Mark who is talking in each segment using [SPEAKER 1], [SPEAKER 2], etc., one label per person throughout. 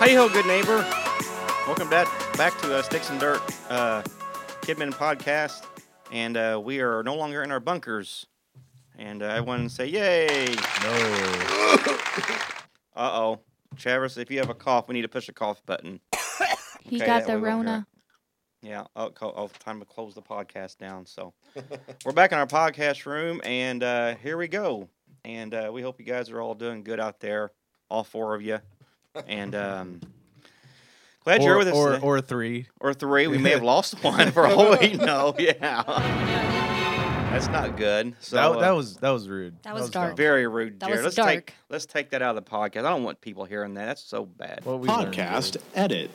[SPEAKER 1] Hey ho, good neighbor. Welcome back back to uh, Sticks and Dirt uh, Kidman podcast, and uh, we are no longer in our bunkers. And uh, everyone say yay!
[SPEAKER 2] No.
[SPEAKER 1] Uh oh, Travis, if you have a cough, we need to push the cough button.
[SPEAKER 3] He
[SPEAKER 1] Okay,
[SPEAKER 3] got
[SPEAKER 1] that
[SPEAKER 3] the
[SPEAKER 1] way we won't hear
[SPEAKER 3] Rona.
[SPEAKER 1] Yeah, oh, co- oh, time to close the podcast down. So we're back in our podcast room, and uh, here we go. And uh, we hope you guys are all doing good out there, all four of you. And um, glad you're
[SPEAKER 2] Or,
[SPEAKER 1] with us.
[SPEAKER 2] or,
[SPEAKER 1] today.
[SPEAKER 2] or three.
[SPEAKER 1] or three. We may have lost one for all we know. Yeah, that's not good. So
[SPEAKER 2] that, that
[SPEAKER 1] uh,
[SPEAKER 2] was that was rude.
[SPEAKER 3] That was dark.
[SPEAKER 2] dumb.
[SPEAKER 1] very rude,
[SPEAKER 3] that
[SPEAKER 1] Jared.
[SPEAKER 3] was
[SPEAKER 1] let's
[SPEAKER 3] dark.
[SPEAKER 1] take let's take that out of the podcast. I don't want people hearing that. That's so bad.
[SPEAKER 2] What we learned,
[SPEAKER 4] podcast edit.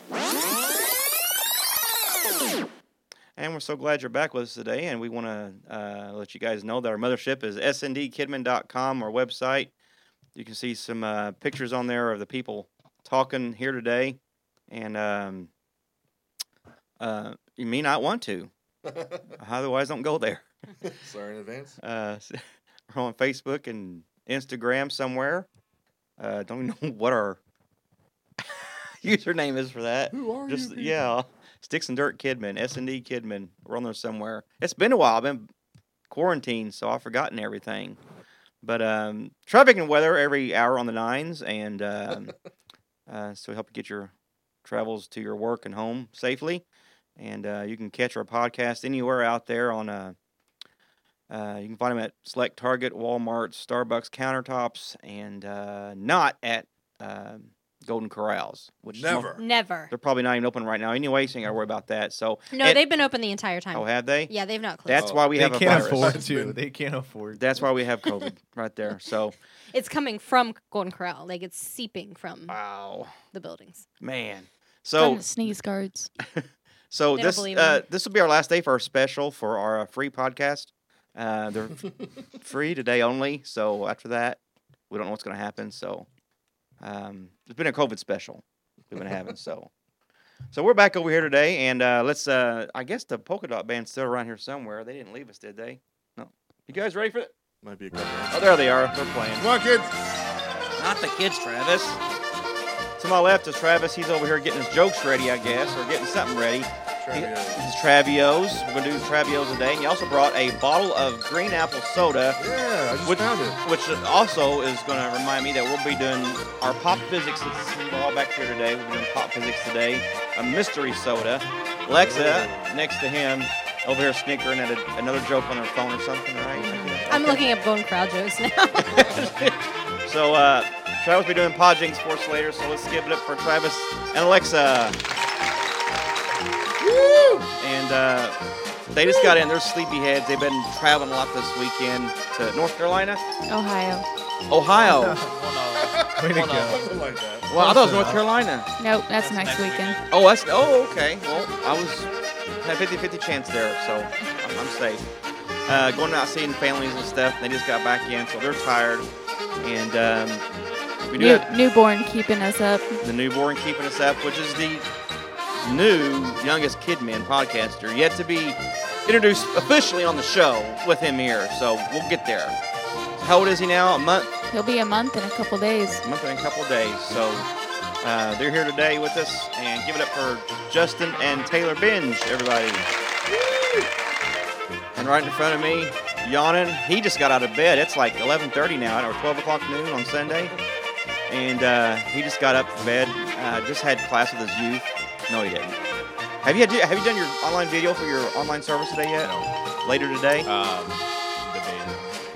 [SPEAKER 1] And we're so glad you're back with us today. And we want to uh, let you guys know that our mothership is sndkidman.com, our website. You can see some uh, pictures on there of the people talking here today. And um, uh, you may not want to. Otherwise, don't go there.
[SPEAKER 5] Sorry in advance.
[SPEAKER 1] Uh, s- we're on Facebook and Instagram somewhere. Uh, don't know what our usernerdame is for that.
[SPEAKER 5] Who are
[SPEAKER 1] Just yeah, sticks and dirt Kidman, S and D Kidman. We're on there somewhere. It's been a while. I've been quarantined, so I've forgotten everything. But um, traffic and weather every hour on the nines, and um, uh, so we help you get your travels to your work and home safely. And uh, you can catch our podcast anywhere out there on uh, uh, you can find them at select Target, Walmart, Starbucks countertops, and uh, not at um Golden Corrals, which is mo-
[SPEAKER 5] Never.
[SPEAKER 3] Never.
[SPEAKER 1] they're probably not even open right now anyway, so you ain't gotta worry about that. So
[SPEAKER 3] No,
[SPEAKER 1] and-
[SPEAKER 3] they've been open the entire time.
[SPEAKER 1] oh have they?
[SPEAKER 3] yeah, they've not closed.
[SPEAKER 1] That's why we
[SPEAKER 2] Oh, They
[SPEAKER 1] have a
[SPEAKER 2] can't
[SPEAKER 1] virus.
[SPEAKER 2] afford
[SPEAKER 5] It's
[SPEAKER 2] to.
[SPEAKER 5] been-
[SPEAKER 2] They can't afford.
[SPEAKER 1] That's why we have COVID right there. So
[SPEAKER 3] it's coming from Golden Corral. Like it's seeping from
[SPEAKER 1] wow,
[SPEAKER 3] the buildings.
[SPEAKER 1] man. So
[SPEAKER 3] sneeze guards.
[SPEAKER 1] So
[SPEAKER 3] They don't
[SPEAKER 1] this
[SPEAKER 3] believe
[SPEAKER 1] uh,
[SPEAKER 3] him.
[SPEAKER 1] this will be our last day for our special for our uh, free podcast. Uh, they're f- free today only. So after that, we don't know what's going to happen. So um, it's been a COVID special we've been having. So so we're back over here today, and uh, let's. Uh, I guess the polka dot band's still around here somewhere. They didn't leave us, did they? No. You guys ready for it?
[SPEAKER 5] Might be a couple.
[SPEAKER 1] Oh, there they are. They're playing.
[SPEAKER 5] Come on, kids.
[SPEAKER 1] Not the kids, Travis. To my left is Travis. He's over here getting his jokes ready, I guess, or getting something ready.
[SPEAKER 5] Travios.
[SPEAKER 1] This is Travios. We're gonna do Travios today. And he also brought a bottle of green apple soda,
[SPEAKER 5] Yeah, I just
[SPEAKER 1] which,
[SPEAKER 5] found it.
[SPEAKER 1] which also is gonna remind me that we'll be doing our pop physics. since We're all back here today. We're doing pop physics today. A mystery soda. Alexa next to him over here snickering at a, another joke on her phone or something, right?
[SPEAKER 3] I'm looking up Golden Corral jokes now.
[SPEAKER 1] So uh, Travis will be doing Pod Jinx for us later. So let's give it up for Travis and Alexa. Woo! And uh, they just got in. They're sleepyheads. They've been traveling a lot this weekend to North Carolina,
[SPEAKER 3] Ohio.
[SPEAKER 1] Ohio.
[SPEAKER 2] Way to go.
[SPEAKER 5] Something like that.
[SPEAKER 1] Well, I thought it was North Carolina.
[SPEAKER 6] Nope, that's next weekend.
[SPEAKER 1] Oh, that's oh okay. Well, I was had 50-50 chance there, so I'm, I'm safe. Uh, going out seeing families and stuff. They just got back in, so they're tired. And um, we do
[SPEAKER 6] New,
[SPEAKER 1] have-
[SPEAKER 6] newborn keeping us up.
[SPEAKER 1] the newborn keeping us up, which is the new youngest kidman podcaster yet to be introduced officially on the show with him here. So we'll get there. How old is he now? A month,
[SPEAKER 6] He'll be a month in a couple days.
[SPEAKER 1] a month and a couple of days. So uh, they're here today with us, and give it up for Justin and Taylor Binge, everybody. And right in front of me, yawning. He just got out of bed. It's like 11:30 now, or 12 o'clock noon on Sunday and uh, he just got up from bed. Uh, just had class with his youth. No, he didn't. Have you had, have you done your online video for your online service today yet? Later today.
[SPEAKER 2] Um,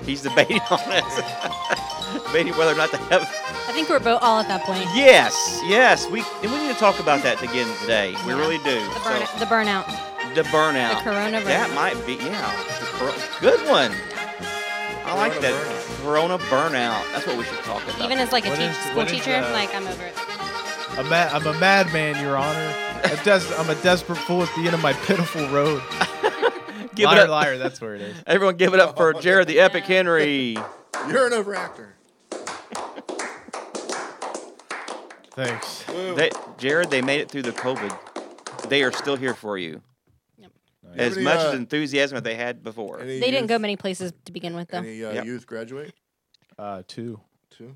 [SPEAKER 1] He's debating on us, debating whether or not to have.
[SPEAKER 3] I think we're both all at that point.
[SPEAKER 1] Yes, yes. We and we need to talk about that again today. We
[SPEAKER 3] Yeah.
[SPEAKER 1] really do.
[SPEAKER 3] The, burn-
[SPEAKER 1] So,
[SPEAKER 3] the burnout.
[SPEAKER 1] the burnout.
[SPEAKER 3] The corona
[SPEAKER 1] That
[SPEAKER 3] burnout.
[SPEAKER 1] might be yeah. the cor- Good one. I like
[SPEAKER 5] Corona
[SPEAKER 1] that. Corona burnout. That's what we should talk about.
[SPEAKER 3] Even as like a
[SPEAKER 2] What
[SPEAKER 3] teach,
[SPEAKER 2] is-
[SPEAKER 3] school
[SPEAKER 2] what is,
[SPEAKER 3] teacher,
[SPEAKER 2] uh,
[SPEAKER 3] like I'm over it.
[SPEAKER 2] A ma- I'm a madman, Your Honor. A des- I'm a desperate fool at the end of my pitiful road.
[SPEAKER 1] give
[SPEAKER 2] liar,
[SPEAKER 1] it up.
[SPEAKER 2] liar. That's where it is.
[SPEAKER 1] Everyone, give it up for Jared the Epic Henry.
[SPEAKER 5] You're an overactor.
[SPEAKER 2] Thanks.
[SPEAKER 5] Woo.
[SPEAKER 1] They, Jared, they made it through the COVID. They are still here for you.
[SPEAKER 3] Yep.
[SPEAKER 1] As
[SPEAKER 5] Anybody,
[SPEAKER 1] much
[SPEAKER 5] uh,
[SPEAKER 1] as enthusiasm that they had before.
[SPEAKER 5] Any
[SPEAKER 3] They didn't
[SPEAKER 5] youth-
[SPEAKER 3] go many places to begin with, though.
[SPEAKER 5] Any uh,
[SPEAKER 1] Yep.
[SPEAKER 5] youth graduate
[SPEAKER 2] Uh, two.
[SPEAKER 5] too?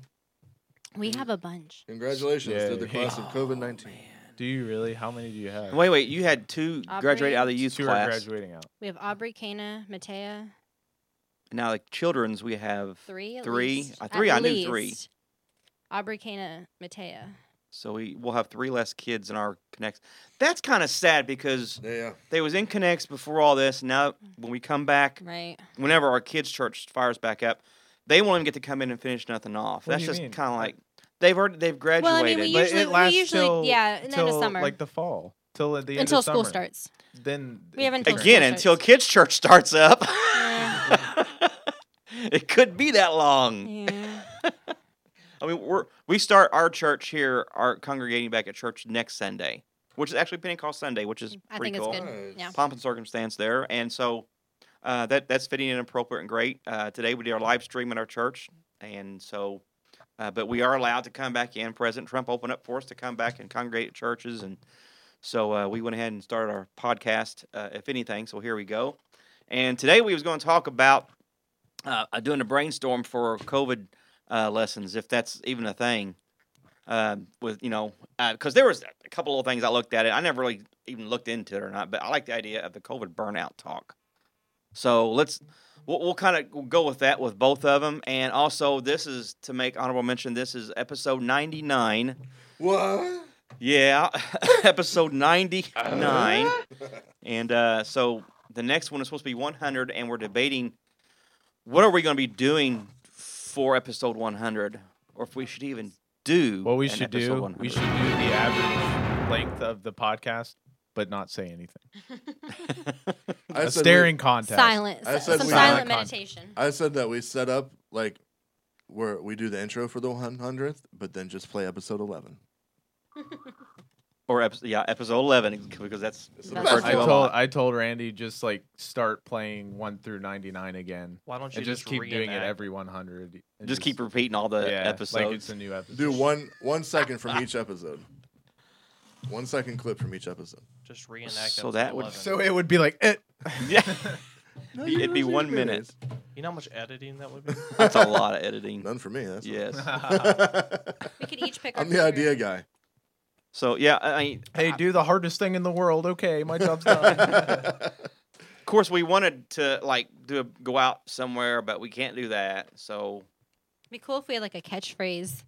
[SPEAKER 3] we have a bunch.
[SPEAKER 5] Congratulations to the
[SPEAKER 2] Yeah.
[SPEAKER 5] class of COVID
[SPEAKER 3] Oh,
[SPEAKER 5] nineteen.
[SPEAKER 2] Do you really? How many do you have?
[SPEAKER 1] Wait, wait, you had two graduate out of the youth
[SPEAKER 2] two are
[SPEAKER 1] class.
[SPEAKER 2] graduating out.
[SPEAKER 3] We have Aubrey, Kana, Matea,
[SPEAKER 1] Now the children's we have
[SPEAKER 3] three. At
[SPEAKER 1] Three?
[SPEAKER 3] least.
[SPEAKER 1] Uh, three,
[SPEAKER 3] At
[SPEAKER 1] I knew three.
[SPEAKER 3] least. Aubrey, Kana, Matea.
[SPEAKER 1] so we will have three less kids in our connects. That's kind of sad because
[SPEAKER 5] Yeah, yeah.
[SPEAKER 1] they was in connects before all this. Now when we come back,
[SPEAKER 3] Mm. Right.
[SPEAKER 1] whenever our kids church fires back up, they won't even get to come in and finish nothing off.
[SPEAKER 2] What do
[SPEAKER 1] That's
[SPEAKER 2] you
[SPEAKER 1] just
[SPEAKER 2] mean?
[SPEAKER 1] kind of like they've already they've graduated.
[SPEAKER 3] Well, I mean, we
[SPEAKER 2] But
[SPEAKER 3] usually-
[SPEAKER 2] it lasts
[SPEAKER 3] we usually-
[SPEAKER 2] till,
[SPEAKER 3] yeah, and then
[SPEAKER 2] till
[SPEAKER 3] the summer.
[SPEAKER 2] like the fall, till at the end
[SPEAKER 3] Until
[SPEAKER 2] of
[SPEAKER 3] school
[SPEAKER 2] summer.
[SPEAKER 3] starts.
[SPEAKER 2] Then
[SPEAKER 3] We haven't
[SPEAKER 2] it's
[SPEAKER 3] till
[SPEAKER 1] again
[SPEAKER 3] church
[SPEAKER 1] until
[SPEAKER 3] starts.
[SPEAKER 1] kids church starts up.
[SPEAKER 3] Yeah.
[SPEAKER 1] it could be that long.
[SPEAKER 3] Yeah.
[SPEAKER 1] I mean, we're we start our church here, our congregating back at church next Sunday, which is actually Pentecost Sunday, which is
[SPEAKER 3] Mm. I
[SPEAKER 1] pretty
[SPEAKER 3] think it's
[SPEAKER 1] cool.
[SPEAKER 3] good.
[SPEAKER 5] Nice.
[SPEAKER 3] Yeah.
[SPEAKER 1] Pomp and circumstance there, and so uh, that that's fitting and appropriate and great. Uh, today we did our live stream at our church, and so. Uh, but we are allowed to come back in. President Trump opened up for us to come back and congregate at churches, and so uh, we went ahead and started our podcast, uh, if anything. So here we go. And today we was going to talk about uh, uh, doing a brainstorm for COVID uh, lessons, if that's even a thing. Um with you know, because there was a couple of things I looked at it. I never really even looked into it or not, but I like the idea of the COVID burnout talk. So let's we'll, we'll kind of go with that with both of them, and also this is to make honorable mention. This is episode ninety nine.
[SPEAKER 5] What?
[SPEAKER 1] Yeah, episode 99. and uh, so the next one is supposed to be 100, and we're debating what are we going to be doing for episode 100, or if we should even do
[SPEAKER 2] What we
[SPEAKER 1] an
[SPEAKER 2] should
[SPEAKER 1] episode
[SPEAKER 2] do,
[SPEAKER 1] 100.
[SPEAKER 2] we should do the average length of the podcast, but not say anything.
[SPEAKER 5] I
[SPEAKER 2] A
[SPEAKER 5] said we-
[SPEAKER 2] staring contest.
[SPEAKER 3] Silent.
[SPEAKER 5] I
[SPEAKER 3] s-
[SPEAKER 5] said
[SPEAKER 3] Some
[SPEAKER 5] we-
[SPEAKER 3] silent
[SPEAKER 2] Silent content.
[SPEAKER 3] meditation.
[SPEAKER 5] I said that we set up like where we do the intro for the 100th, but then just play episode 11.
[SPEAKER 1] Or episode, yeah, episode 11, because that's
[SPEAKER 5] It's
[SPEAKER 3] That's
[SPEAKER 1] referred
[SPEAKER 5] the
[SPEAKER 1] to
[SPEAKER 2] I
[SPEAKER 5] best
[SPEAKER 1] a
[SPEAKER 5] one.
[SPEAKER 2] told
[SPEAKER 1] lot.
[SPEAKER 2] I told Randy just like start playing one through ninety nine again,
[SPEAKER 4] Why don't you
[SPEAKER 2] and just, keep doing it
[SPEAKER 4] reenact?
[SPEAKER 2] every one hundred.
[SPEAKER 1] Just keep repeating all the
[SPEAKER 2] Like
[SPEAKER 1] episodes.
[SPEAKER 2] it's a new episode.
[SPEAKER 5] Do one one second from each episode. One second clip from each episode.
[SPEAKER 4] Just reenact.
[SPEAKER 1] So
[SPEAKER 4] episode
[SPEAKER 1] that would-
[SPEAKER 4] 11.
[SPEAKER 2] So it would be like eh.
[SPEAKER 1] yeah, it'd be one minute.
[SPEAKER 4] You know how much editing that would be?
[SPEAKER 1] That's a lot of editing.
[SPEAKER 5] None for me. That's
[SPEAKER 1] yes.
[SPEAKER 3] We could each pick. our
[SPEAKER 5] I'm the
[SPEAKER 3] favorite.
[SPEAKER 5] idea guy.
[SPEAKER 1] So, yeah, I I mean,
[SPEAKER 2] hey, do the hardest thing in the world. Okay, my job's done.
[SPEAKER 1] of course, we wanted to, like, do a, go out somewhere, but we can't do that. So,
[SPEAKER 3] It'd be cool if we had like a catchphrase,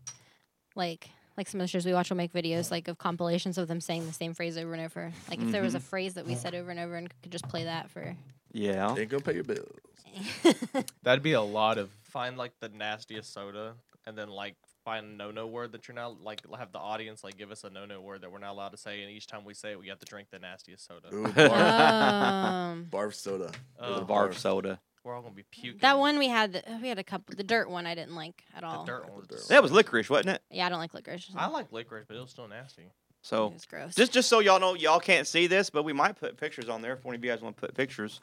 [SPEAKER 3] like like some of the shows we watch will make videos like of compilations of them saying the same phrase over and over. Like if there was a phrase that we said over and over and could just play that for.
[SPEAKER 1] yeah.
[SPEAKER 5] Ain't gonna pay your bills.
[SPEAKER 2] That'd be a lot of
[SPEAKER 4] Find like the nastiest soda, and then like find a no-no word that you're not like have the audience like give us a no-no word that we're not allowed to say, and each time we say it, we have to drink the nastiest soda.
[SPEAKER 5] Ooh, barf,
[SPEAKER 3] um,
[SPEAKER 5] barf soda.
[SPEAKER 4] Oh,
[SPEAKER 1] the barf soda.
[SPEAKER 4] We're all gonna be puking.
[SPEAKER 3] that one we had the, we had a couple. The dirt one I didn't like at
[SPEAKER 4] The
[SPEAKER 3] all.
[SPEAKER 4] dirt one. was-
[SPEAKER 1] That was licorice, wasn't it?
[SPEAKER 3] Yeah, I don't like licorice.
[SPEAKER 4] I like licorice, but it was still nasty.
[SPEAKER 3] It
[SPEAKER 1] So
[SPEAKER 3] was gross.
[SPEAKER 1] just just so y'all know, y'all can't see this, but we might put pictures on there if one of you guys want to put pictures.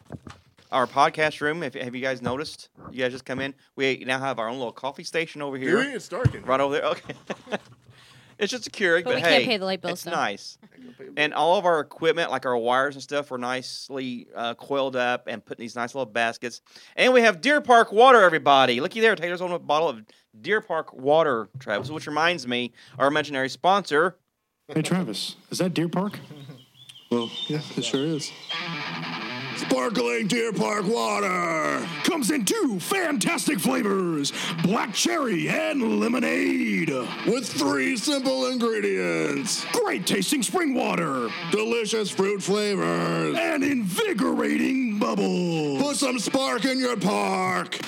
[SPEAKER 1] Our podcast room, if have you guys noticed? You guys just come in. We now have our own little coffee station over here,
[SPEAKER 5] Dude, it's dark in here.
[SPEAKER 1] right over there. Okay, it's just a Keurig,
[SPEAKER 3] But
[SPEAKER 1] but,
[SPEAKER 3] we
[SPEAKER 1] hey,
[SPEAKER 3] can't pay the light bill,
[SPEAKER 1] it's
[SPEAKER 3] so.
[SPEAKER 1] nice.
[SPEAKER 5] Ain't gonna pay your
[SPEAKER 1] And all of our equipment, like our wires and stuff, were nicely uh, coiled up and put in these nice little baskets. And we have Deer Park water, everybody. Looky there, Taylor's on a bottle of Deer Park water, Travis, which reminds me, our imaginary sponsor.
[SPEAKER 7] Hey Travis, is that Deer Park? Well, yeah, it sure is. Sparkling Deer Park water comes in two fantastic flavors black cherry and lemonade.
[SPEAKER 5] With three simple ingredients,
[SPEAKER 7] Great tasting spring water
[SPEAKER 5] delicious fruit flavors.
[SPEAKER 7] and invigorating bubbles.
[SPEAKER 5] Put some spark in your park.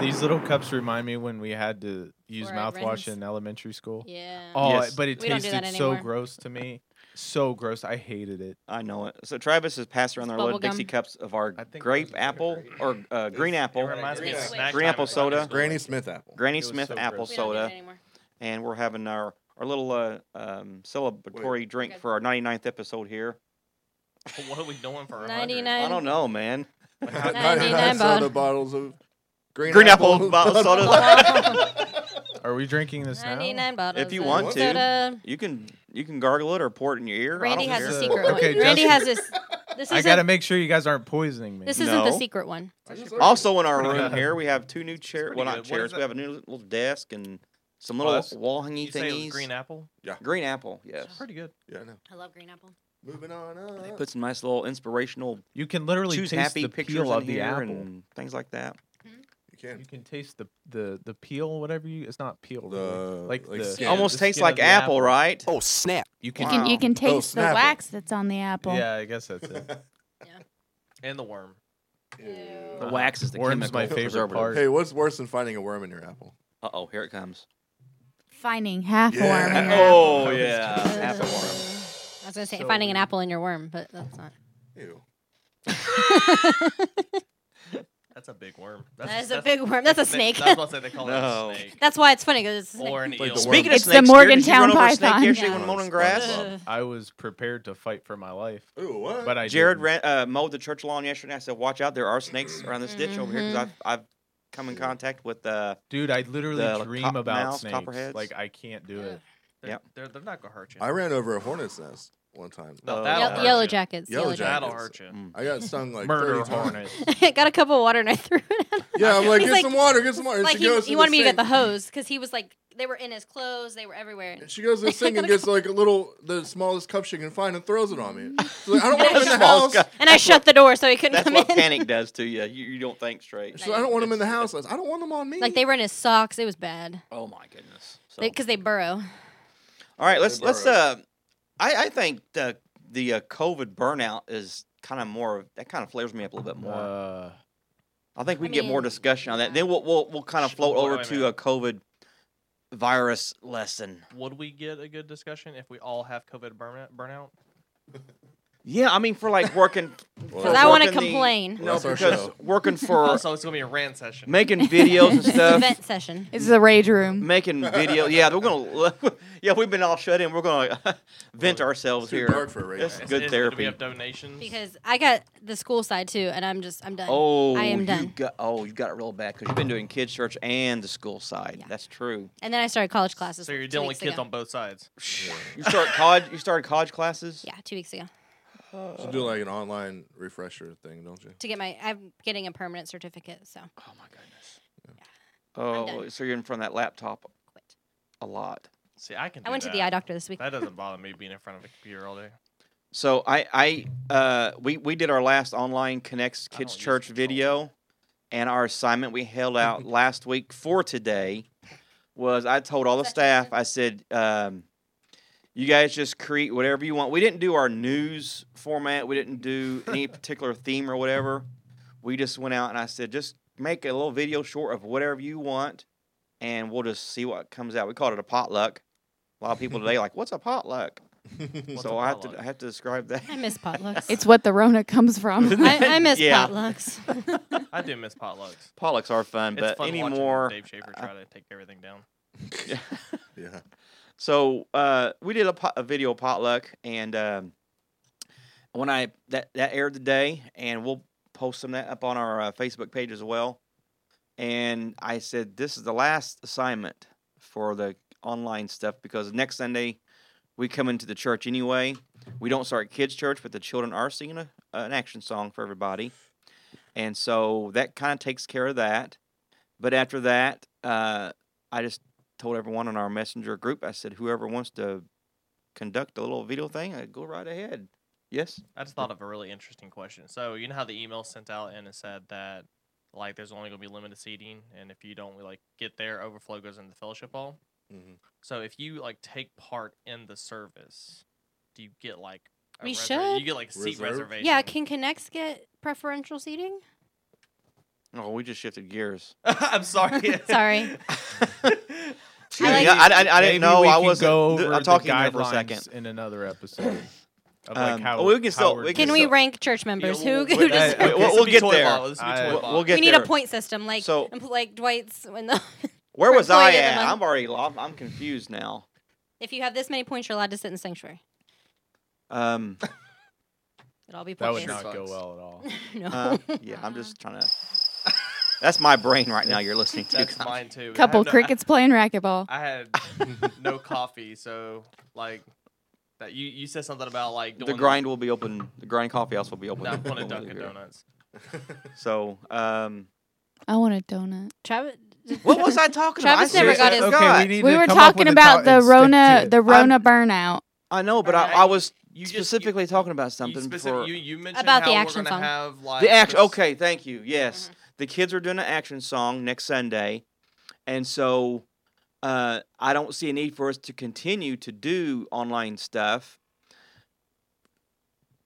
[SPEAKER 2] These little cups remind me when we had to use
[SPEAKER 3] Or at
[SPEAKER 2] mouthwash
[SPEAKER 3] Ren's.
[SPEAKER 2] in elementary school.
[SPEAKER 3] Yeah.
[SPEAKER 2] Oh,
[SPEAKER 1] Yes.
[SPEAKER 2] but it
[SPEAKER 3] We don't do that
[SPEAKER 2] tasted so
[SPEAKER 3] anymore.
[SPEAKER 2] gross to me. So gross. I hated it.
[SPEAKER 1] I know it. So Travis has passed around our
[SPEAKER 3] Bubble
[SPEAKER 1] little Dixie
[SPEAKER 3] gum.
[SPEAKER 1] cups of our
[SPEAKER 2] I think
[SPEAKER 1] grape
[SPEAKER 2] those are
[SPEAKER 1] apple or uh, green apple,
[SPEAKER 4] It reminds me of
[SPEAKER 3] Green
[SPEAKER 4] snack
[SPEAKER 1] green
[SPEAKER 4] time
[SPEAKER 1] apple
[SPEAKER 4] at Sunday
[SPEAKER 1] soda,
[SPEAKER 4] school.
[SPEAKER 5] Granny Smith apple.
[SPEAKER 1] Granny
[SPEAKER 2] It was
[SPEAKER 1] Smith
[SPEAKER 2] so
[SPEAKER 1] apple
[SPEAKER 2] gross.
[SPEAKER 3] we don't do
[SPEAKER 1] soda,
[SPEAKER 3] that anymore.
[SPEAKER 1] and we're having our our little uh, um, celebratory drink
[SPEAKER 3] Okay.
[SPEAKER 1] for our 99th episode here.
[SPEAKER 4] What are we doing for our 99?
[SPEAKER 3] 99.
[SPEAKER 1] I don't know, man.
[SPEAKER 5] Not
[SPEAKER 3] 99
[SPEAKER 5] soda
[SPEAKER 3] bottle.
[SPEAKER 5] bottles of green,
[SPEAKER 1] Green apple bottle soda.
[SPEAKER 2] Are we drinking this now?
[SPEAKER 3] 99 bottles.
[SPEAKER 1] If you
[SPEAKER 3] of
[SPEAKER 1] want to.
[SPEAKER 3] soda.
[SPEAKER 1] You can you can gargle it or pour it in your ear. I
[SPEAKER 3] Randy
[SPEAKER 1] don't
[SPEAKER 3] has
[SPEAKER 2] care.
[SPEAKER 3] a
[SPEAKER 1] care.
[SPEAKER 3] secret
[SPEAKER 2] Okay,
[SPEAKER 3] one. Randy
[SPEAKER 2] Justin.
[SPEAKER 3] has this. This
[SPEAKER 2] I gotta
[SPEAKER 3] isn't,
[SPEAKER 2] make sure you guys aren't poisoning me.
[SPEAKER 3] this isn't the
[SPEAKER 1] No.
[SPEAKER 3] secret one.
[SPEAKER 1] Also in our room here, we have two new chairs.
[SPEAKER 4] pretty
[SPEAKER 1] Well, not
[SPEAKER 4] good. What is
[SPEAKER 1] chairs. We
[SPEAKER 4] that?
[SPEAKER 1] have a new little desk and some
[SPEAKER 4] Oh,
[SPEAKER 1] little
[SPEAKER 4] that's-
[SPEAKER 1] wall hangy
[SPEAKER 4] You say it was
[SPEAKER 1] thingies.
[SPEAKER 4] green apple?
[SPEAKER 1] Green apple, yes.
[SPEAKER 4] It's pretty good.
[SPEAKER 5] Yeah, I know.
[SPEAKER 3] I love green apple.
[SPEAKER 5] Moving on
[SPEAKER 1] They
[SPEAKER 5] up.
[SPEAKER 1] put some nice little inspirational
[SPEAKER 2] you can literally
[SPEAKER 1] choose
[SPEAKER 2] taste
[SPEAKER 1] happy
[SPEAKER 2] the
[SPEAKER 1] pictures
[SPEAKER 2] peel
[SPEAKER 1] in
[SPEAKER 2] of the
[SPEAKER 1] here
[SPEAKER 2] apple.
[SPEAKER 1] and things like that.
[SPEAKER 5] you can.
[SPEAKER 2] You can taste the the the peel, whatever you. It's not peel, really.
[SPEAKER 5] The-
[SPEAKER 2] like,
[SPEAKER 5] uh, like
[SPEAKER 2] the
[SPEAKER 5] skin. Yeah,
[SPEAKER 1] Almost
[SPEAKER 2] the
[SPEAKER 1] tastes
[SPEAKER 2] skin of
[SPEAKER 1] like
[SPEAKER 2] the
[SPEAKER 1] apple, right?
[SPEAKER 7] Oh, snap.
[SPEAKER 2] You
[SPEAKER 6] You
[SPEAKER 2] can.
[SPEAKER 6] can, you can
[SPEAKER 5] Oh,
[SPEAKER 6] taste the
[SPEAKER 5] Snapple.
[SPEAKER 6] wax that's on the apple.
[SPEAKER 2] Yeah, I guess that's it.
[SPEAKER 4] And the worm.
[SPEAKER 1] The wax is the
[SPEAKER 2] Worm's my
[SPEAKER 1] chemical
[SPEAKER 2] favorite part.
[SPEAKER 5] Hey, what's worse than finding a worm in your apple?
[SPEAKER 1] Uh oh, here it comes.
[SPEAKER 6] Finding half
[SPEAKER 5] Yeah.
[SPEAKER 6] warm. in your apple.
[SPEAKER 1] Oh yeah, apple worm.
[SPEAKER 3] I was gonna say
[SPEAKER 2] So
[SPEAKER 3] finding an
[SPEAKER 2] weird.
[SPEAKER 3] apple in your worm, but that's not.
[SPEAKER 5] Ew.
[SPEAKER 4] That's a big worm.
[SPEAKER 3] That is a big worm. That's a snake.
[SPEAKER 4] That's what I said they call
[SPEAKER 1] No.
[SPEAKER 4] it a snake.
[SPEAKER 3] That's why it's funny because it's a snake.
[SPEAKER 4] Or an eel.
[SPEAKER 5] the worm.
[SPEAKER 1] Speaking of
[SPEAKER 6] It's the
[SPEAKER 1] snakes, Garrett, did you
[SPEAKER 6] Morgantown
[SPEAKER 1] run over a snake
[SPEAKER 6] python.
[SPEAKER 1] yesterday
[SPEAKER 3] Yeah.
[SPEAKER 1] when mowing
[SPEAKER 5] SpongeBob.
[SPEAKER 1] grass.
[SPEAKER 3] Ugh.
[SPEAKER 2] I was prepared to fight for my life,
[SPEAKER 5] Ooh, what?
[SPEAKER 2] but I
[SPEAKER 1] Jared
[SPEAKER 2] didn't.
[SPEAKER 1] ran, uh, mowed the church lawn yesterday. I said, "Watch out, there are snakes around this ditch over here." Because
[SPEAKER 3] Mm-hmm.
[SPEAKER 1] I've, I've come in contact with uh,
[SPEAKER 2] Dude, I literally
[SPEAKER 1] The
[SPEAKER 2] dream
[SPEAKER 1] cop-
[SPEAKER 2] about
[SPEAKER 1] mouse,
[SPEAKER 2] snakes.
[SPEAKER 1] copperheads.
[SPEAKER 2] Like I can't do it.
[SPEAKER 4] They're,
[SPEAKER 1] Yep.
[SPEAKER 4] they're, they're not going to hurt you.
[SPEAKER 5] I ran over a hornet's nest one time.
[SPEAKER 2] Oh.
[SPEAKER 4] No,
[SPEAKER 1] Uh,
[SPEAKER 4] that'll
[SPEAKER 1] Yel-
[SPEAKER 4] hurt
[SPEAKER 3] yellow
[SPEAKER 4] you.
[SPEAKER 3] jackets.
[SPEAKER 5] Yellow
[SPEAKER 3] Yellow
[SPEAKER 5] jacket.
[SPEAKER 3] jacket.
[SPEAKER 4] That'll
[SPEAKER 5] jackets.
[SPEAKER 4] hurt you.
[SPEAKER 1] Mm.
[SPEAKER 5] I got stung like
[SPEAKER 2] Murder
[SPEAKER 5] 30 times.
[SPEAKER 2] hornet.
[SPEAKER 3] I got a cup of water and I threw it at him.
[SPEAKER 5] Yeah, I'm like,
[SPEAKER 3] He's
[SPEAKER 5] get
[SPEAKER 3] like-
[SPEAKER 5] some water, get some water. And
[SPEAKER 3] Like
[SPEAKER 5] she
[SPEAKER 3] he,
[SPEAKER 5] goes
[SPEAKER 3] he
[SPEAKER 5] the
[SPEAKER 3] wanted me to get the
[SPEAKER 5] sink-
[SPEAKER 3] hose because he was like they were in his clothes, they were everywhere.
[SPEAKER 5] And she goes to the sink and gets like a little, the smallest cup she can find and throws it on me. She's like, I don't want him in the house.
[SPEAKER 1] Smallest guy.
[SPEAKER 3] And I shut the door so he couldn't
[SPEAKER 1] That's
[SPEAKER 3] come
[SPEAKER 1] what
[SPEAKER 3] in.
[SPEAKER 1] panic does to you. You, you don't think straight.
[SPEAKER 5] She's like, I don't want him in the house. I was, I don't want him on me.
[SPEAKER 3] Like they were in his socks. It was bad
[SPEAKER 1] Oh my goodness! So,
[SPEAKER 3] because they, burrow.
[SPEAKER 1] all right, let's
[SPEAKER 5] They
[SPEAKER 1] let's. Uh,
[SPEAKER 5] burrow.
[SPEAKER 1] I I think the the uh, COVID burnout is kind of more. That kind of flares me up a little bit more.
[SPEAKER 2] Uh,
[SPEAKER 1] I think we
[SPEAKER 3] I
[SPEAKER 1] can get more
[SPEAKER 3] mean,
[SPEAKER 1] discussion on that.
[SPEAKER 3] yeah.
[SPEAKER 1] Then we'll we'll, we'll kind of
[SPEAKER 4] Sh-
[SPEAKER 1] float
[SPEAKER 4] wait,
[SPEAKER 1] over
[SPEAKER 4] wait a
[SPEAKER 1] to
[SPEAKER 4] minute.
[SPEAKER 1] a COVID virus lesson.
[SPEAKER 4] Would we get a good discussion if we all have COVID burnout? burnout?
[SPEAKER 1] Yeah, I mean for like working.
[SPEAKER 3] Because I want to
[SPEAKER 1] working the-
[SPEAKER 3] complain.
[SPEAKER 1] No,
[SPEAKER 5] That's our
[SPEAKER 1] because
[SPEAKER 5] show.
[SPEAKER 1] working for
[SPEAKER 4] Also, it's going to be a rant session.
[SPEAKER 1] making videos and
[SPEAKER 3] It's an
[SPEAKER 1] stuff.
[SPEAKER 3] event session.
[SPEAKER 6] It's the rage room.
[SPEAKER 1] making video. Yeah, we're gonna. Yeah, we've been all shut in. We're gonna vent ourselves
[SPEAKER 5] It's too
[SPEAKER 1] here.
[SPEAKER 5] dark for a radio.
[SPEAKER 1] That's
[SPEAKER 4] Is-
[SPEAKER 1] good
[SPEAKER 4] is- Do we
[SPEAKER 1] therapy.
[SPEAKER 4] have donations?
[SPEAKER 3] Because I got the school side too, and I'm just I'm done.
[SPEAKER 1] Oh,
[SPEAKER 3] I am
[SPEAKER 1] You
[SPEAKER 3] done.
[SPEAKER 1] got, oh, you got it real bad because you've been doing kids church and the school side.
[SPEAKER 3] Yeah.
[SPEAKER 1] That's true.
[SPEAKER 3] And then I started college classes.
[SPEAKER 4] so you're
[SPEAKER 3] two
[SPEAKER 4] dealing with
[SPEAKER 3] weeks
[SPEAKER 4] kids
[SPEAKER 3] ago.
[SPEAKER 4] on both sides.
[SPEAKER 1] You start college. You started college classes.
[SPEAKER 3] Yeah, two weeks ago
[SPEAKER 5] You should do like an online refresher thing, don't you?
[SPEAKER 3] to get my I'm getting a permanent certificate. So
[SPEAKER 1] Oh my goodness.
[SPEAKER 3] I'm
[SPEAKER 1] Oh,
[SPEAKER 3] done.
[SPEAKER 1] so you're in front of that laptop
[SPEAKER 3] quit.
[SPEAKER 1] a lot.
[SPEAKER 4] See, I can.
[SPEAKER 3] I
[SPEAKER 4] do
[SPEAKER 3] went
[SPEAKER 4] that.
[SPEAKER 3] to the eye doctor this week.
[SPEAKER 4] That doesn't bother me being in front of a computer all day.
[SPEAKER 1] So I, I, uh, we we did our last online connects
[SPEAKER 4] I
[SPEAKER 1] kids
[SPEAKER 4] don't use
[SPEAKER 1] church
[SPEAKER 4] control.
[SPEAKER 1] video, and our assignment we held out last week for today was I told all the
[SPEAKER 3] Session.
[SPEAKER 1] staff I said, um, you guys just create whatever you want. We didn't do our news format. We didn't do any particular theme or whatever. We just went out and I said, just make a little video short of whatever you want, and we'll just see what comes out. We called it a potluck. A lot of people today are like, what's a potluck?
[SPEAKER 4] What's
[SPEAKER 1] so
[SPEAKER 4] a
[SPEAKER 1] I have to
[SPEAKER 4] potluck?
[SPEAKER 1] I have to describe that.
[SPEAKER 3] I miss potlucks.
[SPEAKER 6] It's what the Rona comes from.
[SPEAKER 3] I, I miss
[SPEAKER 1] Yeah.
[SPEAKER 3] potlucks.
[SPEAKER 4] I do miss potlucks.
[SPEAKER 1] Pollocks are fun,
[SPEAKER 4] it's
[SPEAKER 1] but
[SPEAKER 4] fun
[SPEAKER 1] any
[SPEAKER 4] watching
[SPEAKER 1] more.
[SPEAKER 4] Dave Schaefer try to take everything down.
[SPEAKER 5] Yeah.
[SPEAKER 1] So uh, we did a, po- a video potluck, and um, when I that that aired today, and we'll post some of that up on our uh, Facebook page as well. And I said this is the last assignment for the online stuff because next Sunday we come into the church anyway. We don't start kids' church, but the children are singing a, an action song for everybody, and so that kind of takes care of that. But after that, uh, I just told everyone on our messenger group. I said, whoever wants to conduct a little video thing, uh, go right ahead. Yes.
[SPEAKER 4] I just thought of a really interesting question. So you know how the email sent out and it said that like there's only going to be limited seating, and if you don't like get there, overflow goes into the fellowship hall.
[SPEAKER 5] Mhm.
[SPEAKER 4] So if you like take part in the service, do you get like a
[SPEAKER 3] We
[SPEAKER 4] reser-
[SPEAKER 3] should.
[SPEAKER 4] you get like a seat
[SPEAKER 5] Reserved?
[SPEAKER 4] reservation?
[SPEAKER 3] yeah, can connects get preferential seating?
[SPEAKER 1] Oh, we just shifted gears.
[SPEAKER 4] I'm sorry.
[SPEAKER 3] Sorry.
[SPEAKER 1] Excuse me, I, I, I didn't
[SPEAKER 2] Maybe
[SPEAKER 1] know
[SPEAKER 2] we
[SPEAKER 1] I
[SPEAKER 2] can
[SPEAKER 1] wasn't.
[SPEAKER 2] Go
[SPEAKER 1] th-
[SPEAKER 2] over
[SPEAKER 1] I'm talking
[SPEAKER 2] the
[SPEAKER 1] there for a
[SPEAKER 2] guidelines
[SPEAKER 1] second.
[SPEAKER 2] in another episode. Of
[SPEAKER 1] Um,
[SPEAKER 2] like how,
[SPEAKER 1] oh, we can still-
[SPEAKER 2] how
[SPEAKER 1] we
[SPEAKER 2] we're-
[SPEAKER 1] can
[SPEAKER 3] Can we rank church members? Who, who
[SPEAKER 1] we'll-
[SPEAKER 3] just
[SPEAKER 1] hey, we'll- we'll get there.
[SPEAKER 2] I-
[SPEAKER 1] We'll, we'll get
[SPEAKER 3] we need
[SPEAKER 1] there.
[SPEAKER 3] a point system, like
[SPEAKER 1] So-
[SPEAKER 3] um, like Dwight's. When the,
[SPEAKER 1] Where
[SPEAKER 3] for
[SPEAKER 1] was I
[SPEAKER 3] employee of the
[SPEAKER 1] at?
[SPEAKER 3] month.
[SPEAKER 1] I'm already lost. I'm confused now.
[SPEAKER 3] if you have this many points, you're allowed to sit in sanctuary.
[SPEAKER 1] Um,
[SPEAKER 3] It'll all be
[SPEAKER 2] That
[SPEAKER 3] points.
[SPEAKER 2] would not go
[SPEAKER 4] Fucks.
[SPEAKER 2] well at all.
[SPEAKER 3] no.
[SPEAKER 1] uh, yeah, I'm just trying to. That's my brain right now. You're listening to.
[SPEAKER 4] That's mine too. I
[SPEAKER 6] Couple
[SPEAKER 4] had no-
[SPEAKER 6] crickets playing racquetball.
[SPEAKER 4] I had no coffee, so like that. You you said something about like
[SPEAKER 1] The
[SPEAKER 4] doing-
[SPEAKER 1] grind will be open. The grind coffee house will be open.
[SPEAKER 4] No, I'm going to
[SPEAKER 1] when we leave
[SPEAKER 4] Dunkin'
[SPEAKER 1] here.
[SPEAKER 4] Donuts.
[SPEAKER 1] So, um,
[SPEAKER 6] I want a donut.
[SPEAKER 3] Travis,
[SPEAKER 1] what was I talking about?
[SPEAKER 3] Travis
[SPEAKER 1] I
[SPEAKER 3] never got
[SPEAKER 1] seriously
[SPEAKER 3] his-
[SPEAKER 1] forgot.
[SPEAKER 2] Okay, we need
[SPEAKER 6] We
[SPEAKER 2] to
[SPEAKER 6] were
[SPEAKER 2] come up
[SPEAKER 6] talking
[SPEAKER 2] with a
[SPEAKER 6] about
[SPEAKER 2] top and
[SPEAKER 6] the
[SPEAKER 2] stick to
[SPEAKER 6] Rona,
[SPEAKER 2] it.
[SPEAKER 6] the Rona burnout.
[SPEAKER 1] I know, but
[SPEAKER 4] Okay,
[SPEAKER 1] I, I was
[SPEAKER 4] you just- you-
[SPEAKER 1] specifically talking about
[SPEAKER 4] You,
[SPEAKER 1] something
[SPEAKER 4] specific,
[SPEAKER 1] for
[SPEAKER 4] you you mentioned
[SPEAKER 3] About
[SPEAKER 4] how
[SPEAKER 3] the
[SPEAKER 4] we're
[SPEAKER 3] action
[SPEAKER 4] gonna
[SPEAKER 3] song.
[SPEAKER 4] have like
[SPEAKER 1] the action.
[SPEAKER 4] this-
[SPEAKER 1] Okay, thank you. Yes, the kids are doing an action song next Sunday, and so uh, I don't see a need for us to continue to do online stuff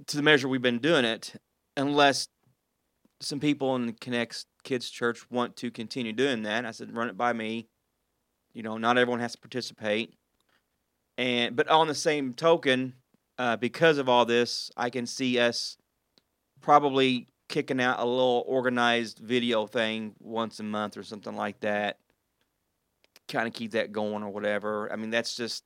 [SPEAKER 1] to the measure we've been doing it, unless some people in the Connects Kids Church want to continue doing that. I said, run it by me. You know, not everyone has to participate, and but on the same token. Uh, because of all this, I can see us probably kicking out a little organized video thing once a month or something like that. Kind of keep that going or whatever. I mean, that's just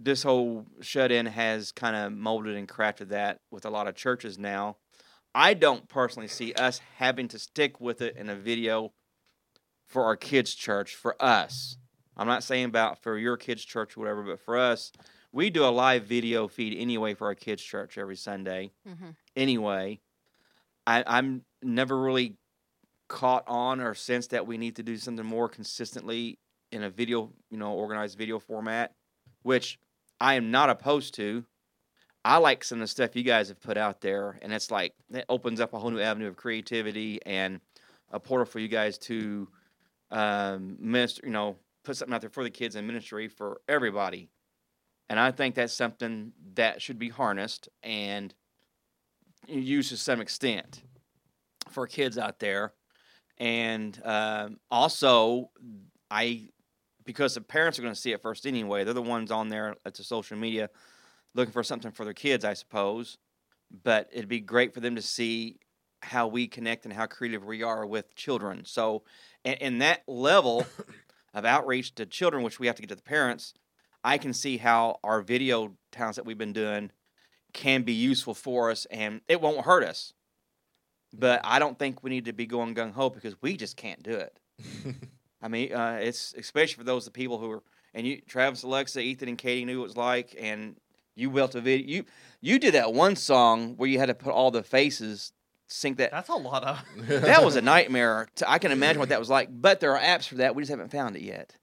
[SPEAKER 1] this whole shut in has kind of molded and crafted that with a lot of churches now. I don't personally see us having to stick with it in a video for our kids' church for us. I'm not saying about for your kids' church or whatever, but for us, we do a live video feed anyway for our kids' church every Sunday
[SPEAKER 3] hmm
[SPEAKER 1] anyway. I, I'm never really caught on or sensed that we need to do something more consistently in a video, you know, organized video format, which I am not opposed to. I like some of the stuff you guys have put out there, and it's like it opens up a whole new avenue of creativity and a portal for you guys to um, minister, you know, put something out there for the kids in ministry for everybody. And I think that's something that should be harnessed and used to some extent for kids out there. And um, also, I because the parents are going to see it first anyway. They're the ones on there at the social media looking for something for their kids, I suppose. But it'd be great for them to see how we connect and how creative we are with children. So, and, and that level of outreach to children, which we have to get to the parents, I can see how our video towns that we've been doing can be useful for us and it won't hurt us. But I don't think we need to be going gung ho because we just can't do it. I mean, uh, it's especially for those the people who are and you, Travis, Alexa, Ethan, and Katie knew what it was like, and you built a video. You you did that one song where you had to put all the faces sync that.
[SPEAKER 4] That's a lot of.
[SPEAKER 1] That was a nightmare. To, I can imagine what that was like. But there are apps for that. We just haven't found it yet.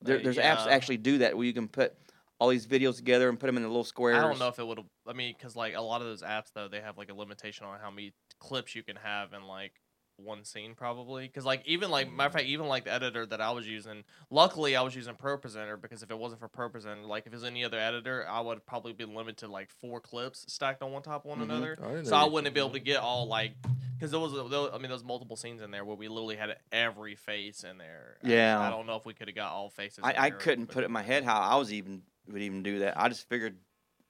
[SPEAKER 1] There,
[SPEAKER 4] Uh,
[SPEAKER 1] there's apps
[SPEAKER 4] yeah.
[SPEAKER 1] that actually do that where you can put all these videos together and put them in little squares.
[SPEAKER 4] I don't know if it would. I mean, because like a lot of those apps though, they have like a limitation on how many clips you can have in like one scene probably. Because like even like matter of
[SPEAKER 1] Mm.
[SPEAKER 4] fact, even like the editor that I was using, luckily I was using ProPresenter because if it wasn't for ProPresenter, like if it was any other editor, I would probably be limited to like four clips stacked on one top of one
[SPEAKER 1] Mhm.
[SPEAKER 4] another.
[SPEAKER 5] I didn't
[SPEAKER 4] so
[SPEAKER 5] know
[SPEAKER 4] I
[SPEAKER 5] you
[SPEAKER 4] wouldn't
[SPEAKER 5] could
[SPEAKER 4] be
[SPEAKER 5] do
[SPEAKER 4] able to get all like because there was, there was I mean there was multiple scenes in there where we literally had every face in there. I-
[SPEAKER 1] Yeah.
[SPEAKER 4] I, don't know if we could have got all faces. in
[SPEAKER 1] I, I
[SPEAKER 4] there,
[SPEAKER 1] couldn't
[SPEAKER 4] but
[SPEAKER 1] put it in my head how I was even would even do that. I just figured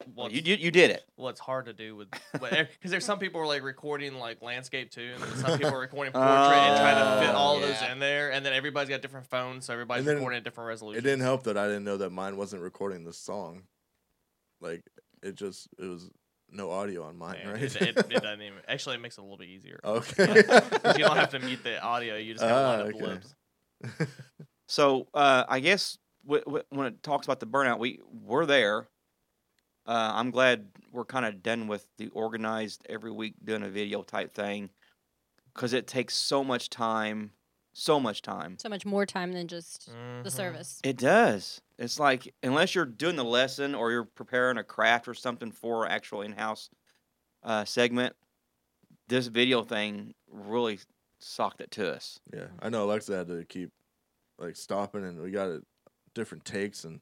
[SPEAKER 1] well,
[SPEAKER 4] what's-
[SPEAKER 1] you, you you did it.
[SPEAKER 4] well, it's hard to do with because there's some people who are like recording like landscape too, and then some people are recording
[SPEAKER 5] Oh,
[SPEAKER 4] portrait and trying to fit
[SPEAKER 1] Oh,
[SPEAKER 4] all those
[SPEAKER 1] yeah.
[SPEAKER 4] in there, and then everybody's got different phones, so everybody's
[SPEAKER 5] And then
[SPEAKER 4] recording at different
[SPEAKER 5] It
[SPEAKER 4] resolutions.
[SPEAKER 5] didn't help that I didn't know that mine wasn't recording this song. Like it just it was no audio on mine,
[SPEAKER 4] Yeah,
[SPEAKER 5] right?
[SPEAKER 4] It, it, it doesn't even. Actually, it makes it a little bit easier.
[SPEAKER 5] okay.
[SPEAKER 4] 'Cause you don't have to mute the audio. You just have
[SPEAKER 5] Ah,
[SPEAKER 4] line up
[SPEAKER 5] okay.
[SPEAKER 4] blips.
[SPEAKER 1] So uh, I guess w- w- when it talks about the burnout, we we're there. Uh, I'm glad we're kind of done with the organized every week doing a video type thing because it takes so much time, so much time.
[SPEAKER 3] So much more time than just
[SPEAKER 4] Mm-hmm.
[SPEAKER 1] Mm-hmm.
[SPEAKER 3] the service.
[SPEAKER 1] It does. It's like unless you're doing the lesson or you're preparing a craft or something for actual in-house uh, segment, this video thing really socked it to us.
[SPEAKER 5] yeah. I know Alexa had to keep like stopping and we got it different takes and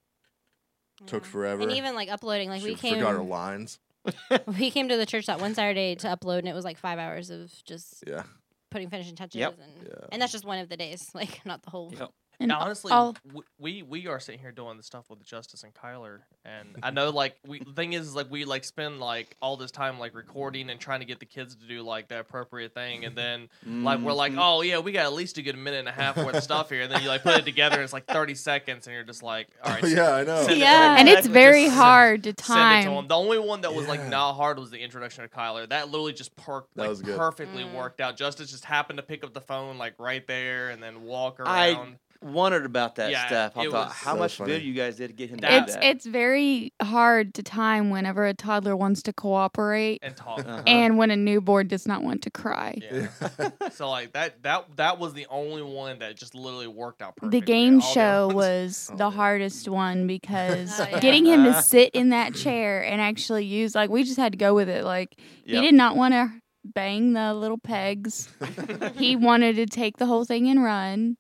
[SPEAKER 5] took
[SPEAKER 3] Yeah.
[SPEAKER 5] forever.
[SPEAKER 3] And even like uploading, like
[SPEAKER 5] she
[SPEAKER 3] we
[SPEAKER 5] forgot her
[SPEAKER 3] came,
[SPEAKER 5] lines.
[SPEAKER 3] we came to the church that one Saturday to upload, and it was like five hours of just
[SPEAKER 5] Yeah.
[SPEAKER 3] putting finishing touches,
[SPEAKER 1] Yep.
[SPEAKER 3] and,
[SPEAKER 5] Yeah.
[SPEAKER 3] and that's just one of the days, like not the whole.
[SPEAKER 1] Yep.
[SPEAKER 6] And
[SPEAKER 4] Now, honestly,
[SPEAKER 6] all-
[SPEAKER 4] w we we are sitting here doing the stuff with Justice and Kyler, and I know like we the thing is like we like spend like all this time like recording and trying to get the kids to do like the appropriate thing, and then like we're like, oh yeah, we got at least a good minute and a half worth of stuff here, and then you like put it together, and it's like thirty seconds, and you're just like, all right,
[SPEAKER 5] Oh,
[SPEAKER 4] send
[SPEAKER 5] yeah, I know.
[SPEAKER 4] Send it
[SPEAKER 3] Yeah.
[SPEAKER 6] and it's
[SPEAKER 4] Exactly,
[SPEAKER 6] very
[SPEAKER 4] just
[SPEAKER 6] hard to
[SPEAKER 4] it to
[SPEAKER 6] time.
[SPEAKER 4] 'em. The only one that was like
[SPEAKER 5] Yeah.
[SPEAKER 4] not hard was the introduction to Kyler. That literally just perked
[SPEAKER 5] That
[SPEAKER 4] like
[SPEAKER 5] was good.
[SPEAKER 4] perfectly
[SPEAKER 3] Mm.
[SPEAKER 4] worked out. Justice just happened to pick up the phone like right there and then walk around.
[SPEAKER 1] I- Mm-hmm. Wondered about that
[SPEAKER 4] Yeah,
[SPEAKER 1] stuff. I
[SPEAKER 4] it
[SPEAKER 1] thought
[SPEAKER 4] was
[SPEAKER 1] how
[SPEAKER 5] so
[SPEAKER 1] much
[SPEAKER 5] funny.
[SPEAKER 1] good you guys did to get him to do
[SPEAKER 4] That-
[SPEAKER 6] It's
[SPEAKER 1] that.
[SPEAKER 6] it's very hard to time whenever a toddler wants to cooperate
[SPEAKER 4] and talk.
[SPEAKER 1] Uh-huh.
[SPEAKER 6] and when a newborn does not want to cry.
[SPEAKER 4] Yeah. so like that that that was the only one that just literally worked out perfectly.
[SPEAKER 6] The game
[SPEAKER 4] All
[SPEAKER 6] show
[SPEAKER 4] ones-
[SPEAKER 6] was
[SPEAKER 5] Oh,
[SPEAKER 6] the
[SPEAKER 5] yeah.
[SPEAKER 6] hardest one because
[SPEAKER 3] Oh, yeah.
[SPEAKER 6] getting him to sit in that chair and actually use like we just had to go with it. Like he
[SPEAKER 1] Yep.
[SPEAKER 6] did not want to bang the little pegs. he wanted to take the whole thing and run.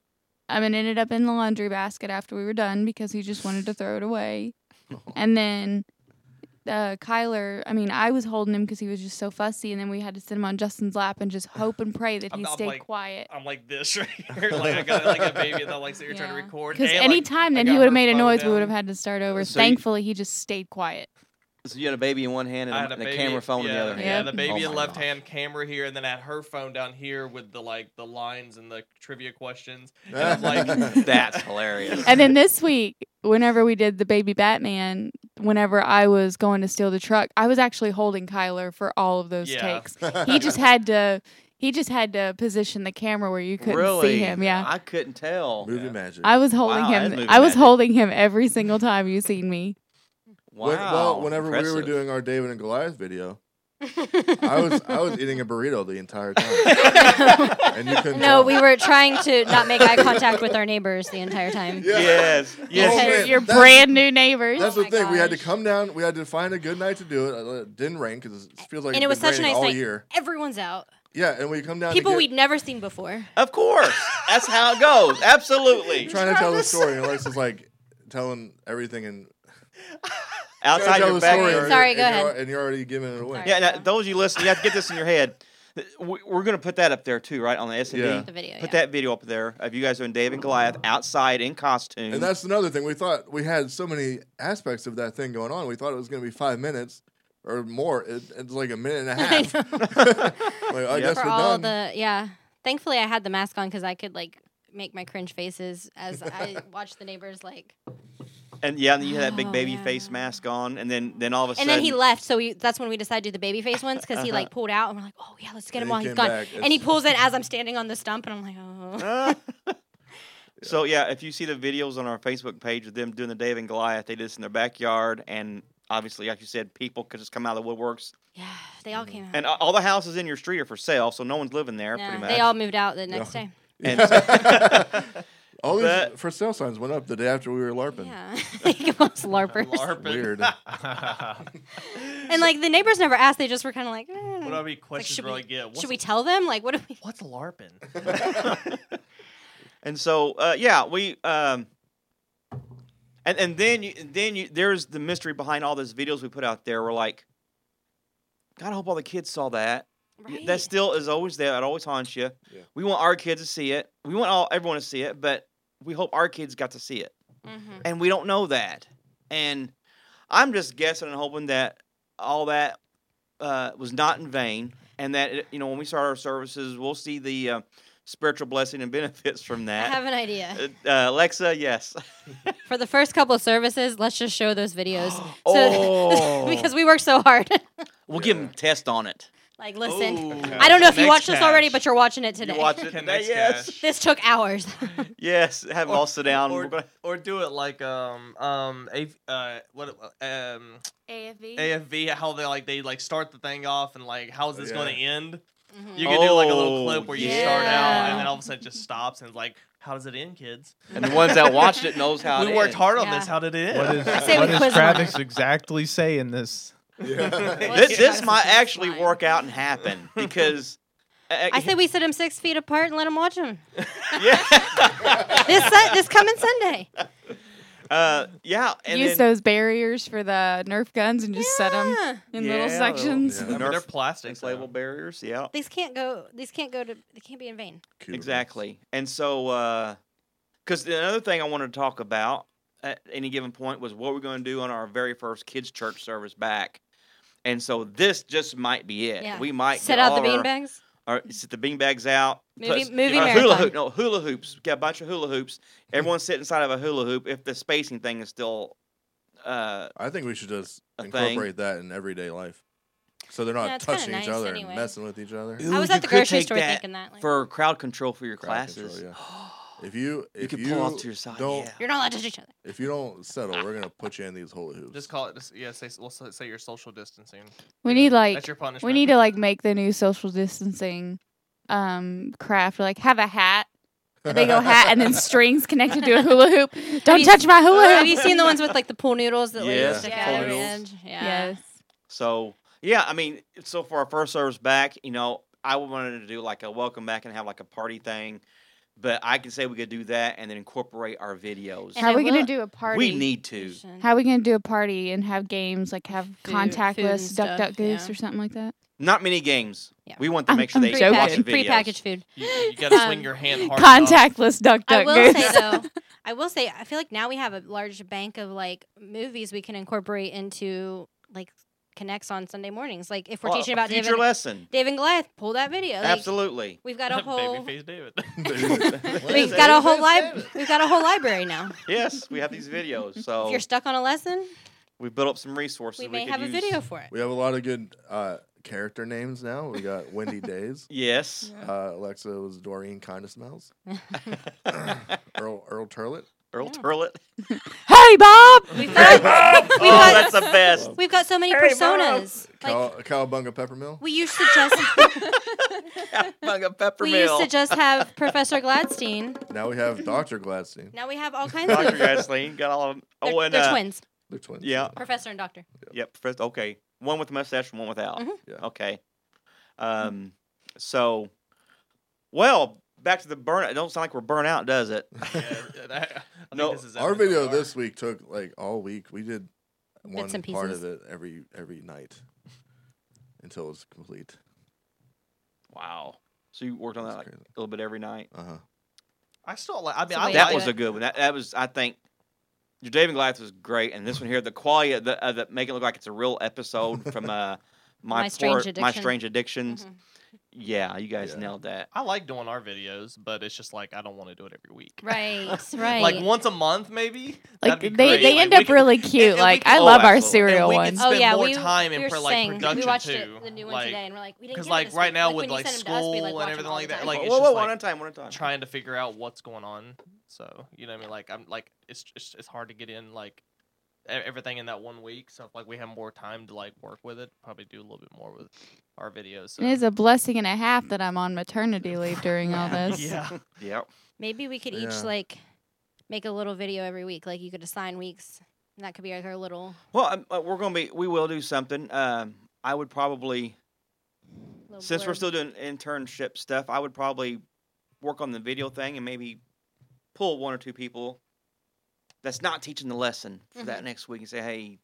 [SPEAKER 6] I mean, it ended up in the laundry basket after we were done because he just wanted to throw it away. And then uh, Kyler, I mean, I was holding him because he was just so fussy, and then we had to sit him on Justin's lap and just hope and pray that
[SPEAKER 4] I'm
[SPEAKER 6] he
[SPEAKER 4] not
[SPEAKER 6] stayed
[SPEAKER 4] like-
[SPEAKER 6] quiet.
[SPEAKER 4] I'm like this right here, like I got like a baby that like sitting here trying
[SPEAKER 6] Yeah.
[SPEAKER 4] to record.
[SPEAKER 6] Because
[SPEAKER 4] and,
[SPEAKER 6] any
[SPEAKER 4] like,
[SPEAKER 6] time
[SPEAKER 4] I
[SPEAKER 6] that he would
[SPEAKER 4] got her
[SPEAKER 6] have made a
[SPEAKER 4] phone
[SPEAKER 6] noise, we
[SPEAKER 4] down.
[SPEAKER 6] would have had to start over.
[SPEAKER 1] So you-
[SPEAKER 6] Thankfully, he just stayed quiet.
[SPEAKER 1] so you had a baby in one hand
[SPEAKER 4] I had
[SPEAKER 1] and, a, and a camera phone
[SPEAKER 4] yeah,
[SPEAKER 1] in the other
[SPEAKER 4] yeah,
[SPEAKER 1] hand.
[SPEAKER 4] the
[SPEAKER 6] Yep.
[SPEAKER 4] baby
[SPEAKER 1] Oh
[SPEAKER 4] in
[SPEAKER 1] my
[SPEAKER 4] left
[SPEAKER 1] gosh.
[SPEAKER 4] hand, camera here, and then I had her phone down here with the like the lines and the trivia questions. And
[SPEAKER 5] Yeah.
[SPEAKER 4] I'm like,
[SPEAKER 1] That's hilarious.
[SPEAKER 6] And then this week, whenever we did the baby Batman, whenever I was going to steal the truck, I was actually holding Kyler for all of those
[SPEAKER 4] Yeah.
[SPEAKER 6] takes. He just had to. He just had to position the camera where you couldn't
[SPEAKER 1] really,
[SPEAKER 6] see him. Yeah.
[SPEAKER 1] I couldn't tell.
[SPEAKER 5] Movie magic.
[SPEAKER 6] I was holding
[SPEAKER 1] Wow, that's
[SPEAKER 6] him.
[SPEAKER 1] movie
[SPEAKER 6] I was
[SPEAKER 1] magic.
[SPEAKER 6] holding him every single time you seen me.
[SPEAKER 1] Wow.
[SPEAKER 5] When- well, whenever we were
[SPEAKER 1] impressive.
[SPEAKER 5] doing our David and Goliath video, I was I was eating a burrito the entire time, and you couldn't.
[SPEAKER 3] No,
[SPEAKER 5] tell.
[SPEAKER 3] we were trying to not make eye contact with our neighbors the entire time.
[SPEAKER 5] Yeah.
[SPEAKER 1] yes, yes,
[SPEAKER 5] Oh,
[SPEAKER 6] Because
[SPEAKER 5] man,
[SPEAKER 6] you're
[SPEAKER 5] that's-
[SPEAKER 6] brand new neighbors.
[SPEAKER 5] That's
[SPEAKER 3] Oh my
[SPEAKER 5] the thing. We had to
[SPEAKER 3] gosh.
[SPEAKER 5] come down. We had to find a good night to do it. Uh, It didn't rain because it feels like
[SPEAKER 3] And
[SPEAKER 5] it's
[SPEAKER 3] it was
[SPEAKER 5] been
[SPEAKER 3] such a
[SPEAKER 5] raining
[SPEAKER 3] nice
[SPEAKER 5] all
[SPEAKER 3] night.
[SPEAKER 5] year.
[SPEAKER 3] Everyone's out.
[SPEAKER 5] Yeah, and we come down.
[SPEAKER 3] People
[SPEAKER 5] to get,
[SPEAKER 3] we'd never seen before.
[SPEAKER 1] of course. That's how it goes. Absolutely.
[SPEAKER 5] trying to tell the story. and Alexa's like telling everything and trying to
[SPEAKER 1] Outside
[SPEAKER 5] tell
[SPEAKER 1] your
[SPEAKER 5] the story
[SPEAKER 1] backyard.
[SPEAKER 5] already,
[SPEAKER 3] Sorry, go
[SPEAKER 5] and you're-
[SPEAKER 3] ahead.
[SPEAKER 5] and you're already giving it away.
[SPEAKER 3] Sorry.
[SPEAKER 1] Yeah, now, those of you listening, you have to get this in your head. We- We're going to put that up there too, right on the S and
[SPEAKER 5] Yeah.
[SPEAKER 1] D.
[SPEAKER 3] The video.
[SPEAKER 1] Put
[SPEAKER 3] yeah.
[SPEAKER 1] that video up there of you guys doing Dave and Goliath outside in costume.
[SPEAKER 5] And that's another thing. We thought we had so many aspects of that thing going on. We thought it was going to be five minutes or more. It, it's like a minute and a half.
[SPEAKER 3] I know.
[SPEAKER 5] Like, I guess
[SPEAKER 3] for
[SPEAKER 5] we're
[SPEAKER 3] all
[SPEAKER 5] done.
[SPEAKER 3] the yeah. Thankfully, I had the mask on because I could like make my cringe faces as I watched the neighbors like.
[SPEAKER 1] and yeah, and you had that big
[SPEAKER 3] Oh,
[SPEAKER 1] baby
[SPEAKER 3] yeah.
[SPEAKER 1] face mask on, and then then all of a
[SPEAKER 3] And
[SPEAKER 1] sudden,
[SPEAKER 3] then he left, so we, that's when we decided to do the baby face ones because he like pulled out and we're like, oh yeah, let's get
[SPEAKER 5] And
[SPEAKER 3] him
[SPEAKER 5] he
[SPEAKER 3] while he's
[SPEAKER 5] came
[SPEAKER 3] gone.
[SPEAKER 5] back.
[SPEAKER 3] And he
[SPEAKER 5] It's-
[SPEAKER 3] pulls it as I'm standing on the stump, and I'm like, oh.
[SPEAKER 1] Ah. so yeah, if you see the videos on our Facebook page of them doing the Dave and Goliath, they did this in their backyard, and obviously, like you said, people could just come out of the woodworks,
[SPEAKER 3] Yeah, they all came out.
[SPEAKER 1] and a- all the houses in your street are for sale, so no one's living there, pretty
[SPEAKER 3] Nah,
[SPEAKER 1] much.
[SPEAKER 3] they all moved out the next day.
[SPEAKER 1] and
[SPEAKER 5] all these
[SPEAKER 1] But-
[SPEAKER 5] for sale signs went up the day after we were LARPing.
[SPEAKER 3] Yeah, they came out as larpers.
[SPEAKER 4] LARPing.
[SPEAKER 5] Weird.
[SPEAKER 3] And like the neighbors never asked; they just were kind of like, eh.
[SPEAKER 4] What are we
[SPEAKER 3] like,
[SPEAKER 4] questions
[SPEAKER 3] should
[SPEAKER 4] really
[SPEAKER 3] we,
[SPEAKER 4] get? What's,
[SPEAKER 3] should we tell them? Like, what do we?
[SPEAKER 4] What's LARPing?
[SPEAKER 1] and so uh, yeah, we um, and and then you, then you, there's the mystery behind all those videos we put out there. We're like, God, I hope all the kids saw that. Y-
[SPEAKER 3] Right.
[SPEAKER 1] That still is always there. It always haunts you.
[SPEAKER 5] Yeah.
[SPEAKER 1] We want our kids to see it. We want all everyone to see it, but we hope our kids got to see it,
[SPEAKER 3] Mhm.
[SPEAKER 1] and we don't know that. And I'm just guessing and hoping that all that uh, was not in vain, and that it, you know when we start our services, we'll see the uh, spiritual blessing and benefits from
[SPEAKER 3] I
[SPEAKER 1] that.
[SPEAKER 3] have an idea.
[SPEAKER 1] Uh, Alexa, yes.
[SPEAKER 3] For the first couple of services, let's just show those videos. So,
[SPEAKER 1] Oh.
[SPEAKER 3] because we work so hard.
[SPEAKER 1] We'll give them test on it.
[SPEAKER 3] like, listen,
[SPEAKER 1] Ooh.
[SPEAKER 3] I don't know if you
[SPEAKER 4] Next
[SPEAKER 3] watched this already,
[SPEAKER 4] cash.
[SPEAKER 3] but you're watching it today.
[SPEAKER 1] You watch it
[SPEAKER 4] Can
[SPEAKER 1] today,
[SPEAKER 4] next
[SPEAKER 1] yes.
[SPEAKER 4] cash.
[SPEAKER 3] this took hours.
[SPEAKER 1] Yes, have them all sit down.
[SPEAKER 4] Or,
[SPEAKER 1] We're gonna-
[SPEAKER 4] or do it like um um a uh what um
[SPEAKER 6] AFV.
[SPEAKER 4] AFV how they like they like start the thing off and like how is this
[SPEAKER 5] Yeah.
[SPEAKER 4] going to end?
[SPEAKER 6] Mm-hmm.
[SPEAKER 3] Mhm.
[SPEAKER 4] You can do like a little
[SPEAKER 1] Oh,
[SPEAKER 4] clip where you start out
[SPEAKER 3] yeah.
[SPEAKER 4] and then all of a sudden it just stops and it's like how does it end, kids?
[SPEAKER 1] and the ones that watched it knows how
[SPEAKER 4] we
[SPEAKER 1] it
[SPEAKER 4] worked
[SPEAKER 1] ends.
[SPEAKER 4] hard on
[SPEAKER 3] Yeah.
[SPEAKER 4] this. How did it end?
[SPEAKER 2] What is,
[SPEAKER 3] I say we
[SPEAKER 2] what is
[SPEAKER 3] quiz on
[SPEAKER 2] Travis
[SPEAKER 3] it.
[SPEAKER 2] exactly saying this?
[SPEAKER 5] Yeah.
[SPEAKER 1] This,
[SPEAKER 3] Let's
[SPEAKER 1] this
[SPEAKER 3] try
[SPEAKER 1] might
[SPEAKER 3] this
[SPEAKER 1] actually
[SPEAKER 3] line.
[SPEAKER 1] work out and happen because. uh,
[SPEAKER 3] I say we sit them six feet apart and let them watch them.
[SPEAKER 1] yeah.
[SPEAKER 3] this Sun- this coming Sunday.
[SPEAKER 1] Uh, yeah, and
[SPEAKER 6] Use
[SPEAKER 1] then,
[SPEAKER 6] those barriers for the Nerf guns and just set 'em set them in
[SPEAKER 1] Yeah,
[SPEAKER 6] little
[SPEAKER 1] they'll-
[SPEAKER 6] sections.
[SPEAKER 1] yeah.
[SPEAKER 4] I mean,
[SPEAKER 1] Nerf
[SPEAKER 4] they're plastic. so-
[SPEAKER 1] label barriers. Yeah,
[SPEAKER 3] These can't go. These can't go to. They can't be in vain.
[SPEAKER 5] Cuticles.
[SPEAKER 1] Exactly. And so, because the another thing I wanted to talk about at any given point was what we're going to do on our very first kids' church service back. And so this just might be it.
[SPEAKER 3] Yeah.
[SPEAKER 1] We might
[SPEAKER 3] Set
[SPEAKER 1] get
[SPEAKER 3] out
[SPEAKER 1] all
[SPEAKER 3] the
[SPEAKER 1] our-
[SPEAKER 3] beanbags.
[SPEAKER 1] Our, set the beanbags out.
[SPEAKER 3] Movie-
[SPEAKER 1] Plus-
[SPEAKER 3] movie
[SPEAKER 1] uh, hula
[SPEAKER 3] marathon.
[SPEAKER 1] hoop. No hula hoops. Get a bunch of hula hoops. Everyone sit inside of a hula hoop. If the spacing thing is still, uh,
[SPEAKER 5] I think we should just
[SPEAKER 1] A thing.
[SPEAKER 5] incorporate that in everyday life. So they're not
[SPEAKER 3] Yeah, it's kinda
[SPEAKER 5] touching each
[SPEAKER 3] nice
[SPEAKER 5] other
[SPEAKER 3] anyway.
[SPEAKER 5] and messing with each
[SPEAKER 3] I
[SPEAKER 5] other.
[SPEAKER 3] was
[SPEAKER 1] you
[SPEAKER 3] at the
[SPEAKER 1] could
[SPEAKER 3] grocery
[SPEAKER 1] take
[SPEAKER 3] store
[SPEAKER 1] that
[SPEAKER 3] thinking that. Like,
[SPEAKER 1] for crowd control for your
[SPEAKER 5] Crowd
[SPEAKER 1] classes. Oh,
[SPEAKER 5] control, yeah. If you
[SPEAKER 1] You
[SPEAKER 5] if
[SPEAKER 1] could
[SPEAKER 5] you,
[SPEAKER 1] pull off to your side.
[SPEAKER 5] don't
[SPEAKER 1] yeah.
[SPEAKER 3] You're not allowed to touch each other.
[SPEAKER 5] if you don't settle, we're gonna put you in these hula hoops.
[SPEAKER 4] Just call it. Just, yeah, say we'll say say you're social distancing.
[SPEAKER 6] We need
[SPEAKER 4] That's
[SPEAKER 6] like
[SPEAKER 4] your punishment.
[SPEAKER 6] we need to like make the new social distancing um craft like have a hat. A big old hat and then strings connected to a hula hoop. Don't
[SPEAKER 3] you-
[SPEAKER 6] touch my hula
[SPEAKER 3] Have
[SPEAKER 6] hoop.
[SPEAKER 3] you seen the ones with like the pool noodles that
[SPEAKER 1] Yes,
[SPEAKER 3] like stick
[SPEAKER 6] Yeah.
[SPEAKER 3] out
[SPEAKER 6] pool
[SPEAKER 3] every
[SPEAKER 1] noodles.
[SPEAKER 3] edge? Yeah.
[SPEAKER 6] Yes.
[SPEAKER 1] So yeah, I mean, so for our first service back, you know, I wanted to do like a welcome back and have like a party thing, but I can say we could do that and then incorporate our videos.
[SPEAKER 3] And
[SPEAKER 6] How
[SPEAKER 3] I
[SPEAKER 6] are we
[SPEAKER 3] will-
[SPEAKER 6] gonna do a party?
[SPEAKER 1] We need to.
[SPEAKER 6] How are we gonna do a party and have games like have
[SPEAKER 3] Food- food and
[SPEAKER 6] contactless duck
[SPEAKER 3] stuff,
[SPEAKER 6] duck goose
[SPEAKER 3] yeah.
[SPEAKER 6] or something like that?
[SPEAKER 1] Not many games.
[SPEAKER 3] Yeah.
[SPEAKER 1] We want to
[SPEAKER 6] I'm-
[SPEAKER 1] make sure
[SPEAKER 6] I'm
[SPEAKER 1] they
[SPEAKER 6] joking.
[SPEAKER 1] watch the
[SPEAKER 6] Prepackaged-
[SPEAKER 1] videos.
[SPEAKER 3] Prepackaged food.
[SPEAKER 4] You, you gotta swing
[SPEAKER 6] Um,
[SPEAKER 4] your hand hard. enough.
[SPEAKER 6] Contactless duck
[SPEAKER 3] I
[SPEAKER 6] duck
[SPEAKER 3] will
[SPEAKER 6] goose.
[SPEAKER 3] say though, I will say I feel like now we have a large bank of like movies we can incorporate into like connects on Sunday mornings. Like if we're
[SPEAKER 1] Well,
[SPEAKER 3] teaching
[SPEAKER 1] a
[SPEAKER 3] about
[SPEAKER 1] future
[SPEAKER 3] David,
[SPEAKER 1] lesson.
[SPEAKER 3] Dave and Goliath, pull that video. Like,
[SPEAKER 1] Absolutely.
[SPEAKER 3] We've got a whole
[SPEAKER 4] Babyface David.
[SPEAKER 3] we've got a whole lib- we've got a whole library now.
[SPEAKER 1] Yes, we have these videos.
[SPEAKER 4] Oh.
[SPEAKER 3] If
[SPEAKER 1] So
[SPEAKER 3] you're stuck on a lesson,
[SPEAKER 1] we built up some resources.
[SPEAKER 3] we may
[SPEAKER 1] could
[SPEAKER 3] have a
[SPEAKER 1] use.
[SPEAKER 3] video for it.
[SPEAKER 5] we have a lot of good uh, character names now. We got Wendy Days.
[SPEAKER 1] Yes.
[SPEAKER 5] Uh, Alexa was Doreen Kinda Smells. Earl Earl Turlet.
[SPEAKER 1] Earl
[SPEAKER 3] Yeah.
[SPEAKER 1] Turlett.
[SPEAKER 6] Hey Bob!
[SPEAKER 3] We've got,
[SPEAKER 1] Oh,
[SPEAKER 3] we've got-
[SPEAKER 1] that's the best.
[SPEAKER 3] we've got so many personas.
[SPEAKER 5] Cow,
[SPEAKER 3] Like
[SPEAKER 5] Cowabunga Peppermill.
[SPEAKER 3] we used to just
[SPEAKER 1] Like a pepper
[SPEAKER 3] we
[SPEAKER 1] mill.
[SPEAKER 3] used to just have Professor Gladstein.
[SPEAKER 5] Now we have Dr. Gladstein.
[SPEAKER 3] Now we have all kinds
[SPEAKER 1] Dr.
[SPEAKER 3] of
[SPEAKER 1] Gasoline got all of them.
[SPEAKER 3] They're,
[SPEAKER 1] Oh, and
[SPEAKER 3] they're
[SPEAKER 1] uh,
[SPEAKER 3] twins,
[SPEAKER 5] They're twins.
[SPEAKER 1] Yeah.
[SPEAKER 3] professor and doctor.
[SPEAKER 1] Yep. First, okay. One with mustache and one without.
[SPEAKER 3] Mhm.
[SPEAKER 5] Yeah.
[SPEAKER 1] Okay.
[SPEAKER 3] Mm-hmm.
[SPEAKER 1] Um. So, well, back to the burn. It don't sound like we're burnt out, does it?
[SPEAKER 4] Yeah, I- I think
[SPEAKER 1] No,
[SPEAKER 4] this is
[SPEAKER 5] Our
[SPEAKER 4] episode
[SPEAKER 5] video
[SPEAKER 4] R.
[SPEAKER 5] this week took like all week. We did one
[SPEAKER 3] Bits and
[SPEAKER 5] part of
[SPEAKER 3] pieces.
[SPEAKER 5] it every every night until it was complete.
[SPEAKER 1] wow. So you worked on
[SPEAKER 5] That's
[SPEAKER 1] that like a
[SPEAKER 5] crazy.
[SPEAKER 1] little bit every night.
[SPEAKER 5] Uh huh.
[SPEAKER 4] I still like. I mean,
[SPEAKER 3] So
[SPEAKER 4] I
[SPEAKER 3] we
[SPEAKER 1] that
[SPEAKER 4] like
[SPEAKER 3] do
[SPEAKER 1] was
[SPEAKER 4] it.
[SPEAKER 1] a good one. That, that was, I think, your David Glass was great, and this one here, the quality of the, of the make it look like it's a real episode from uh, my
[SPEAKER 3] My Strange
[SPEAKER 1] Poor- my
[SPEAKER 3] Addiction.
[SPEAKER 1] strange addictions.
[SPEAKER 3] Mhm.
[SPEAKER 1] Yeah, you guys
[SPEAKER 5] Yeah.
[SPEAKER 1] nailed that.
[SPEAKER 4] I like doing our videos, but it's just like I don't want to do it every week.
[SPEAKER 3] Right, right.
[SPEAKER 4] Like once a month, maybe.
[SPEAKER 6] Like
[SPEAKER 4] That'd
[SPEAKER 6] they,
[SPEAKER 4] be great.
[SPEAKER 6] they
[SPEAKER 4] Like,
[SPEAKER 6] end
[SPEAKER 4] we
[SPEAKER 6] up
[SPEAKER 4] could-
[SPEAKER 6] really
[SPEAKER 4] and-
[SPEAKER 6] cute.
[SPEAKER 4] and we
[SPEAKER 6] like
[SPEAKER 4] could-
[SPEAKER 6] I
[SPEAKER 1] oh,
[SPEAKER 6] love our
[SPEAKER 1] absolutely.
[SPEAKER 6] cereal
[SPEAKER 4] and we
[SPEAKER 6] ones.
[SPEAKER 4] could spend more time in
[SPEAKER 3] oh, we were
[SPEAKER 4] per, like,
[SPEAKER 3] saying-
[SPEAKER 4] production,
[SPEAKER 3] we watched
[SPEAKER 4] too.
[SPEAKER 3] The, the new one
[SPEAKER 4] Like-
[SPEAKER 3] today, and we're like, we didn't
[SPEAKER 4] Because
[SPEAKER 3] get
[SPEAKER 4] like
[SPEAKER 3] this
[SPEAKER 4] right
[SPEAKER 3] week.
[SPEAKER 4] now
[SPEAKER 3] like,
[SPEAKER 4] with
[SPEAKER 3] when you
[SPEAKER 4] like
[SPEAKER 3] send 'em to us, we,
[SPEAKER 4] school
[SPEAKER 3] like, watch
[SPEAKER 4] and
[SPEAKER 3] 'em
[SPEAKER 4] everything
[SPEAKER 3] all
[SPEAKER 4] like
[SPEAKER 3] the
[SPEAKER 4] that,
[SPEAKER 3] time.
[SPEAKER 4] like
[SPEAKER 1] whoa,
[SPEAKER 4] it's
[SPEAKER 1] whoa,
[SPEAKER 4] just
[SPEAKER 1] whoa,
[SPEAKER 4] like
[SPEAKER 1] one at a time, one at a time.
[SPEAKER 4] trying to figure out what's going on. So you know, what I mean, like I'm like it's it's, it's hard to get in like e- everything in that one week. So if, like we have more time to like work with it, probably do a little bit more with our videos. So.
[SPEAKER 6] It is a blessing and a half that I'm on maternity leave during all this.
[SPEAKER 4] yeah.
[SPEAKER 1] Yep.
[SPEAKER 3] maybe we could each
[SPEAKER 5] Yeah.
[SPEAKER 3] like make a little video every week. Like you could assign weeks, and that could be like our little.
[SPEAKER 1] Well, um, uh, we're gonna be. We will do something. Um, I would probably,
[SPEAKER 3] little
[SPEAKER 1] since we're
[SPEAKER 3] blurb.
[SPEAKER 1] still doing internship stuff, I would probably work on the video thing and maybe pull one or two people that's not teaching the lesson for
[SPEAKER 3] Mm-hmm.
[SPEAKER 1] that next week and say, hey,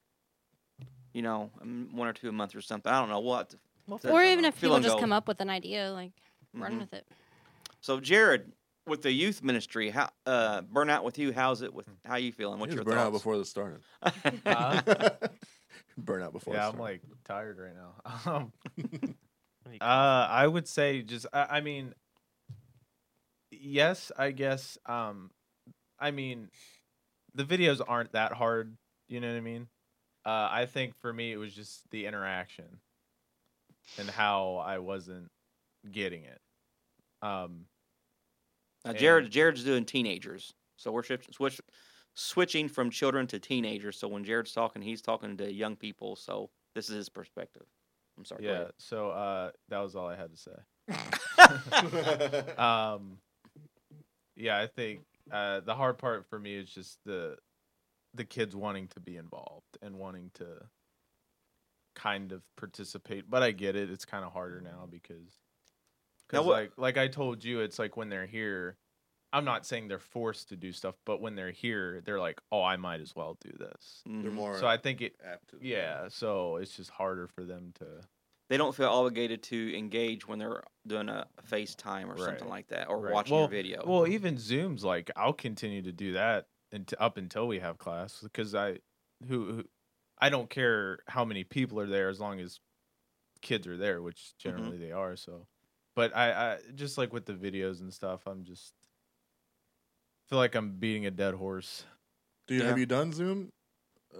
[SPEAKER 1] you know, um, one or two a month or something. I don't know what.
[SPEAKER 3] or even if people
[SPEAKER 1] and
[SPEAKER 3] just
[SPEAKER 1] go.
[SPEAKER 3] come up with an idea, like run
[SPEAKER 1] Mm-hmm.
[SPEAKER 3] with it.
[SPEAKER 1] So, Jared, with the youth ministry, how uh, burnout with you? How's it with how you feeling? What's
[SPEAKER 5] What's
[SPEAKER 1] your
[SPEAKER 5] burn out
[SPEAKER 1] thoughts?
[SPEAKER 5] before this started? burn out before. it
[SPEAKER 8] Yeah, I'm
[SPEAKER 5] started.
[SPEAKER 8] like tired right now. Um, uh, I would say just, I, I mean, yes, I guess. Um, I mean, the videos aren't that hard. You know what I mean? Uh, I think for me, it was just the interaction and how I wasn't getting it. Um,
[SPEAKER 1] Now,
[SPEAKER 8] And-
[SPEAKER 1] Jared, Jared's doing teenagers, so we're shift, switch, switching from children to teenagers. So when Jared's talking, he's talking to young people. So this is his perspective. I'm sorry. go
[SPEAKER 8] yeah.
[SPEAKER 1] ahead.
[SPEAKER 8] So uh, that was all I had to say. um yeah i think uh the hard part for me is just the the kids wanting to be involved and wanting to kind of participate but i get it it's kind of harder now because
[SPEAKER 1] Now
[SPEAKER 8] because
[SPEAKER 1] what-
[SPEAKER 8] like like i told you it's like when they're here I'm not saying they're forced to do stuff, but when they're here, they're like, "Oh, I might as well do this."
[SPEAKER 5] They're
[SPEAKER 1] Mhm.
[SPEAKER 5] more
[SPEAKER 8] So I think it
[SPEAKER 5] apt to.
[SPEAKER 8] yeah, so it's just harder for them to
[SPEAKER 1] They don't feel obligated to engage when they're doing a FaceTime or
[SPEAKER 8] Right.
[SPEAKER 1] something like that, or
[SPEAKER 8] Right.
[SPEAKER 1] watching
[SPEAKER 8] well,
[SPEAKER 1] your video.
[SPEAKER 8] Well, even Zooms, like I'll continue to do that unt- up until we have class because I, who, who, I don't care how many people are there as long as kids are there, which generally they are. So, but I, I just like with the videos and stuff, I'm just feel like I'm beating a dead horse.
[SPEAKER 5] Do you have
[SPEAKER 1] Yeah.
[SPEAKER 5] you done Zoom?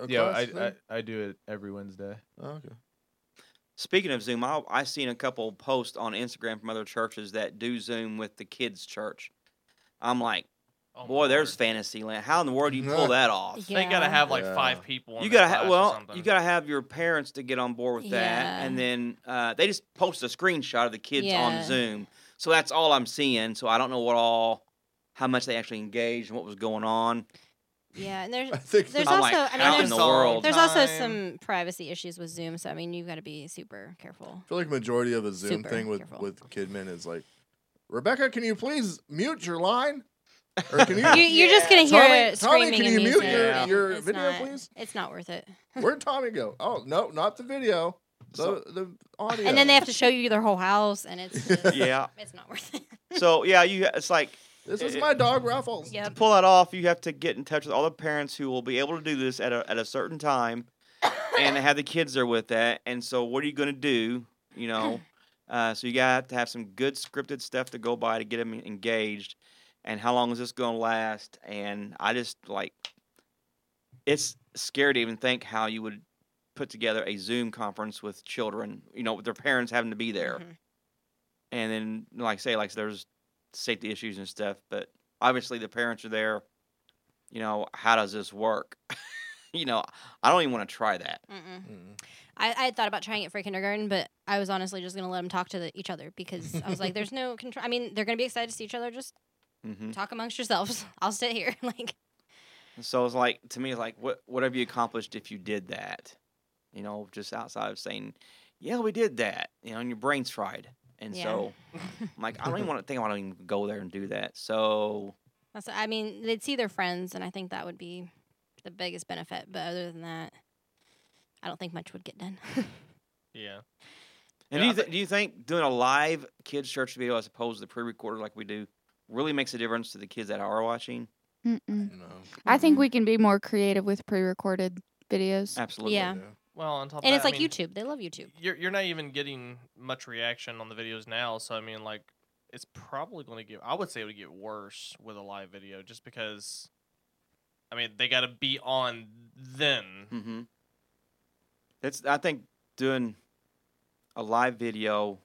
[SPEAKER 5] uh,
[SPEAKER 8] yeah,
[SPEAKER 5] class thing?
[SPEAKER 8] I, I I do it every Wednesday.
[SPEAKER 5] Oh, okay.
[SPEAKER 1] Speaking of Zoom, I I seen a couple posts on Instagram from other churches that do Zoom with the kids' church. I'm like,
[SPEAKER 4] Oh, my
[SPEAKER 1] boy, there's
[SPEAKER 4] word.
[SPEAKER 1] fantasy land. How in the world do you pull that off?
[SPEAKER 3] Yeah.
[SPEAKER 4] They gotta have like
[SPEAKER 5] Yeah.
[SPEAKER 4] five people. in
[SPEAKER 1] You
[SPEAKER 4] their
[SPEAKER 1] gotta ha-
[SPEAKER 4] class or
[SPEAKER 1] well,
[SPEAKER 4] something.
[SPEAKER 1] you gotta have your parents to get on board with that,
[SPEAKER 3] Yeah.
[SPEAKER 1] and then uh, they just post a screenshot of the kids
[SPEAKER 3] Yeah.
[SPEAKER 1] on Zoom. So that's all I'm seeing. So I don't know what all, how much they actually engaged and what was going on.
[SPEAKER 3] Yeah, and there's
[SPEAKER 5] I think
[SPEAKER 3] there's
[SPEAKER 5] that-
[SPEAKER 1] I'm
[SPEAKER 3] also
[SPEAKER 1] like,
[SPEAKER 3] I
[SPEAKER 1] out
[SPEAKER 3] mean
[SPEAKER 1] in the
[SPEAKER 3] there's,
[SPEAKER 1] world.
[SPEAKER 3] there's also
[SPEAKER 4] Time.
[SPEAKER 3] some privacy issues with Zoom, so I mean you've got to be super careful.
[SPEAKER 5] I feel like majority of the Zoom
[SPEAKER 3] Super
[SPEAKER 5] thing with
[SPEAKER 3] careful.
[SPEAKER 5] with Kidman is like, Rebecca, can you please mute your line? Or can you?
[SPEAKER 3] You, you're just gonna hear
[SPEAKER 5] Tommy-
[SPEAKER 3] it
[SPEAKER 5] Tommy,
[SPEAKER 3] screaming
[SPEAKER 5] can
[SPEAKER 3] and
[SPEAKER 5] you mute
[SPEAKER 3] music.
[SPEAKER 1] your-
[SPEAKER 5] your
[SPEAKER 3] It's
[SPEAKER 5] video,
[SPEAKER 3] not-
[SPEAKER 5] please?
[SPEAKER 3] It's not worth it.
[SPEAKER 5] Where'd Tommy go? Oh no, not the video. The the audio.
[SPEAKER 3] And then they have to show you their whole house, and it's just,
[SPEAKER 1] Yeah.
[SPEAKER 3] it's not worth it.
[SPEAKER 1] So yeah, you it's like
[SPEAKER 5] This is my dog Ruffles.
[SPEAKER 1] to
[SPEAKER 3] Yep.
[SPEAKER 1] pull that off, you have to get in touch with all the parents who will be able to do this at a, at a certain time and have the kids there with that. And so, what are you going to do? You know, uh, so you got to have some good scripted stuff to go by to get them engaged. And how long is this going to last? And I just like it's scary to even think how you would put together a Zoom conference with children, you know, with their parents having to be there
[SPEAKER 3] Mhm.
[SPEAKER 1] and then like I say like there's safety issues and stuff but obviously the parents are there you know how does this work you know i don't even want to try that
[SPEAKER 3] Mm-mm.
[SPEAKER 5] Mm.
[SPEAKER 3] I, I had thought about trying it for kindergarten, but I was honestly just gonna let them talk to the, each other because I was like, there's no control. I mean, they're gonna be excited to see each other. Just
[SPEAKER 1] hmm
[SPEAKER 3] talk amongst yourselves. I'll sit here. like,
[SPEAKER 1] so it's like to me it's like what what have you accomplished if you did that you know just outside of saying yeah we did that you know and your brain's fried and
[SPEAKER 3] Yeah.
[SPEAKER 1] so I'm like i don't even want to think i want to even go there and do that so
[SPEAKER 3] that's, I mean, they'd see their friends, and I think that would be the biggest benefit. But other than that, I don't think much would get done.
[SPEAKER 4] yeah.
[SPEAKER 1] and do,
[SPEAKER 4] Yeah, I
[SPEAKER 1] you th- do you think doing a live kids church video as opposed to the pre-recorded like we do really makes a difference to the kids that are watching
[SPEAKER 6] Mm-mm.
[SPEAKER 5] No.
[SPEAKER 6] I think
[SPEAKER 3] Mhm.
[SPEAKER 6] we can be more creative with pre-recorded videos.
[SPEAKER 1] absolutely
[SPEAKER 3] Yeah.
[SPEAKER 4] Well, on top of
[SPEAKER 3] and it's
[SPEAKER 4] that, I
[SPEAKER 3] like
[SPEAKER 4] mean,
[SPEAKER 3] YouTube. They love YouTube.
[SPEAKER 4] You're you're not even getting much reaction on the videos now. So I mean, like, it's probably going to get. I would say it would get worse with a live video, just because. I mean, they got to be on then.
[SPEAKER 5] Hmm.
[SPEAKER 1] Mm-hmm. That's I think doing a live video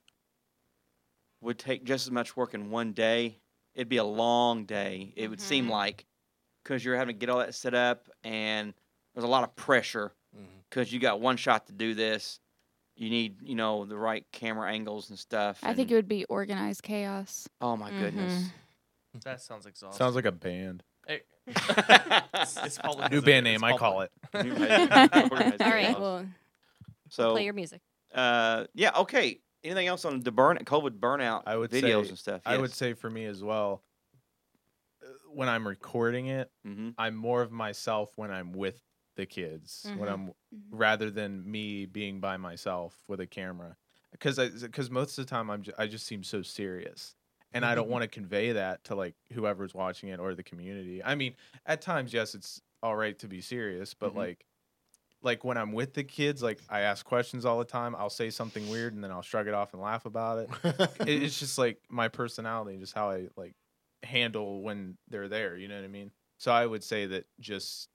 [SPEAKER 1] would take just as much work in one day. It'd be a long day. It would seem
[SPEAKER 3] Mhm.
[SPEAKER 1] like because you're having to get all that set up, and there's a lot of pressure
[SPEAKER 5] Mhm.
[SPEAKER 1] because you got one shot to do this. You need you know the right camera angles and stuff.
[SPEAKER 6] I think
[SPEAKER 1] and-
[SPEAKER 6] it would be organized chaos.
[SPEAKER 1] oh
[SPEAKER 3] Mm-hmm.
[SPEAKER 1] my goodness.
[SPEAKER 4] That sounds exhausting.
[SPEAKER 8] Sounds like a band.
[SPEAKER 4] It- it's public,
[SPEAKER 8] New
[SPEAKER 4] isn't
[SPEAKER 8] band
[SPEAKER 4] it?
[SPEAKER 8] name,
[SPEAKER 4] It's
[SPEAKER 8] I call
[SPEAKER 4] public.
[SPEAKER 8] it.
[SPEAKER 1] You might- organize
[SPEAKER 3] All right,
[SPEAKER 1] chaos.
[SPEAKER 3] well,
[SPEAKER 1] so
[SPEAKER 3] play your music.
[SPEAKER 1] uh, yeah, okay. Anything else on the burn COVID burnout?
[SPEAKER 8] I would
[SPEAKER 1] videos
[SPEAKER 8] say-
[SPEAKER 1] and stuff.
[SPEAKER 8] I would
[SPEAKER 1] yes.
[SPEAKER 8] say for me as well. uh, When I'm recording it,
[SPEAKER 1] Mhm.
[SPEAKER 8] I'm more of myself when I'm with the kids, when
[SPEAKER 3] Mhm.
[SPEAKER 8] I'm
[SPEAKER 6] Mhm.
[SPEAKER 8] rather than me being by myself with a camera, because because most of the time I'm ju- I just seem so serious, and I don't want to convey that to like whoever's watching it or the community. I mean, at times, yes, it's all right to be serious, but
[SPEAKER 1] Mhm.
[SPEAKER 8] like. Like when I'm with the kids, like I ask questions all the time. I'll say something weird and then I'll shrug it off and laugh about it
[SPEAKER 5] Mm-hmm.
[SPEAKER 8] it, it's just like my personality, just how I like handle when they're there. You know what I mean? So I would say that just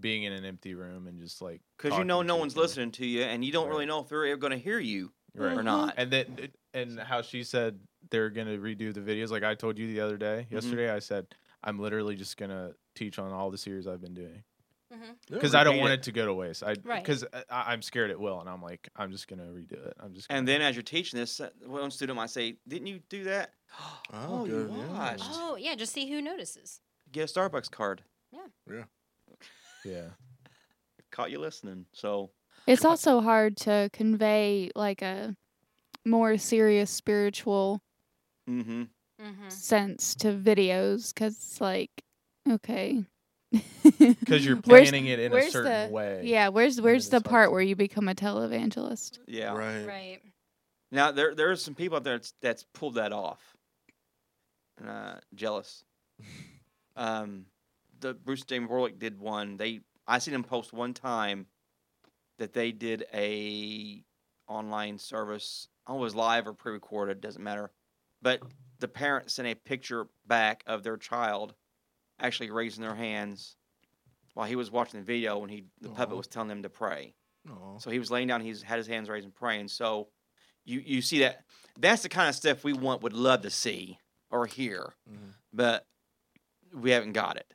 [SPEAKER 8] being in an empty room and just like
[SPEAKER 1] because you know
[SPEAKER 8] talking
[SPEAKER 1] no
[SPEAKER 8] to
[SPEAKER 1] one's
[SPEAKER 8] each other.
[SPEAKER 1] listening to you, and you don't
[SPEAKER 8] Right.
[SPEAKER 1] really know if they're going to hear you
[SPEAKER 8] Right.
[SPEAKER 1] or not.
[SPEAKER 8] And then and how she said they're gonna redo the videos. Like I told you the other day,
[SPEAKER 1] Mm-hmm.
[SPEAKER 8] yesterday I said I'm literally just gonna teach on all the series I've been doing because I don't
[SPEAKER 1] Repeat
[SPEAKER 8] want
[SPEAKER 1] it.
[SPEAKER 8] it to go to waste. I
[SPEAKER 3] Right.
[SPEAKER 8] because I, I'm scared it will, and I'm like I'm just gonna redo it. I'm just
[SPEAKER 1] And
[SPEAKER 8] gonna-
[SPEAKER 1] then as you're teaching this, uh, one student might say, "Didn't you do that?"
[SPEAKER 5] Oh,
[SPEAKER 1] you
[SPEAKER 5] good, yeah.
[SPEAKER 1] watched.
[SPEAKER 3] Oh yeah, just see who notices.
[SPEAKER 1] Get a Starbucks card.
[SPEAKER 8] yeah.
[SPEAKER 1] Caught you listening. So
[SPEAKER 6] It's also hard to convey like a more serious spiritual
[SPEAKER 1] mm-hmm.
[SPEAKER 3] Mm-hmm.
[SPEAKER 6] sense to videos because it's like, okay.
[SPEAKER 8] because you're
[SPEAKER 6] Where's-
[SPEAKER 8] planning it in a
[SPEAKER 6] where's
[SPEAKER 8] certain
[SPEAKER 6] the-
[SPEAKER 8] way.
[SPEAKER 6] Yeah, where's where's
[SPEAKER 8] it's
[SPEAKER 6] the
[SPEAKER 8] hard
[SPEAKER 6] part
[SPEAKER 8] to-
[SPEAKER 6] where you become a televangelist?
[SPEAKER 1] Yeah.
[SPEAKER 5] Right.
[SPEAKER 3] Right.
[SPEAKER 1] Now there there are some people out there that's, that's pulled that off. And, uh, jealous. um, the Bruce James Warlick did one. They I seen him post one time that they did a online service. I don't know if it was live or pre-recorded, doesn't matter. But the parents sent a picture back of their child actually raising their hands while he was watching the video when he the puppet
[SPEAKER 5] Aw.
[SPEAKER 1] was telling them to pray.
[SPEAKER 5] Aw.
[SPEAKER 1] So he was laying down. He's had his hands raised and praying. So you you see that that's the kind of stuff we want would love to see or hear,
[SPEAKER 5] Mhm.
[SPEAKER 1] but we haven't got it.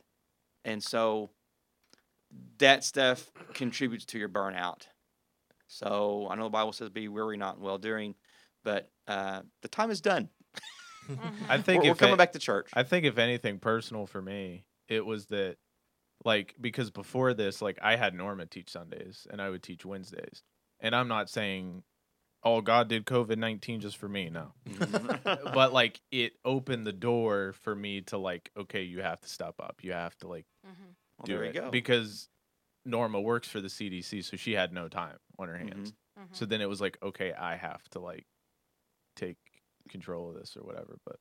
[SPEAKER 1] And so that stuff contributes to your burnout. So I know the Bible says be weary not and well doing, but uh, the time is done.
[SPEAKER 5] Mm-hmm.
[SPEAKER 8] I think
[SPEAKER 1] we're, we're
[SPEAKER 8] if
[SPEAKER 1] coming
[SPEAKER 8] it-
[SPEAKER 1] back to church.
[SPEAKER 8] I think if anything personal for me, it was that like because before this, like I had Norma teach Sundays and I would teach Wednesdays. And I'm not saying oh God did COVID nineteen just for me, no. but like it opened the door for me to like, okay, you have to step up. You have to like
[SPEAKER 3] Mm-hmm.
[SPEAKER 1] Well,
[SPEAKER 8] do
[SPEAKER 1] there you
[SPEAKER 8] it.
[SPEAKER 1] go.
[SPEAKER 8] Because Norma works for the CDC, so she had no time on her hands.
[SPEAKER 3] mm-hmm,
[SPEAKER 8] So then it was like, okay, I have to like take control of this or whatever. But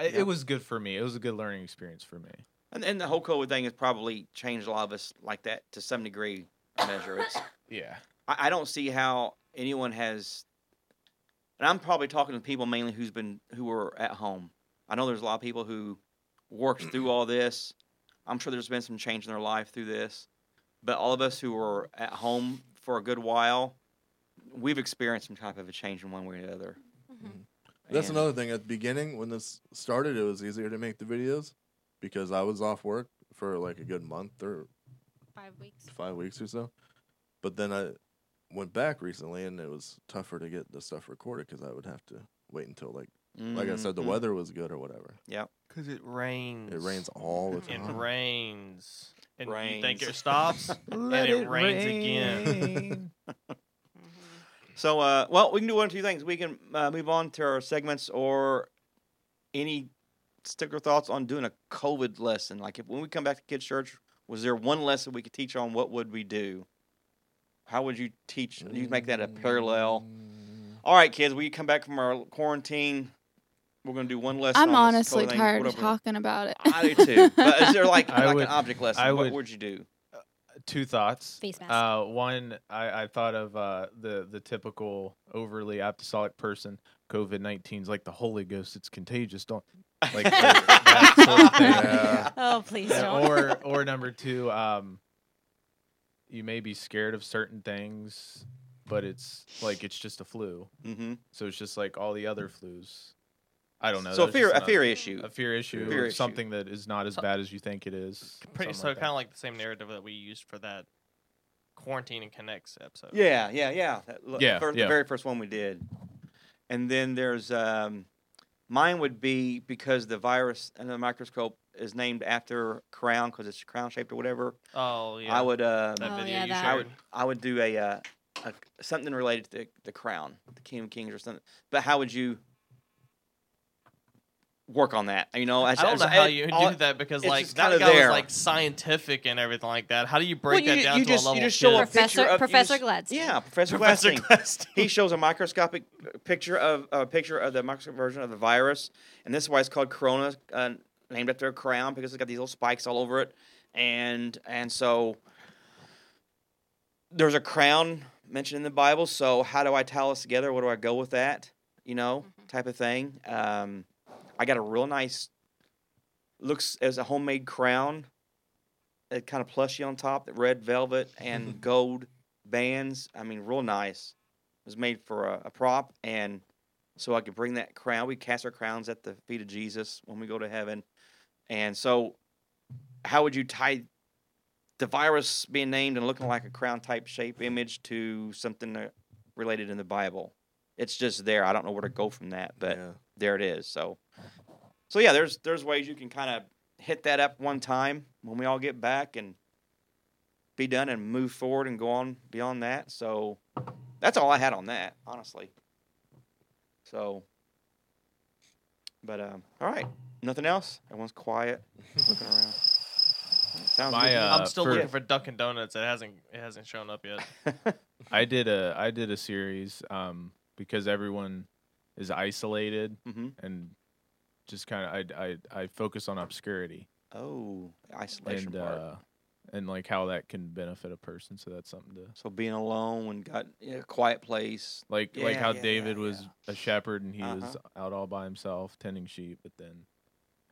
[SPEAKER 8] I,
[SPEAKER 1] Yeah.
[SPEAKER 8] it was good for me. It was a good learning experience for me.
[SPEAKER 1] and, and the whole COVID thing has probably changed a lot of us like that to some degree or measure. It's
[SPEAKER 8] Yeah.
[SPEAKER 1] I, I don't see how anyone has and I'm probably talking to people mainly who's been who are at home. I know there's a lot of people who worked through all this. I'm sure there's been some change in their life through this. But all of us who are at home for a good while, we've experienced some type of a change in one way or the other.
[SPEAKER 3] mm-hmm.
[SPEAKER 5] That's
[SPEAKER 1] And-
[SPEAKER 5] another thing. At the beginning, when this started, it was easier to make the videos because I was off work for like a good month or
[SPEAKER 3] Five weeks.
[SPEAKER 5] five weeks or so. But then I went back recently, and it was tougher to get the stuff recorded because I would have to wait until like like I said, the
[SPEAKER 8] Mm-hmm.
[SPEAKER 1] Mhm.
[SPEAKER 5] weather was good or whatever.
[SPEAKER 4] Because it rains.
[SPEAKER 5] It rains all the time.
[SPEAKER 4] It rains. And you think
[SPEAKER 1] Rains.
[SPEAKER 4] it stops? and it, rains again.
[SPEAKER 1] So, uh, well, we can do one of two things. We can uh, move on to our segments or any sticker thoughts on doing a COVID lesson. Like, if when we come back to Kids Church, was there one lesson we could teach on what would we do? How would you teach? You make that a parallel. All right, kids, we come back from our quarantine. We're going to do one lesson.
[SPEAKER 6] I'm
[SPEAKER 1] on this
[SPEAKER 6] honestly
[SPEAKER 1] COVID thing.
[SPEAKER 6] tired
[SPEAKER 1] What
[SPEAKER 6] of
[SPEAKER 1] are we-
[SPEAKER 6] talking about it.
[SPEAKER 1] I do too. But is there like,
[SPEAKER 8] I
[SPEAKER 1] like
[SPEAKER 8] would-
[SPEAKER 1] an object lesson?
[SPEAKER 8] I
[SPEAKER 1] what
[SPEAKER 8] would-
[SPEAKER 1] would you do?
[SPEAKER 8] Two thoughts.
[SPEAKER 3] Face mask.
[SPEAKER 8] Uh, one, I, I thought of uh, the the typical overly apostolic person. COVID 19's like the Holy Ghost. It's contagious. Don't like that sort of thing.
[SPEAKER 5] Yeah.
[SPEAKER 3] Oh, please
[SPEAKER 8] Yeah,
[SPEAKER 3] don't.
[SPEAKER 8] or or number two, um, you may be scared of certain things, but it's like it's just a flu.
[SPEAKER 1] Mm-hmm.
[SPEAKER 8] So it's just like all the other flus. I don't know.
[SPEAKER 1] so, a
[SPEAKER 8] there's
[SPEAKER 1] fear,
[SPEAKER 8] just
[SPEAKER 1] a
[SPEAKER 8] another-
[SPEAKER 1] fear issue.
[SPEAKER 8] a fear issue,
[SPEAKER 1] Fear
[SPEAKER 8] or
[SPEAKER 1] issue.
[SPEAKER 8] something that is not as
[SPEAKER 4] So-
[SPEAKER 8] bad as you think it is.
[SPEAKER 4] Pretty so
[SPEAKER 8] something
[SPEAKER 4] kind of like the same narrative that we used for that quarantine and connects episode.
[SPEAKER 1] Yeah, yeah, yeah. That l-
[SPEAKER 8] Yeah,
[SPEAKER 1] fir-
[SPEAKER 8] yeah.
[SPEAKER 1] The very first one we did. And then there's um, mine would be because the virus under the microscope is named after crown because it's crown shaped or whatever.
[SPEAKER 4] Oh yeah.
[SPEAKER 1] I would uh,
[SPEAKER 4] that
[SPEAKER 3] Oh,
[SPEAKER 4] video
[SPEAKER 3] yeah,
[SPEAKER 4] you
[SPEAKER 3] that.
[SPEAKER 1] I
[SPEAKER 4] shared.
[SPEAKER 1] would I would do a, uh, a something related to the, the crown, the king of kings or something. But how would you work on that? You know,
[SPEAKER 4] I don't know how you do that because
[SPEAKER 1] it's
[SPEAKER 4] like
[SPEAKER 1] just
[SPEAKER 4] that
[SPEAKER 1] kinda
[SPEAKER 4] guy
[SPEAKER 1] there.
[SPEAKER 4] was like scientific and everything like that. How do you break
[SPEAKER 1] you,
[SPEAKER 4] that down
[SPEAKER 1] you
[SPEAKER 4] to
[SPEAKER 1] just,
[SPEAKER 4] a level
[SPEAKER 1] you just
[SPEAKER 4] of
[SPEAKER 1] show a
[SPEAKER 4] kids?
[SPEAKER 1] picture
[SPEAKER 3] Professor-
[SPEAKER 1] of you
[SPEAKER 3] Professor
[SPEAKER 1] just-
[SPEAKER 3] Gladstein.
[SPEAKER 1] Yeah, Professor
[SPEAKER 4] Professor
[SPEAKER 1] Gladstein.
[SPEAKER 4] Gladstein.
[SPEAKER 1] he shows a microscopic picture of a picture of the microscopic version of the virus, and this is why it's called Corona, uh, named after a crown because it's got these little spikes all over it, and and so there's a crown mentioned in the Bible. So how do I tie this together? What do I go with that? You know, type of thing. Um, I got a real nice looks as a homemade crown. It kind of plushy on top, the red velvet and gold bands. I mean, real nice was made for a, a prop, and so I could bring that crown. We cast our crowns at the feet of Jesus when we go to heaven. And so, how would you tie the virus being named and looking like a crown type shape image to something that- related in the Bible? It's just there. I don't know where to go from that, but
[SPEAKER 5] Yeah.
[SPEAKER 1] there it is. So, so yeah, there's there's ways you can kind of hit that up one time when we all get back and be done and move forward and go on beyond that. So that's all I had on that, honestly. So But um, all right, nothing else. Everyone's quiet, looking around. All right, Sounds
[SPEAKER 8] My,
[SPEAKER 1] good.
[SPEAKER 8] uh,
[SPEAKER 4] I'm still
[SPEAKER 8] for-
[SPEAKER 4] looking for Dunkin' Donuts. It hasn't it hasn't shown up yet.
[SPEAKER 8] I did a I did a series um because everyone is isolated
[SPEAKER 1] Mhm.
[SPEAKER 8] and just kind of I, I I focus on obscurity
[SPEAKER 1] Oh, isolation
[SPEAKER 8] and
[SPEAKER 1] part.
[SPEAKER 8] uh and like how that can benefit a person so that's something to
[SPEAKER 1] so being alone and got in a quiet place.
[SPEAKER 8] like like
[SPEAKER 1] Yeah,
[SPEAKER 8] how
[SPEAKER 1] yeah,
[SPEAKER 8] David
[SPEAKER 1] yeah,
[SPEAKER 8] was a shepherd and he was
[SPEAKER 1] Uh-huh.
[SPEAKER 8] out all by himself tending sheep but then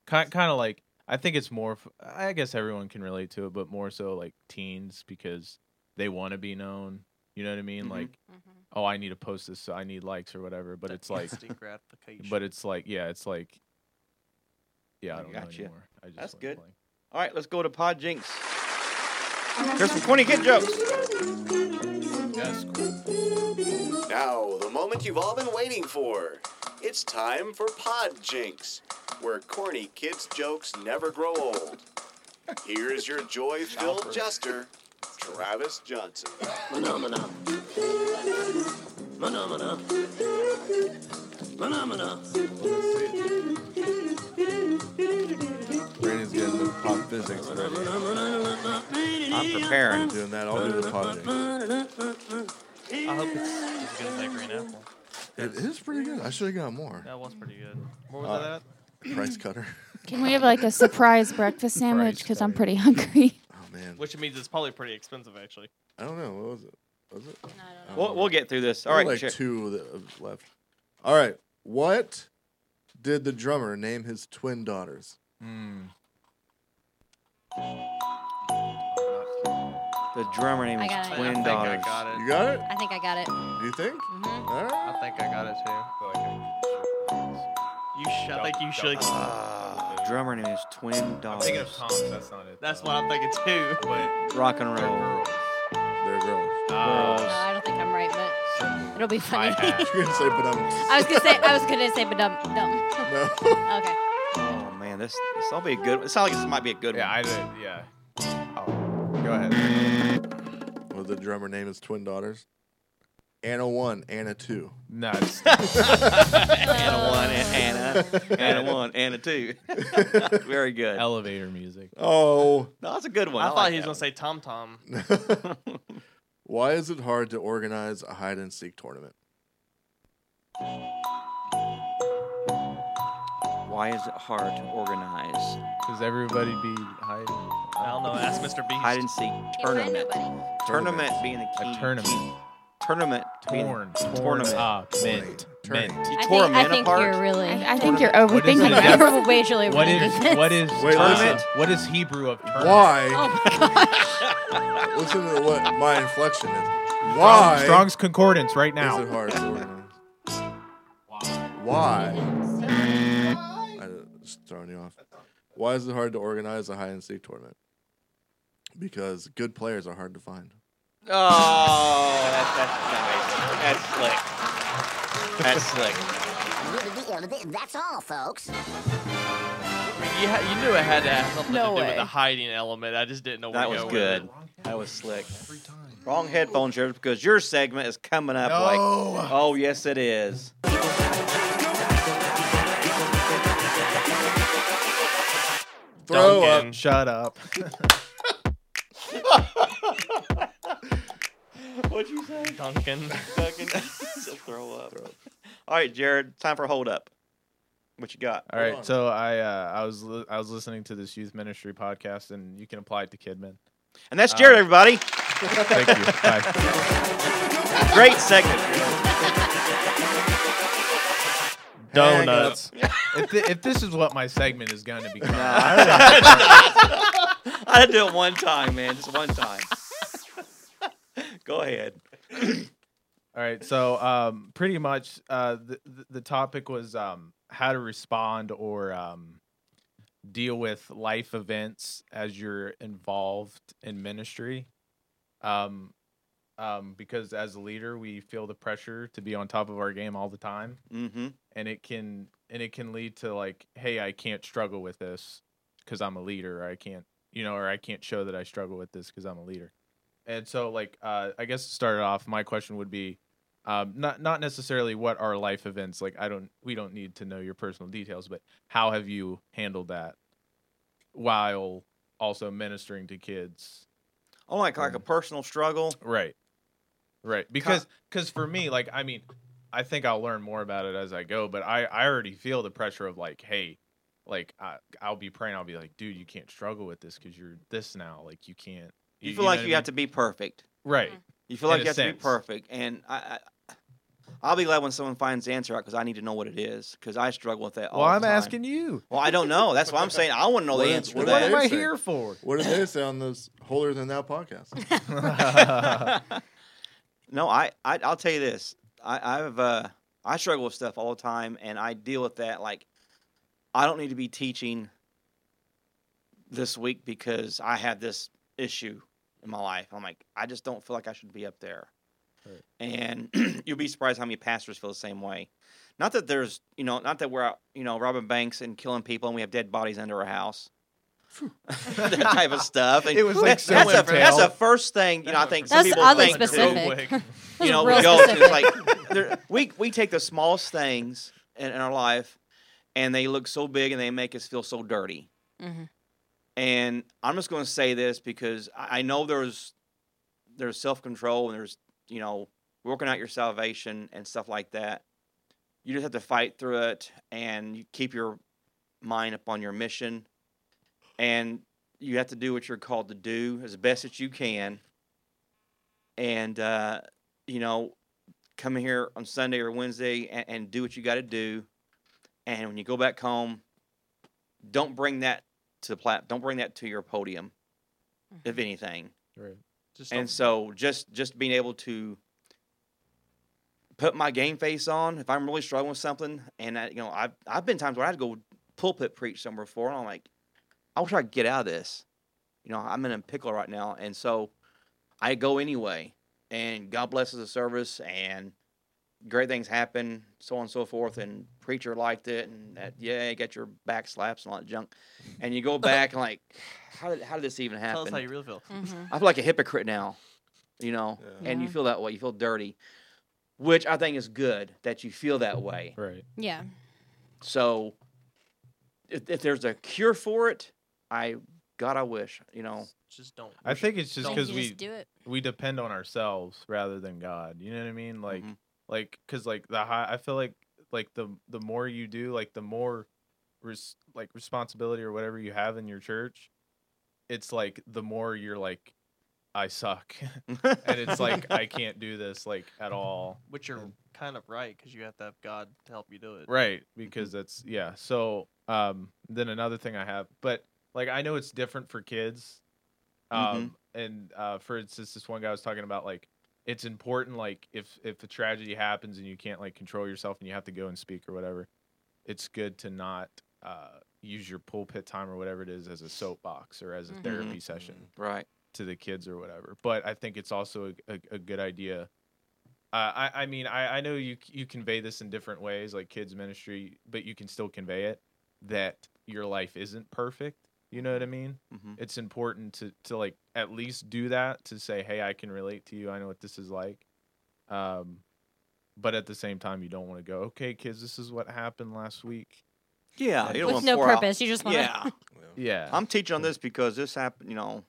[SPEAKER 8] kind kind of like I think it's more f- I guess everyone can relate to it but more so like teens because they want to be known you know what I mean
[SPEAKER 1] Mhm.
[SPEAKER 8] like
[SPEAKER 3] Mm-hmm.
[SPEAKER 8] oh I need to post this so I need likes or whatever but
[SPEAKER 4] That
[SPEAKER 8] it's like
[SPEAKER 4] instant gratification.
[SPEAKER 8] but it's like yeah it's like yeah I
[SPEAKER 1] I
[SPEAKER 8] don't know
[SPEAKER 1] gotcha.
[SPEAKER 8] anymore I just
[SPEAKER 1] That's
[SPEAKER 8] went
[SPEAKER 1] good.
[SPEAKER 8] blank.
[SPEAKER 1] All right, let's go to Pod Jinx. Here's some corny kid jokes.
[SPEAKER 8] Yes, cool.
[SPEAKER 9] Now, the moment you've all been waiting for. It's time for Pod Jinx, where corny kids' jokes never grow old. Here is your joy filled jester, Travis Johnson.
[SPEAKER 7] Phenomena. Phenomena. Phenomena.
[SPEAKER 5] Brady's getting the pop physics ready.
[SPEAKER 1] I'm preparing.
[SPEAKER 5] Doing that, I'll do the project.
[SPEAKER 4] I hope it's as good as that green apple.
[SPEAKER 5] It is pretty good. I should have got more.
[SPEAKER 4] That was pretty good. What was that?
[SPEAKER 5] Price cutter.
[SPEAKER 6] Can we have like a surprise breakfast sandwich? Because I'm pretty hungry.
[SPEAKER 5] Oh man.
[SPEAKER 4] at? Which means it's probably pretty expensive actually.
[SPEAKER 5] I don't know. What was it? Was it?
[SPEAKER 1] We'll, we'll get through this. All
[SPEAKER 5] There
[SPEAKER 1] right,
[SPEAKER 5] were, like
[SPEAKER 1] check-
[SPEAKER 5] two that have left. All right. What did the drummer name his twin daughters?
[SPEAKER 8] Hmm.
[SPEAKER 1] the drummer name
[SPEAKER 3] I
[SPEAKER 1] is
[SPEAKER 3] got it.
[SPEAKER 4] I
[SPEAKER 1] Twin
[SPEAKER 4] think I
[SPEAKER 1] Daughters.
[SPEAKER 4] got it.
[SPEAKER 5] You got it?
[SPEAKER 3] I think I got it.
[SPEAKER 5] You think?
[SPEAKER 3] hmm
[SPEAKER 5] All right.
[SPEAKER 4] Mm-hmm. I think I got it too. You sh- I think you should.
[SPEAKER 1] Ah, drummer name is Twin
[SPEAKER 8] I'm
[SPEAKER 1] Daughters.
[SPEAKER 8] thinking of Tom's that's not it
[SPEAKER 4] That's
[SPEAKER 8] though.
[SPEAKER 4] what I'm thinking too.
[SPEAKER 8] but
[SPEAKER 1] Rock and
[SPEAKER 8] they're
[SPEAKER 1] roll.
[SPEAKER 8] girls
[SPEAKER 5] They're girls.
[SPEAKER 3] No, I don't think I'm right, but it'll be
[SPEAKER 8] Uh, I
[SPEAKER 3] funny.
[SPEAKER 8] have
[SPEAKER 5] You're gonna say, but I'm
[SPEAKER 3] I was gonna say I was gonna say but dumb dumb.
[SPEAKER 5] no.
[SPEAKER 3] okay.
[SPEAKER 1] Oh man, this this'll be a good. It sounds like this might be a good
[SPEAKER 8] yeah
[SPEAKER 1] one.
[SPEAKER 8] I did yeah oh go ahead
[SPEAKER 5] Well, the drummer name his twin daughters. Anna one, Anna two.
[SPEAKER 8] no it's
[SPEAKER 1] Anna one and Anna, Anna one, Anna two. Very good.
[SPEAKER 8] elevator music
[SPEAKER 5] Oh.
[SPEAKER 1] No, that's a good one.
[SPEAKER 4] I,
[SPEAKER 1] I,
[SPEAKER 4] thought
[SPEAKER 1] like
[SPEAKER 4] he was
[SPEAKER 1] that
[SPEAKER 4] gonna
[SPEAKER 1] one.
[SPEAKER 4] say Tom Tom.
[SPEAKER 5] Why is it hard to organize a hide and seek tournament?
[SPEAKER 1] Why is it hard to organize
[SPEAKER 8] because everybody be hiding
[SPEAKER 4] I don't know. Ask Mr. Beast.
[SPEAKER 1] hide and seek tournament? Tournament being the key.
[SPEAKER 8] a tournament
[SPEAKER 1] Tournament. being-
[SPEAKER 8] torn
[SPEAKER 1] Tournament.
[SPEAKER 5] Ah,
[SPEAKER 8] up
[SPEAKER 5] Tourney,
[SPEAKER 8] mint
[SPEAKER 5] tourney.
[SPEAKER 8] mint
[SPEAKER 1] You
[SPEAKER 3] I
[SPEAKER 1] tore
[SPEAKER 3] think,
[SPEAKER 1] a
[SPEAKER 3] I
[SPEAKER 1] man
[SPEAKER 3] think
[SPEAKER 1] apart.
[SPEAKER 3] you're really
[SPEAKER 6] I, I think you're
[SPEAKER 8] What is
[SPEAKER 6] overthinking
[SPEAKER 8] it?
[SPEAKER 3] you're
[SPEAKER 6] it.
[SPEAKER 3] probably
[SPEAKER 8] what is
[SPEAKER 3] overthinking this.
[SPEAKER 8] what is
[SPEAKER 5] Wait,
[SPEAKER 8] tournament?
[SPEAKER 1] listen.
[SPEAKER 8] What is Hebrew of tournament?
[SPEAKER 5] Why?
[SPEAKER 3] Oh my god.
[SPEAKER 5] Listen to what my inflection is. Why
[SPEAKER 8] Strong's concordance right
[SPEAKER 5] is it
[SPEAKER 8] now.
[SPEAKER 5] hard to organize? Why? I just throwing you off. Why is it hard to organize a hide and seek tournament? Because good players are hard to find.
[SPEAKER 1] Oh, that's, that's nice. That's slick. That's slick.
[SPEAKER 10] That's all, folks.
[SPEAKER 4] You, ha- you knew it had to have something
[SPEAKER 6] No
[SPEAKER 4] to do with
[SPEAKER 6] way.
[SPEAKER 4] the hiding element. I just didn't know. where
[SPEAKER 1] That
[SPEAKER 4] to
[SPEAKER 1] was
[SPEAKER 4] go with it.
[SPEAKER 1] good. That was slick. Wrong headphones, Sheriff, because your segment is coming up like. Oh, yes, it is.
[SPEAKER 5] Throw
[SPEAKER 4] Duncan.
[SPEAKER 5] up.
[SPEAKER 8] Shut up.
[SPEAKER 1] What'd you say?
[SPEAKER 4] Duncan.
[SPEAKER 1] Duncan. He'll throw up. All right, Jared, time for hold up. What you got?
[SPEAKER 8] All right, so I uh, I was li- I was listening to this youth ministry podcast, and you can apply it to Kidman.
[SPEAKER 1] And that's Jared,
[SPEAKER 8] Uh,
[SPEAKER 1] everybody.
[SPEAKER 8] Thank you. Bye.
[SPEAKER 1] Great segment.
[SPEAKER 4] Donuts.
[SPEAKER 8] If, thi- if this is what my segment is going to be,
[SPEAKER 1] I had to do it one time, man. Just one time. Go ahead.
[SPEAKER 8] All right. So, um, pretty much, uh, the the- the topic was um, how to respond or um, deal with life events as you're involved in ministry. Um, um, because as a leader, we feel the pressure to be on top of our game all the time,
[SPEAKER 1] Mm-hmm.
[SPEAKER 8] and it can and it can lead to like, hey, I can't struggle with this because I'm a leader. Or I can't, you know, or I can't show that I struggle with this because I'm a leader. And so, like, uh, I guess to start it off, my question would be, um, not not necessarily what are life events like i don't we don't need to know your personal details but how have you handled that while also ministering to kids
[SPEAKER 1] Oh, like like a personal struggle.
[SPEAKER 8] right right because because for me like i mean i think i'll learn more about it as i go but i i already feel the pressure of like hey like I, i'll be praying i'll be like dude you can't struggle with this because you're this now like you can't
[SPEAKER 1] You, feel like you have to be perfect.
[SPEAKER 8] right
[SPEAKER 1] You feel
[SPEAKER 8] In
[SPEAKER 1] like
[SPEAKER 8] a
[SPEAKER 1] you have to be
[SPEAKER 8] sense.
[SPEAKER 1] perfect, and I, I, I'll be glad when someone finds the answer out because I need to know what it is because I struggle with that. all
[SPEAKER 2] Well,
[SPEAKER 1] the
[SPEAKER 2] I'm
[SPEAKER 1] time.
[SPEAKER 2] asking you.
[SPEAKER 1] Well, I don't know. That's why I'm saying I want to know
[SPEAKER 5] What
[SPEAKER 1] the
[SPEAKER 5] is-
[SPEAKER 1] answer to
[SPEAKER 5] what
[SPEAKER 2] What am
[SPEAKER 1] that.
[SPEAKER 5] is-
[SPEAKER 2] I
[SPEAKER 5] Interesting.
[SPEAKER 2] here for?
[SPEAKER 5] What did they say on this holier than thou podcast?
[SPEAKER 1] no, I, I I'll tell you this. I, I've uh, I struggle with stuff all the time, and I deal with that. Like, I don't need to be teaching this week because I have this issue in my life. I'm like, I just don't feel like I should be up there.
[SPEAKER 8] Right.
[SPEAKER 1] And you'll be surprised how many pastors feel the same way. Not that there's, you know, not that we're, out, you know, robbing banks and killing people, and we have dead bodies under our house. that type of stuff. And
[SPEAKER 2] It was like
[SPEAKER 1] that's, that's, a,
[SPEAKER 2] Salem
[SPEAKER 1] that's
[SPEAKER 2] Tale.
[SPEAKER 1] a first thing. You know, I think some
[SPEAKER 3] That's
[SPEAKER 1] people
[SPEAKER 3] oddly
[SPEAKER 1] think
[SPEAKER 3] specific.
[SPEAKER 1] you know,
[SPEAKER 3] real
[SPEAKER 1] we go it's
[SPEAKER 3] specific.
[SPEAKER 1] like there- we we take the smallest things in, in our life, and they look so big, and they make us feel so dirty.
[SPEAKER 3] Mhm.
[SPEAKER 1] And I'm just going to say this because I, I know there's there's self control and there's you know working out your salvation and stuff like that. You just have to fight through it and you keep your mind upon your mission, and you have to do what you're called to do as best that you can. And uh, you know, come here on Sunday or Wednesday and, and do what you got to do. And when you go back home, don't bring that to the plat. Don't bring that to your podium, if anything.
[SPEAKER 8] right just
[SPEAKER 1] And so just just being able to put my game face on if I'm really struggling with something, and I, you know, I've I've been times where I had to go pulpit preach somewhere before, and I'm like, I wish I could get out of this. You know, I'm in a pickle right now, and so I go anyway. And God blesses the service, and great things happen, so on and so forth. And preacher liked it, and that yeah, you got your back slaps and all that junk. And you go back and like, how did how did this even happen?
[SPEAKER 4] Tell us how you really feel.
[SPEAKER 3] Mhm.
[SPEAKER 1] I feel like a hypocrite now, you know,
[SPEAKER 5] Yeah.
[SPEAKER 1] and you
[SPEAKER 3] Yeah.
[SPEAKER 1] feel that way. You feel dirty, which I think is good that you feel that way.
[SPEAKER 8] right
[SPEAKER 3] Yeah.
[SPEAKER 1] So, if, if there's a cure for it, I God, I wish, you know.
[SPEAKER 4] Just don't.
[SPEAKER 8] i think it's just
[SPEAKER 4] Don't-
[SPEAKER 8] because
[SPEAKER 3] you
[SPEAKER 8] we
[SPEAKER 3] just do it.
[SPEAKER 8] we depend on ourselves rather than God. You know what I mean? Like,
[SPEAKER 1] Mhm.
[SPEAKER 8] like, cause like the high, I feel like like the the more you do, like the more res- like responsibility or whatever you have in your church, it's like the more you're like, I suck, and it's like I can't do this like at all.
[SPEAKER 4] Which you're kind of right because you have to have God to help you do it.
[SPEAKER 8] Right, because that's yeah. So um, then another thing I have, but like I know it's different for kids. Um, and uh, for instance, this one guy was talking about like it's important like if if a tragedy happens and you can't like control yourself and you have to go and speak or whatever, it's good to not uh, use your pulpit time or whatever it is as a soapbox or as a
[SPEAKER 3] Mhm.
[SPEAKER 8] therapy session
[SPEAKER 1] right.
[SPEAKER 8] to the kids or whatever. But I think it's also a, a, a good idea. Uh, I I mean I, I know you you convey this in different ways like kids ministry, but you can still convey it that your life isn't perfect. You know what I mean?
[SPEAKER 1] hmm
[SPEAKER 8] It's important to to like at least do that to say hey I can relate to you I know what this is like. Um, but at the same time you don't want to go okay kids this is what happened last week.
[SPEAKER 1] Yeah, you don't
[SPEAKER 3] With
[SPEAKER 1] wanna
[SPEAKER 3] no
[SPEAKER 1] pour out-
[SPEAKER 3] purpose. You just want
[SPEAKER 1] Yeah,
[SPEAKER 3] to.
[SPEAKER 8] Yeah.
[SPEAKER 1] I'm teaching on this because this happened. You know,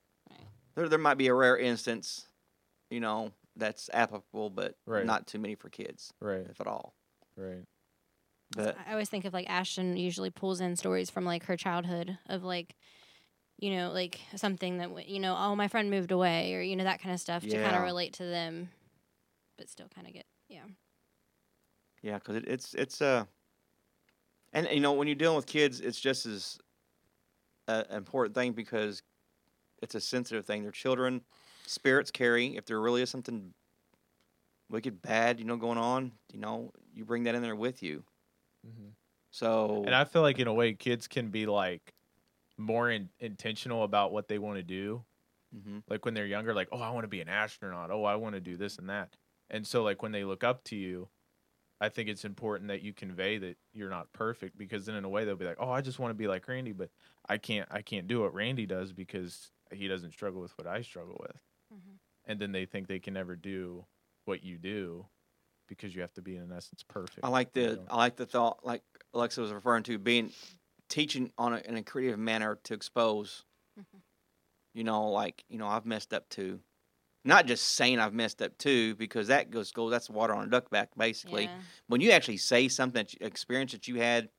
[SPEAKER 1] there there might be a rare instance, you know, that's applicable, but
[SPEAKER 8] Right.
[SPEAKER 1] not too many for kids,
[SPEAKER 8] right.
[SPEAKER 1] if at all.
[SPEAKER 8] Right.
[SPEAKER 1] But
[SPEAKER 3] I always think of like Ashton usually pulls in stories from like her childhood of like, you know, like something that, w- you know, oh, my friend moved away or, you know, that kind of stuff to kind
[SPEAKER 1] Yeah.
[SPEAKER 3] of relate to them, but still kind of get, yeah.
[SPEAKER 1] Yeah, because it, it's it's uh, and you know when you're dealing with kids, it's just as uh, an important thing because it's a sensitive thing. They're children. Spirits carry. If there really is something wicked bad, you know, going on, you know, you bring that in there with you.
[SPEAKER 8] Mhm.
[SPEAKER 1] So
[SPEAKER 8] And I feel like in a way, kids can be like more in- intentional about what they want to do.
[SPEAKER 1] Mhm.
[SPEAKER 8] Like when they're younger, like, oh, I want to be an astronaut. Oh, I want to do this and that. And so, like when they look up to you, I think it's important that you convey that you're not perfect because then in a way they'll be like, oh, I just want to be like Randy, but I can't, I can't do what Randy does because he doesn't struggle with what I struggle with.
[SPEAKER 3] Mhm.
[SPEAKER 8] And then they think they can never do what you do because you have to be in essence perfect.
[SPEAKER 1] I like
[SPEAKER 8] you
[SPEAKER 1] the
[SPEAKER 8] know?
[SPEAKER 1] I like the thought like Alexa was referring to being teaching on a, in a creative manner to expose. You know, like you know, I've messed up too. Not just saying I've messed up too, because that goes go that's water on a duck back basically.
[SPEAKER 3] Yeah.
[SPEAKER 1] When you actually say something, that you, experience that you had,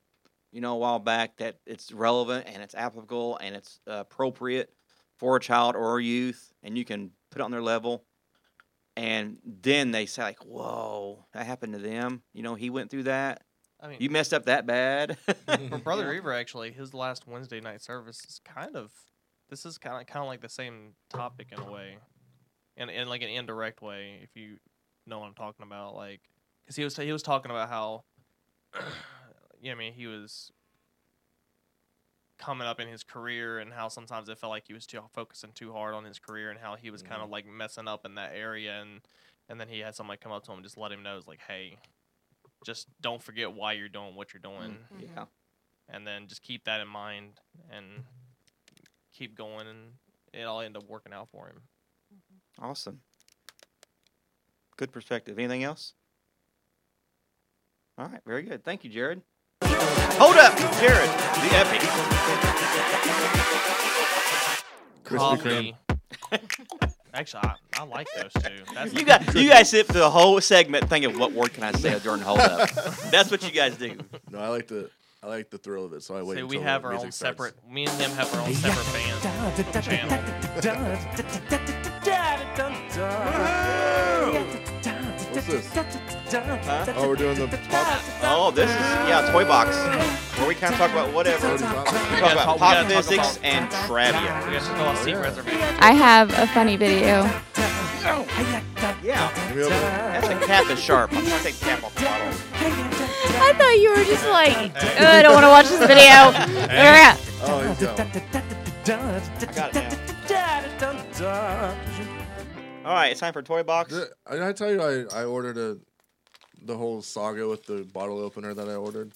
[SPEAKER 1] you know, a while back that it's relevant and it's applicable and it's uh, appropriate for a child or a youth, and you can put it on their level and then they say like, "Whoa, that happened to them." You know, he went through that.
[SPEAKER 4] I mean,
[SPEAKER 1] You messed up that bad.
[SPEAKER 4] for Brother Reaver, actually, his last Wednesday night service is kind of this is kind of kind of like the same topic in a way, and in like an indirect way, if you know what I'm talking about. Like, because he was he was talking about how, yeah, I mean, he was coming up in his career and how sometimes it felt like he was too focusing too hard on his career and how he was kind of like messing up in that area and and then he had somebody come up to him and just let him know it's like hey just don't forget why you're doing what you're doing
[SPEAKER 1] yeah,
[SPEAKER 4] and then just keep that in mind and keep going and it'll end up working out for him
[SPEAKER 1] awesome. Good perspective. Anything else? All right, very good. Thank you, Jared. Hold up, Jared. The epic.
[SPEAKER 5] Krispy Kreme.
[SPEAKER 4] actually I, I like those two That's
[SPEAKER 1] You got you guys sit through the whole segment thinking, "What word can I say during hold up?" That's what you guys do.
[SPEAKER 5] No, I like the I like the thrill of it, so I wait.
[SPEAKER 4] See, we
[SPEAKER 5] until
[SPEAKER 4] have
[SPEAKER 5] the
[SPEAKER 4] our
[SPEAKER 5] music
[SPEAKER 4] own
[SPEAKER 5] starts.
[SPEAKER 4] separate me and them have our own separate band channel
[SPEAKER 5] What's this? Oh, we're doing the pop.
[SPEAKER 1] Oh, this is yeah, toy box where we kind of talk about whatever.
[SPEAKER 5] Party
[SPEAKER 1] talk
[SPEAKER 5] pop.
[SPEAKER 4] gotta
[SPEAKER 1] about
[SPEAKER 4] talk-
[SPEAKER 1] pop
[SPEAKER 4] we gotta talk
[SPEAKER 1] physics
[SPEAKER 4] about-
[SPEAKER 1] and trivia.
[SPEAKER 4] we have to go off seat reservation
[SPEAKER 6] I have a funny video.
[SPEAKER 1] Yeah,
[SPEAKER 5] Give me a-
[SPEAKER 1] that's a cap is sharp. I'm gonna take the cap off the bottle.
[SPEAKER 6] I thought you were just like, "Oh, I don't want to watch this video. Yeah.
[SPEAKER 5] Oh, he's going.
[SPEAKER 1] I got it now. All right, it's time for toy box.
[SPEAKER 5] Did I tell you I, I ordered a the whole saga with the bottle opener that I ordered?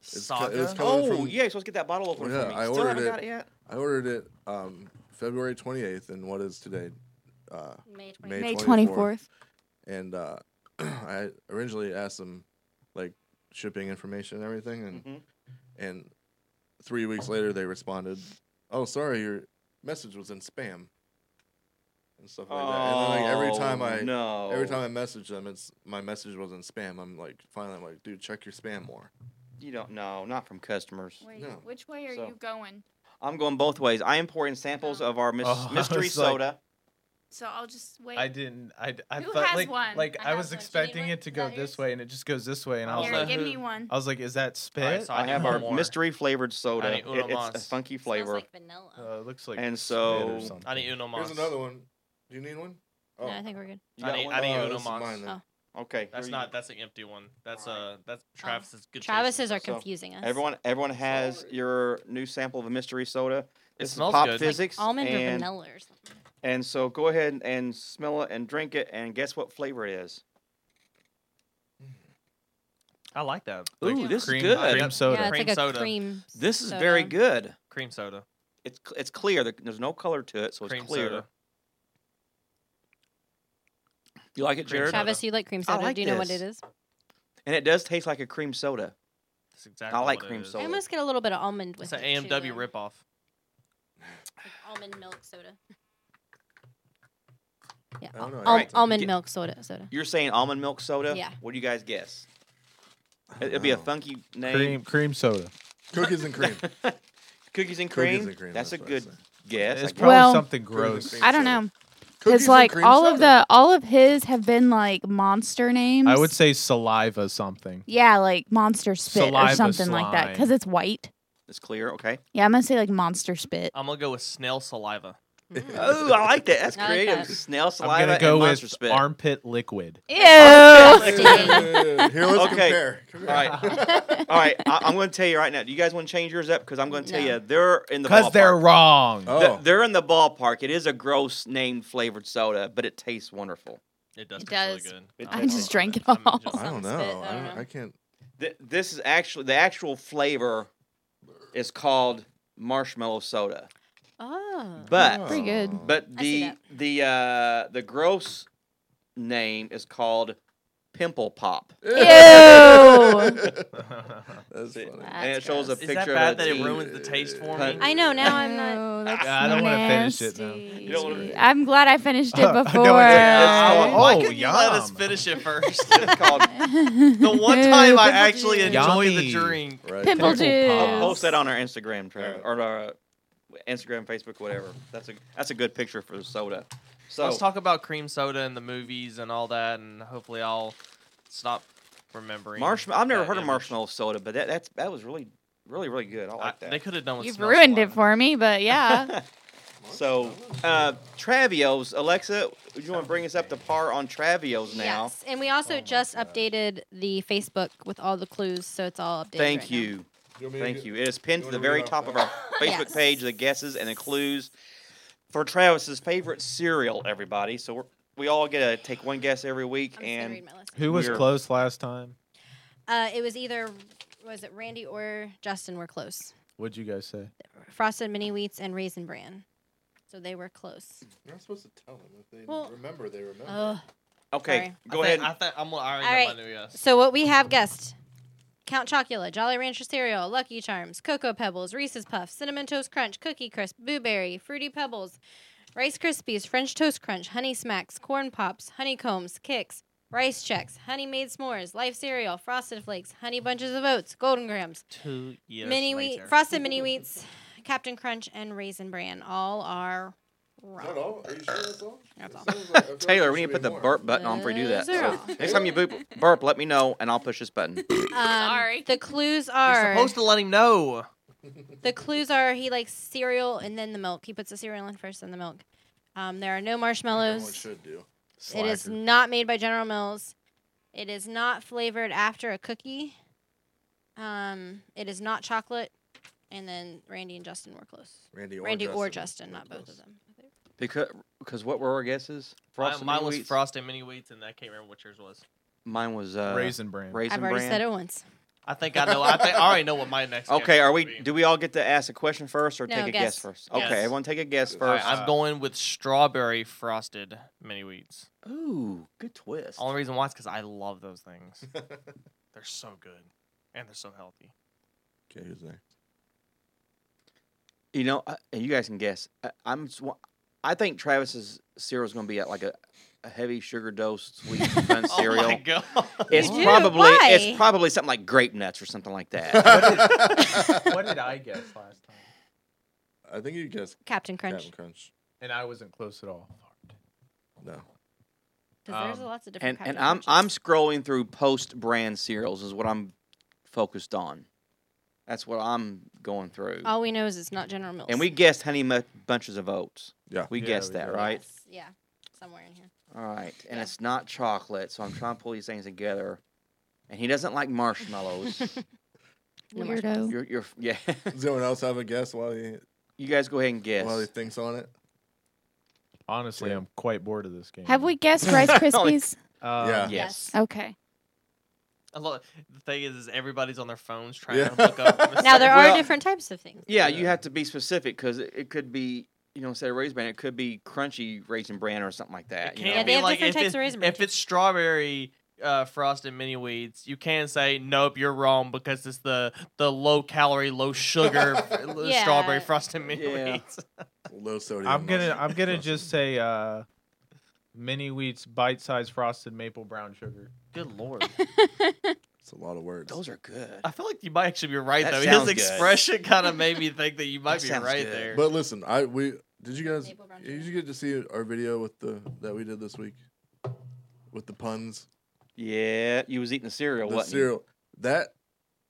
[SPEAKER 5] It's co-
[SPEAKER 4] saga
[SPEAKER 5] it's coming
[SPEAKER 1] Oh
[SPEAKER 5] from-
[SPEAKER 1] yeah, you're supposed to get that bottle open
[SPEAKER 5] Yeah,
[SPEAKER 1] for me.
[SPEAKER 5] I
[SPEAKER 1] Still
[SPEAKER 5] ordered
[SPEAKER 1] haven't
[SPEAKER 5] it.
[SPEAKER 1] got it yet.
[SPEAKER 5] I ordered it um, February 28th, and what is today? Uh,
[SPEAKER 3] May 20.
[SPEAKER 5] May,
[SPEAKER 6] May
[SPEAKER 5] 24th.
[SPEAKER 6] 24th.
[SPEAKER 5] And uh, I originally asked them like shipping information and everything, and
[SPEAKER 1] Mhm.
[SPEAKER 5] and three weeks later they responded, "Oh, sorry, your message was in spam." And stuff like that. And then, like every time
[SPEAKER 1] Oh,
[SPEAKER 5] I
[SPEAKER 1] no.
[SPEAKER 5] every time I message them, it's my message was in spam. I'm like finally I'm like, dude, check your spam more.
[SPEAKER 1] you don't know, not from customers.
[SPEAKER 6] Wait,
[SPEAKER 5] No.
[SPEAKER 6] which way
[SPEAKER 1] are So. you
[SPEAKER 6] going?
[SPEAKER 1] I'm going both ways. I am pouring samples of our mis-
[SPEAKER 8] Oh, I
[SPEAKER 1] mystery
[SPEAKER 8] was like-
[SPEAKER 1] soda.
[SPEAKER 6] So I'll just wait.
[SPEAKER 8] I didn't. I, I
[SPEAKER 6] Who
[SPEAKER 8] thought
[SPEAKER 6] has
[SPEAKER 8] like
[SPEAKER 6] one?
[SPEAKER 8] like
[SPEAKER 3] I
[SPEAKER 8] I,
[SPEAKER 3] have
[SPEAKER 8] was
[SPEAKER 3] one. Does
[SPEAKER 8] expecting
[SPEAKER 3] anyone-
[SPEAKER 8] it to
[SPEAKER 3] is
[SPEAKER 8] go
[SPEAKER 3] that
[SPEAKER 8] this
[SPEAKER 3] yours?
[SPEAKER 8] way, and it just goes this way, and I
[SPEAKER 4] I'll
[SPEAKER 8] was
[SPEAKER 6] Here,
[SPEAKER 4] let
[SPEAKER 8] like,
[SPEAKER 6] give
[SPEAKER 4] who-
[SPEAKER 6] me one.
[SPEAKER 8] I was like, is that spit?
[SPEAKER 4] Alright, so
[SPEAKER 1] Oh, I have
[SPEAKER 4] need
[SPEAKER 1] our
[SPEAKER 4] one more.
[SPEAKER 1] mystery flavored soda.
[SPEAKER 4] I need Uno
[SPEAKER 1] It- it's a
[SPEAKER 4] Mas.
[SPEAKER 1] funky
[SPEAKER 3] Smells
[SPEAKER 1] flavor.
[SPEAKER 3] like vanilla.
[SPEAKER 8] uh, it looks like
[SPEAKER 1] And
[SPEAKER 8] spit or
[SPEAKER 1] so-
[SPEAKER 8] something.
[SPEAKER 4] I need Uno Mas.
[SPEAKER 5] Here's another one. Do you need one?
[SPEAKER 1] oh.
[SPEAKER 3] No, I think we're good.
[SPEAKER 1] You
[SPEAKER 4] I
[SPEAKER 1] got
[SPEAKER 4] need,
[SPEAKER 1] one?
[SPEAKER 4] I need
[SPEAKER 5] Oh,
[SPEAKER 4] Uno
[SPEAKER 5] this is
[SPEAKER 4] Mas.
[SPEAKER 5] mine then.
[SPEAKER 1] Okay,
[SPEAKER 4] That's
[SPEAKER 1] here you-
[SPEAKER 4] not. That's an empty one. That's uh. That's Travis's good.
[SPEAKER 3] Travis's
[SPEAKER 4] taste.
[SPEAKER 3] are
[SPEAKER 1] So,
[SPEAKER 3] confusing us.
[SPEAKER 1] Everyone, everyone has your new sample of a mystery soda.
[SPEAKER 4] It
[SPEAKER 1] This is
[SPEAKER 4] smells
[SPEAKER 1] pop
[SPEAKER 4] good. Like
[SPEAKER 1] physics
[SPEAKER 3] almond or
[SPEAKER 1] and
[SPEAKER 3] vanilla or something.
[SPEAKER 1] And so go ahead and- and smell it and drink it and guess what flavor it is.
[SPEAKER 4] I like that.
[SPEAKER 1] Ooh,
[SPEAKER 4] Like
[SPEAKER 1] this is
[SPEAKER 8] cream,
[SPEAKER 1] good.
[SPEAKER 8] Cream soda.
[SPEAKER 3] Yeah, it's
[SPEAKER 4] Cream
[SPEAKER 3] like a
[SPEAKER 4] soda.
[SPEAKER 3] cream.
[SPEAKER 1] This is
[SPEAKER 3] soda.
[SPEAKER 1] very good.
[SPEAKER 4] cream soda.
[SPEAKER 1] It's cl- it's clear. There- There's no color to it, so it's
[SPEAKER 4] Cream
[SPEAKER 1] clear.
[SPEAKER 4] soda.
[SPEAKER 1] You like it,
[SPEAKER 4] Cream
[SPEAKER 1] Jared?
[SPEAKER 4] soda.
[SPEAKER 3] Travis, you like cream soda?
[SPEAKER 1] like
[SPEAKER 3] Do you know what
[SPEAKER 1] this.
[SPEAKER 3] it is?
[SPEAKER 1] And it does taste like a cream soda.
[SPEAKER 4] That's exactly.
[SPEAKER 1] like
[SPEAKER 4] what it
[SPEAKER 1] cream
[SPEAKER 4] is.
[SPEAKER 3] I
[SPEAKER 1] soda.
[SPEAKER 3] almost get a little bit of almond with
[SPEAKER 4] It's an
[SPEAKER 3] it too,
[SPEAKER 4] AMW
[SPEAKER 3] though.
[SPEAKER 4] ripoff.
[SPEAKER 3] Like almond milk soda. Yeah,
[SPEAKER 5] I don't know, I
[SPEAKER 3] al-
[SPEAKER 5] gotta take-
[SPEAKER 3] almond
[SPEAKER 1] Get-
[SPEAKER 3] milk soda. Soda.
[SPEAKER 1] You're saying almond milk soda?
[SPEAKER 3] Yeah.
[SPEAKER 1] What do you guys guess? It- It'd be a
[SPEAKER 5] know.
[SPEAKER 1] funky name.
[SPEAKER 8] Cream cream soda.
[SPEAKER 5] Cookies and cream.
[SPEAKER 1] Cookies and cream.
[SPEAKER 5] Cookies and cream,
[SPEAKER 1] That's,
[SPEAKER 5] that's
[SPEAKER 1] a
[SPEAKER 5] what I
[SPEAKER 1] good
[SPEAKER 5] said.
[SPEAKER 1] guess. I
[SPEAKER 8] it's
[SPEAKER 1] guess.
[SPEAKER 8] probably
[SPEAKER 6] Well-
[SPEAKER 8] something gross.
[SPEAKER 5] cream
[SPEAKER 6] I don't
[SPEAKER 5] soda.
[SPEAKER 6] know.
[SPEAKER 5] Cookies
[SPEAKER 6] Because
[SPEAKER 5] and
[SPEAKER 6] like
[SPEAKER 5] cream
[SPEAKER 6] all of the
[SPEAKER 5] soda.
[SPEAKER 6] all of his have been like monster names.
[SPEAKER 8] I would say saliva something.
[SPEAKER 6] Yeah, like monster spit
[SPEAKER 8] Saliva
[SPEAKER 6] or something like that. Because
[SPEAKER 8] slime.
[SPEAKER 6] it's white.
[SPEAKER 1] It's clear. Okay.
[SPEAKER 6] Yeah, I'm gonna say like monster spit.
[SPEAKER 4] I'm gonna go with snail saliva.
[SPEAKER 1] Oh, I like that. That's
[SPEAKER 3] I like
[SPEAKER 1] creative.
[SPEAKER 3] that.
[SPEAKER 1] Snail
[SPEAKER 8] I'm
[SPEAKER 1] saliva
[SPEAKER 8] gonna go
[SPEAKER 1] and
[SPEAKER 8] with
[SPEAKER 1] monster spit.
[SPEAKER 8] armpit liquid.
[SPEAKER 6] Ew.
[SPEAKER 5] Hey, Here, let's
[SPEAKER 1] Okay.
[SPEAKER 5] compare. Come
[SPEAKER 1] All
[SPEAKER 5] here.
[SPEAKER 1] right. All right. I, I'm going to tell you right now. Do you guys want to change yours up? Because I'm going to tell
[SPEAKER 3] No.
[SPEAKER 1] you they're in the
[SPEAKER 8] Because they're
[SPEAKER 1] ballpark.
[SPEAKER 8] wrong.
[SPEAKER 5] Oh,
[SPEAKER 1] Th- They're in the ballpark. It is a gross named flavored soda, but it tastes wonderful.
[SPEAKER 4] It does.
[SPEAKER 3] It
[SPEAKER 4] taste
[SPEAKER 3] does.
[SPEAKER 4] Really good.
[SPEAKER 1] It
[SPEAKER 6] I
[SPEAKER 1] tastes
[SPEAKER 6] just
[SPEAKER 1] wonderful.
[SPEAKER 6] drank it
[SPEAKER 4] I'm
[SPEAKER 6] all.
[SPEAKER 4] enjoying-
[SPEAKER 5] I don't
[SPEAKER 3] Something
[SPEAKER 5] know.
[SPEAKER 3] spit, I
[SPEAKER 5] I,
[SPEAKER 3] don't
[SPEAKER 5] don't,
[SPEAKER 3] know.
[SPEAKER 5] I can't.
[SPEAKER 1] Th- this is actually the actual flavor is called marshmallow soda,
[SPEAKER 3] Oh.
[SPEAKER 1] but
[SPEAKER 6] Pretty good.
[SPEAKER 5] Oh.
[SPEAKER 1] but
[SPEAKER 3] I see
[SPEAKER 1] the the uh, the gross name is called pimple pop.
[SPEAKER 6] Ew.
[SPEAKER 5] That's
[SPEAKER 1] See.
[SPEAKER 5] funny.
[SPEAKER 1] and it
[SPEAKER 3] That's
[SPEAKER 1] shows a
[SPEAKER 3] gross.
[SPEAKER 4] Is
[SPEAKER 1] picture
[SPEAKER 4] that bad
[SPEAKER 1] of
[SPEAKER 4] that
[SPEAKER 1] a
[SPEAKER 4] it
[SPEAKER 1] teen.
[SPEAKER 4] ruins the taste for me?
[SPEAKER 3] I know. Now I'm not.
[SPEAKER 6] Oh, that's
[SPEAKER 8] Yeah, I don't wanna finish it, though.
[SPEAKER 6] nasty.
[SPEAKER 1] You don't wanna-
[SPEAKER 6] I'm glad I finished
[SPEAKER 2] I
[SPEAKER 6] it
[SPEAKER 2] know it is.
[SPEAKER 6] before.
[SPEAKER 2] It's
[SPEAKER 4] Why-
[SPEAKER 2] called-
[SPEAKER 4] Why
[SPEAKER 2] Oh,
[SPEAKER 4] couldn't you let us
[SPEAKER 2] yum.
[SPEAKER 4] finish it first?
[SPEAKER 1] It's called
[SPEAKER 4] the one time I actually enjoy
[SPEAKER 2] Yummy.
[SPEAKER 4] the drink.
[SPEAKER 5] Right.
[SPEAKER 2] Pimple
[SPEAKER 6] Pimple juice.
[SPEAKER 2] pop.
[SPEAKER 1] post that on our Instagram, Trevor, or our uh, Instagram, Facebook, whatever. That's a that's a good picture for the soda. So
[SPEAKER 4] Let's talk about cream soda and the movies and all that, and hopefully I'll stop remembering.
[SPEAKER 1] marshmallow. I've never
[SPEAKER 4] that
[SPEAKER 1] heard of
[SPEAKER 4] image.
[SPEAKER 1] marshmallow soda, but that that's that was really really really good. I
[SPEAKER 4] I-
[SPEAKER 1] like that.
[SPEAKER 4] They could have done with.
[SPEAKER 6] You've
[SPEAKER 4] Smells
[SPEAKER 6] ruined it
[SPEAKER 4] Like.
[SPEAKER 6] for me, but yeah.
[SPEAKER 1] So, uh, Travios, Alexa, would you want to bring us up to par on Travios now?
[SPEAKER 3] Yes, and we also just updated the Facebook with all the clues, so it's all updated.
[SPEAKER 1] Thank
[SPEAKER 3] right now.
[SPEAKER 1] you. Thank you. It is pinned to
[SPEAKER 5] you
[SPEAKER 1] the
[SPEAKER 5] wanna read
[SPEAKER 1] very
[SPEAKER 5] off
[SPEAKER 1] top of
[SPEAKER 5] that?
[SPEAKER 1] our Facebook
[SPEAKER 3] Yes.
[SPEAKER 1] page, the guesses and the clues for Travis's favorite cereal, everybody. So we're, we all get to take one guess every week.
[SPEAKER 3] I'm just gonna read
[SPEAKER 1] and
[SPEAKER 3] my list.
[SPEAKER 2] Who was
[SPEAKER 1] Weird.
[SPEAKER 2] close last time?
[SPEAKER 3] Uh, it was either was it Randy or Justin were close.
[SPEAKER 2] What'd you guys say?
[SPEAKER 3] Frosted mini wheats and raisin bran, so they were close.
[SPEAKER 5] You're not supposed to tell them if they
[SPEAKER 3] Well-
[SPEAKER 5] remember. They remember.
[SPEAKER 3] Ugh.
[SPEAKER 1] okay,
[SPEAKER 3] Sorry.
[SPEAKER 1] go
[SPEAKER 4] I
[SPEAKER 1] ahead.
[SPEAKER 4] think- I think I'm. I already
[SPEAKER 3] All
[SPEAKER 4] know
[SPEAKER 3] right.
[SPEAKER 4] my new guess.
[SPEAKER 3] So what we have guessed: Count Chocula, Jolly Rancher cereal, Lucky Charms, Cocoa Pebbles, Reese's Puffs, Cinnamon Toast Crunch, Cookie Crisp, Boo Berry, Fruity Pebbles, Rice Krispies, French Toast Crunch, Honey Smacks, Corn Pops, Honeycombs, Kicks, Rice Checks, Honey Made S'mores, Life Cereal, Frosted Flakes, Honey Bunches of Oats, Golden Grams,
[SPEAKER 4] Two years
[SPEAKER 3] Mini Wheat,
[SPEAKER 4] later.
[SPEAKER 3] Frosted Mini Wheats, Captain Crunch, and Raisin Bran. All are
[SPEAKER 5] Is that
[SPEAKER 3] wrong.
[SPEAKER 5] all? Are you sure that's all?
[SPEAKER 3] That's all.
[SPEAKER 5] It sounds like- I feel like
[SPEAKER 1] Taylor,
[SPEAKER 5] there
[SPEAKER 1] we need
[SPEAKER 5] should
[SPEAKER 1] to
[SPEAKER 5] be
[SPEAKER 1] put the
[SPEAKER 5] more.
[SPEAKER 1] burp button on before you do that.
[SPEAKER 3] Those are
[SPEAKER 1] So
[SPEAKER 3] all.
[SPEAKER 1] next time you boop, burp, let me know and I'll push this button.
[SPEAKER 3] Um,
[SPEAKER 6] Sorry.
[SPEAKER 3] The clues
[SPEAKER 4] You're
[SPEAKER 3] are
[SPEAKER 4] supposed to let him know.
[SPEAKER 3] The clues are he likes cereal and then the milk. He puts the cereal in first and the milk. Um, there are no
[SPEAKER 5] Everyone
[SPEAKER 3] marshmallows.
[SPEAKER 5] should do.
[SPEAKER 3] It is not made by General Mills. It is not flavored after a cookie. Um, it is not chocolate. And then Randy and Justin were close.
[SPEAKER 5] Randy or
[SPEAKER 3] Randy
[SPEAKER 5] Justin.
[SPEAKER 3] or Justin, not
[SPEAKER 5] We're
[SPEAKER 3] both of
[SPEAKER 5] close.
[SPEAKER 3] them.
[SPEAKER 1] because, because what were our guesses? Frosted
[SPEAKER 4] mine
[SPEAKER 1] Mini
[SPEAKER 4] was
[SPEAKER 1] Wheats?
[SPEAKER 4] Frosted Mini Wheats, and I can't remember what yours was.
[SPEAKER 1] Mine was uh,
[SPEAKER 2] Raisin Bran.
[SPEAKER 1] Raisin
[SPEAKER 3] I've already
[SPEAKER 1] Bran.
[SPEAKER 3] said it once.
[SPEAKER 4] I think I know. I think I already know what my next. guess
[SPEAKER 1] Okay, are
[SPEAKER 4] would
[SPEAKER 1] we?
[SPEAKER 4] be.
[SPEAKER 1] Do we all get to ask a question first, or
[SPEAKER 3] No,
[SPEAKER 1] take a
[SPEAKER 3] guess.
[SPEAKER 1] guess, first? Okay,
[SPEAKER 4] Yes.
[SPEAKER 1] everyone take a guess
[SPEAKER 4] All right,
[SPEAKER 1] first.
[SPEAKER 4] I'm going with strawberry frosted mini wheats.
[SPEAKER 1] Ooh, good twist.
[SPEAKER 4] Only reason why is because I love those things. they're so good and they're so healthy.
[SPEAKER 5] Okay, who's next?
[SPEAKER 1] You know, uh, and you guys can guess. I, I'm. sw- I think Travis's cereal is going to be at like a, a heavy sugar dose sweet fun cereal.
[SPEAKER 4] Oh my god!
[SPEAKER 1] It's
[SPEAKER 3] You do?
[SPEAKER 1] probably
[SPEAKER 3] Why?
[SPEAKER 1] it's probably something like grape nuts or something like that.
[SPEAKER 8] what did I guess last time?
[SPEAKER 5] I think you guessed
[SPEAKER 3] Captain Crunch.
[SPEAKER 5] Captain Crunch.
[SPEAKER 8] And I wasn't close at all.
[SPEAKER 5] No.
[SPEAKER 3] Because there's
[SPEAKER 8] Um,
[SPEAKER 3] lots of different
[SPEAKER 1] and and
[SPEAKER 3] Captain
[SPEAKER 1] I'm I'm
[SPEAKER 3] Crunches.
[SPEAKER 1] scrolling through post brand cereals is what I'm focused on. That's what I'm going through.
[SPEAKER 4] Oh,
[SPEAKER 3] All we know is it's not General Mills.
[SPEAKER 1] and we guessed honey Nut bunches of oats.
[SPEAKER 5] Yeah.
[SPEAKER 1] we
[SPEAKER 8] Yeah,
[SPEAKER 1] guessed
[SPEAKER 8] we
[SPEAKER 1] that
[SPEAKER 8] did.
[SPEAKER 1] right.
[SPEAKER 3] Yes, Yeah. Somewhere in here.
[SPEAKER 1] All right, and
[SPEAKER 3] Yeah.
[SPEAKER 1] it's not chocolate, so I'm trying to pull these things together. And he doesn't like marshmallows.
[SPEAKER 3] No
[SPEAKER 6] Weirdo.
[SPEAKER 1] you're, you're, yeah.
[SPEAKER 5] Does anyone else have a guess while he
[SPEAKER 1] you guys go ahead and guess.
[SPEAKER 5] while he thinks on it?
[SPEAKER 8] Honestly,
[SPEAKER 5] Yeah.
[SPEAKER 8] I'm quite bored of this game.
[SPEAKER 6] Have we guessed Rice Krispies?
[SPEAKER 8] Um,
[SPEAKER 5] Yeah.
[SPEAKER 1] yes.
[SPEAKER 6] okay.
[SPEAKER 4] I love- the thing is, is everybody's on their phones trying
[SPEAKER 5] Yeah.
[SPEAKER 4] to look up.
[SPEAKER 3] Now there are
[SPEAKER 1] Well-
[SPEAKER 3] different types of things.
[SPEAKER 1] Yeah, you have to be specific because it, it could be, you know, instead of raisin bran, it could be crunchy raisin bran or something like that.
[SPEAKER 4] It
[SPEAKER 1] you
[SPEAKER 4] can't
[SPEAKER 1] know?
[SPEAKER 3] Yeah, they
[SPEAKER 4] be
[SPEAKER 3] have
[SPEAKER 4] like
[SPEAKER 3] different
[SPEAKER 4] if
[SPEAKER 3] types
[SPEAKER 4] it-
[SPEAKER 3] of raisin
[SPEAKER 4] If it's strawberry uh, frosted mini wheats, you can say nope, you're wrong because it's the the low calorie, low sugar l-
[SPEAKER 3] Yeah.
[SPEAKER 4] strawberry frosted mini
[SPEAKER 1] Yeah.
[SPEAKER 4] wheats.
[SPEAKER 5] Low sodium.
[SPEAKER 8] I'm gonna
[SPEAKER 5] mustard.
[SPEAKER 8] I'm gonna just say uh, mini wheats bite-sized frosted maple brown sugar.
[SPEAKER 4] Good lord.
[SPEAKER 5] It's a lot of words.
[SPEAKER 1] Those are good.
[SPEAKER 4] I feel like you might actually be right
[SPEAKER 1] That
[SPEAKER 4] though.
[SPEAKER 1] sounds
[SPEAKER 4] His
[SPEAKER 1] good.
[SPEAKER 4] expression kind of made me think that you might
[SPEAKER 1] That
[SPEAKER 4] be
[SPEAKER 1] sounds
[SPEAKER 4] right
[SPEAKER 1] good.
[SPEAKER 4] there.
[SPEAKER 5] But listen, I we did you guys
[SPEAKER 3] Maple brown
[SPEAKER 5] did
[SPEAKER 3] sugar.
[SPEAKER 5] you get to see our video with the that we did this week with the puns,
[SPEAKER 1] Yeah, you was eating the cereal,
[SPEAKER 5] the
[SPEAKER 1] wasn't
[SPEAKER 5] cereal that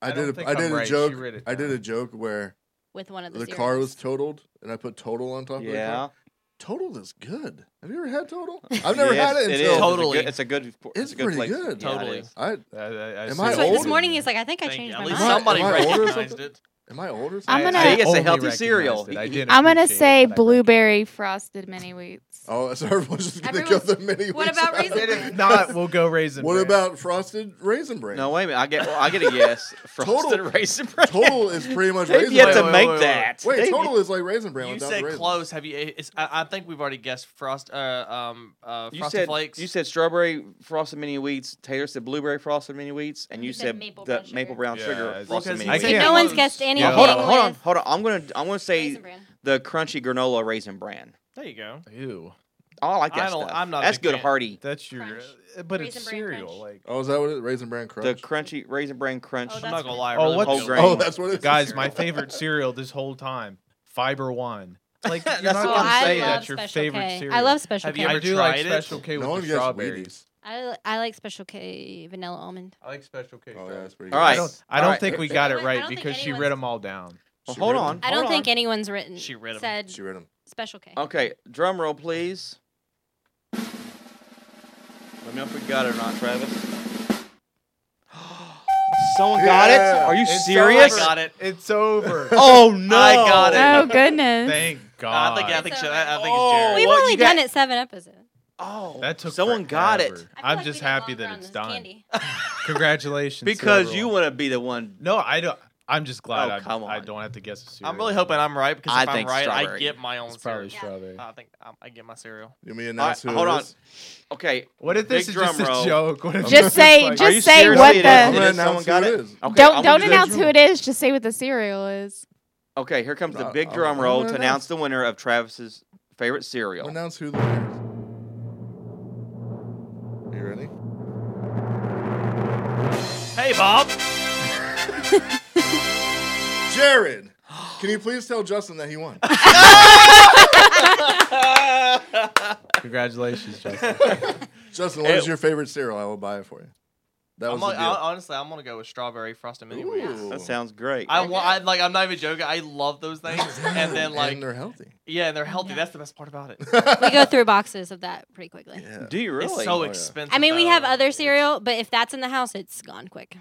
[SPEAKER 5] I,
[SPEAKER 8] I don't
[SPEAKER 5] did a,
[SPEAKER 8] think
[SPEAKER 5] I
[SPEAKER 8] I'm
[SPEAKER 5] did a
[SPEAKER 8] right. She
[SPEAKER 5] joke
[SPEAKER 8] read it
[SPEAKER 5] I did
[SPEAKER 8] down.
[SPEAKER 5] a joke where
[SPEAKER 3] with one of the,
[SPEAKER 5] the
[SPEAKER 3] cereals.
[SPEAKER 5] car was totaled and I put total on top
[SPEAKER 1] you?
[SPEAKER 5] of the
[SPEAKER 1] Yeah.
[SPEAKER 5] car. Total is good. Have you ever had total? I've never
[SPEAKER 1] Yes,
[SPEAKER 5] had it
[SPEAKER 1] is.
[SPEAKER 5] until
[SPEAKER 4] Totally.
[SPEAKER 1] It's a good. It's, a good,
[SPEAKER 5] It's
[SPEAKER 1] it's a good
[SPEAKER 5] pretty
[SPEAKER 1] place.
[SPEAKER 5] good.
[SPEAKER 1] Yeah, it
[SPEAKER 4] Totally.
[SPEAKER 1] is.
[SPEAKER 5] I, am
[SPEAKER 8] I, I, I
[SPEAKER 5] Am
[SPEAKER 8] see
[SPEAKER 5] I
[SPEAKER 3] It's like
[SPEAKER 8] what you
[SPEAKER 3] this
[SPEAKER 5] old?
[SPEAKER 8] did
[SPEAKER 3] morning
[SPEAKER 8] there.
[SPEAKER 3] he's like, I think I
[SPEAKER 4] Thank you.
[SPEAKER 3] changed
[SPEAKER 4] At
[SPEAKER 3] my
[SPEAKER 4] least
[SPEAKER 3] mind.
[SPEAKER 5] Am I-
[SPEAKER 4] somebody
[SPEAKER 5] am I older or
[SPEAKER 4] recognized
[SPEAKER 5] something?
[SPEAKER 4] it.
[SPEAKER 5] am Am I older?
[SPEAKER 6] I'm
[SPEAKER 8] I-
[SPEAKER 6] gonna-
[SPEAKER 8] I
[SPEAKER 6] See,
[SPEAKER 1] it's a
[SPEAKER 8] only
[SPEAKER 1] healthy
[SPEAKER 8] recognized
[SPEAKER 1] cereal.
[SPEAKER 8] it. I didn't
[SPEAKER 6] I'm gonna
[SPEAKER 8] appreciate it,
[SPEAKER 6] say
[SPEAKER 8] but I
[SPEAKER 6] blueberry frosted mini wheats.
[SPEAKER 5] Oh, so everyone's just gonna go
[SPEAKER 3] Everyone's-
[SPEAKER 5] the mini.
[SPEAKER 3] what
[SPEAKER 5] wheats.
[SPEAKER 3] about raisin
[SPEAKER 8] recognized it.
[SPEAKER 3] bran?
[SPEAKER 8] If not, we'll go raisin.
[SPEAKER 5] What
[SPEAKER 8] Bran.
[SPEAKER 5] about frosted raisin bran?
[SPEAKER 1] No, wait a minute. I get well, I get a yes. Frosted
[SPEAKER 5] Total-
[SPEAKER 1] raisin bread.
[SPEAKER 5] total is pretty much
[SPEAKER 1] They've
[SPEAKER 5] raisin
[SPEAKER 1] yet
[SPEAKER 5] bran.
[SPEAKER 1] to
[SPEAKER 4] Wait, wait,
[SPEAKER 1] make
[SPEAKER 4] wait, wait.
[SPEAKER 1] that.
[SPEAKER 5] Wait,
[SPEAKER 1] They've-
[SPEAKER 5] total is like raisin bran
[SPEAKER 4] You
[SPEAKER 5] without
[SPEAKER 4] said
[SPEAKER 5] the raisin.
[SPEAKER 4] close. Have you? It's, I, I think we've already guessed frost. Uh, um, uh,
[SPEAKER 1] You
[SPEAKER 4] frosted
[SPEAKER 1] said
[SPEAKER 4] flakes.
[SPEAKER 1] you said strawberry frosted mini wheats. Taylor said blueberry frosted mini wheats, and
[SPEAKER 3] You
[SPEAKER 1] you
[SPEAKER 3] said
[SPEAKER 1] said
[SPEAKER 3] maple
[SPEAKER 1] the
[SPEAKER 3] brown sugar.
[SPEAKER 1] maple brown
[SPEAKER 8] Yeah,
[SPEAKER 1] sugar
[SPEAKER 8] it's-
[SPEAKER 1] frosted
[SPEAKER 4] Because
[SPEAKER 1] mini
[SPEAKER 8] I
[SPEAKER 1] wheats.
[SPEAKER 3] So
[SPEAKER 8] can't-
[SPEAKER 3] no one's
[SPEAKER 4] close.
[SPEAKER 3] guessed
[SPEAKER 4] Yeah,
[SPEAKER 3] anything.
[SPEAKER 1] Oh, hold on,
[SPEAKER 3] with
[SPEAKER 1] hold on, hold on. I'm gonna I'm gonna say
[SPEAKER 3] raisin bran.
[SPEAKER 1] the crunchy granola raisin bran.
[SPEAKER 4] there you go.
[SPEAKER 8] Ew,
[SPEAKER 1] Oh, I like
[SPEAKER 4] I
[SPEAKER 1] that
[SPEAKER 4] don't-
[SPEAKER 1] stuff.
[SPEAKER 4] I'm not a
[SPEAKER 1] That's
[SPEAKER 4] big
[SPEAKER 1] good
[SPEAKER 4] fan.
[SPEAKER 1] hearty.
[SPEAKER 8] that's your.
[SPEAKER 3] Crunch.
[SPEAKER 8] uh, But
[SPEAKER 3] Raisin
[SPEAKER 8] it's
[SPEAKER 3] Bran
[SPEAKER 8] cereal.
[SPEAKER 3] crunch.
[SPEAKER 8] Like
[SPEAKER 5] Oh, is that what it? Raisin bran
[SPEAKER 1] The
[SPEAKER 5] crunch.
[SPEAKER 1] crunchy raisin bran crunch.
[SPEAKER 3] Oh,
[SPEAKER 4] I'm
[SPEAKER 3] That's
[SPEAKER 4] not gonna
[SPEAKER 3] good.
[SPEAKER 4] lie. I
[SPEAKER 8] Oh,
[SPEAKER 4] really
[SPEAKER 8] what's-
[SPEAKER 4] don't
[SPEAKER 1] Oh,
[SPEAKER 4] like
[SPEAKER 5] oh,
[SPEAKER 4] it.
[SPEAKER 5] that's what it is.
[SPEAKER 8] guys, my favorite cereal this whole time, Fiber One. Like you're
[SPEAKER 1] That's
[SPEAKER 8] not
[SPEAKER 1] what
[SPEAKER 3] Oh,
[SPEAKER 8] gonna
[SPEAKER 1] I'm
[SPEAKER 3] I
[SPEAKER 8] say
[SPEAKER 1] saying.
[SPEAKER 3] love
[SPEAKER 8] that's your
[SPEAKER 3] Special
[SPEAKER 8] favorite
[SPEAKER 3] K.
[SPEAKER 8] cereal.
[SPEAKER 3] I love Special
[SPEAKER 4] Have
[SPEAKER 3] K.
[SPEAKER 4] you
[SPEAKER 8] I
[SPEAKER 4] ever
[SPEAKER 8] do
[SPEAKER 4] tried
[SPEAKER 8] like
[SPEAKER 4] it?
[SPEAKER 8] Special K with
[SPEAKER 5] No one
[SPEAKER 8] the
[SPEAKER 5] gets
[SPEAKER 8] strawberries.
[SPEAKER 5] Wheaties.
[SPEAKER 3] I, li- I like Special K vanilla almond.
[SPEAKER 8] I like Special K.
[SPEAKER 5] Oh, yeah, that's pretty
[SPEAKER 1] All
[SPEAKER 5] good.
[SPEAKER 1] right.
[SPEAKER 8] I don't, I don't
[SPEAKER 1] Alright.
[SPEAKER 8] think we got it
[SPEAKER 3] I don't
[SPEAKER 8] right
[SPEAKER 3] think
[SPEAKER 8] because she
[SPEAKER 3] anyone's-
[SPEAKER 8] read them all down.
[SPEAKER 1] Well,
[SPEAKER 5] She
[SPEAKER 1] hold
[SPEAKER 5] read
[SPEAKER 1] on.
[SPEAKER 3] I don't
[SPEAKER 1] hold
[SPEAKER 3] think
[SPEAKER 1] on.
[SPEAKER 3] anyone's written.
[SPEAKER 4] She read 'em.
[SPEAKER 3] Said
[SPEAKER 5] She read them.
[SPEAKER 3] Special K.
[SPEAKER 9] Oh,
[SPEAKER 1] Okay, drum roll, please. Let me know if we got it or not, Travis. Someone got it?
[SPEAKER 5] Yeah.
[SPEAKER 1] Are you
[SPEAKER 8] It's
[SPEAKER 1] serious?
[SPEAKER 4] I got it.
[SPEAKER 8] It's over.
[SPEAKER 1] Oh no!
[SPEAKER 4] I got it.
[SPEAKER 6] Oh goodness.
[SPEAKER 8] Thank God.
[SPEAKER 4] I think I think
[SPEAKER 3] It's
[SPEAKER 4] she-
[SPEAKER 3] over.
[SPEAKER 4] I, I think
[SPEAKER 1] Oh,
[SPEAKER 4] it's Jared.
[SPEAKER 3] We've
[SPEAKER 1] what,
[SPEAKER 3] only
[SPEAKER 1] you got-
[SPEAKER 3] done it seven episodes.
[SPEAKER 1] Oh,
[SPEAKER 8] that took
[SPEAKER 1] someone got it
[SPEAKER 8] forever.
[SPEAKER 3] I feel
[SPEAKER 8] I'm
[SPEAKER 3] like
[SPEAKER 8] just
[SPEAKER 3] we did
[SPEAKER 8] happy
[SPEAKER 3] longer
[SPEAKER 8] that
[SPEAKER 3] on
[SPEAKER 8] it's
[SPEAKER 3] this
[SPEAKER 8] done.
[SPEAKER 3] candy.
[SPEAKER 8] Congratulations. to
[SPEAKER 1] because
[SPEAKER 8] everyone.
[SPEAKER 1] you want to be the one.
[SPEAKER 8] No, I don't. I'm just glad
[SPEAKER 1] Oh,
[SPEAKER 8] I,
[SPEAKER 1] come
[SPEAKER 8] I
[SPEAKER 1] on.
[SPEAKER 8] don't have to guess a cereal.
[SPEAKER 4] I'm really hoping I'm right because
[SPEAKER 1] I
[SPEAKER 4] if I'm
[SPEAKER 1] think
[SPEAKER 4] right, I
[SPEAKER 1] strawberry.
[SPEAKER 4] get my own
[SPEAKER 8] it's probably
[SPEAKER 4] cereal.
[SPEAKER 3] Yeah.
[SPEAKER 8] strawberry.
[SPEAKER 1] Uh,
[SPEAKER 4] I think um, I get my cereal.
[SPEAKER 5] You mean announce
[SPEAKER 1] All right,
[SPEAKER 5] who
[SPEAKER 1] hold on.
[SPEAKER 5] it is?
[SPEAKER 1] Okay,
[SPEAKER 8] What if this
[SPEAKER 1] Big
[SPEAKER 8] is
[SPEAKER 1] drum
[SPEAKER 8] just a
[SPEAKER 1] roll.
[SPEAKER 8] joke? What if
[SPEAKER 6] Just
[SPEAKER 8] it's
[SPEAKER 6] say-
[SPEAKER 8] like-
[SPEAKER 6] just-
[SPEAKER 1] are you
[SPEAKER 6] say
[SPEAKER 1] serious?
[SPEAKER 6] what
[SPEAKER 1] It is-
[SPEAKER 6] the-
[SPEAKER 1] it is.
[SPEAKER 5] I'm gonna
[SPEAKER 1] someone
[SPEAKER 5] announce
[SPEAKER 1] got
[SPEAKER 5] who
[SPEAKER 1] it.
[SPEAKER 5] it is.
[SPEAKER 1] Okay,
[SPEAKER 6] don't don't
[SPEAKER 1] I'm gonna do that.
[SPEAKER 6] announce who it is. Just say what the cereal is.
[SPEAKER 1] Okay, here comes the
[SPEAKER 5] uh, No,
[SPEAKER 1] big
[SPEAKER 5] I'm-
[SPEAKER 1] drum
[SPEAKER 5] I'm
[SPEAKER 1] roll
[SPEAKER 5] gonna
[SPEAKER 1] to announce the winner of Travis's favorite cereal.
[SPEAKER 5] Announce who the winner is. You ready?
[SPEAKER 4] Hey, Bob.
[SPEAKER 5] Jared, can you please tell Justin that he won?
[SPEAKER 8] Congratulations, Justin.
[SPEAKER 5] Justin, what is
[SPEAKER 1] Ew.
[SPEAKER 5] your favorite cereal? I will buy it for you. That
[SPEAKER 4] I'm
[SPEAKER 5] was
[SPEAKER 4] like,
[SPEAKER 5] the deal.
[SPEAKER 4] I, honestly, I'm gonna go with strawberry frosted mini wheats.
[SPEAKER 5] Ooh.
[SPEAKER 1] That sounds great.
[SPEAKER 4] I, wa- I like. I'm not even joking. I love those things. and then like,
[SPEAKER 5] and they're healthy.
[SPEAKER 4] yeah, and they're healthy. That's the best part about it.
[SPEAKER 3] we go through boxes of that pretty quickly.
[SPEAKER 5] Yeah.
[SPEAKER 1] Do you really?
[SPEAKER 4] It's so
[SPEAKER 5] yeah.
[SPEAKER 4] expensive.
[SPEAKER 3] I mean, we have
[SPEAKER 4] though.
[SPEAKER 3] other cereal, but if that's in the house, it's gone quick.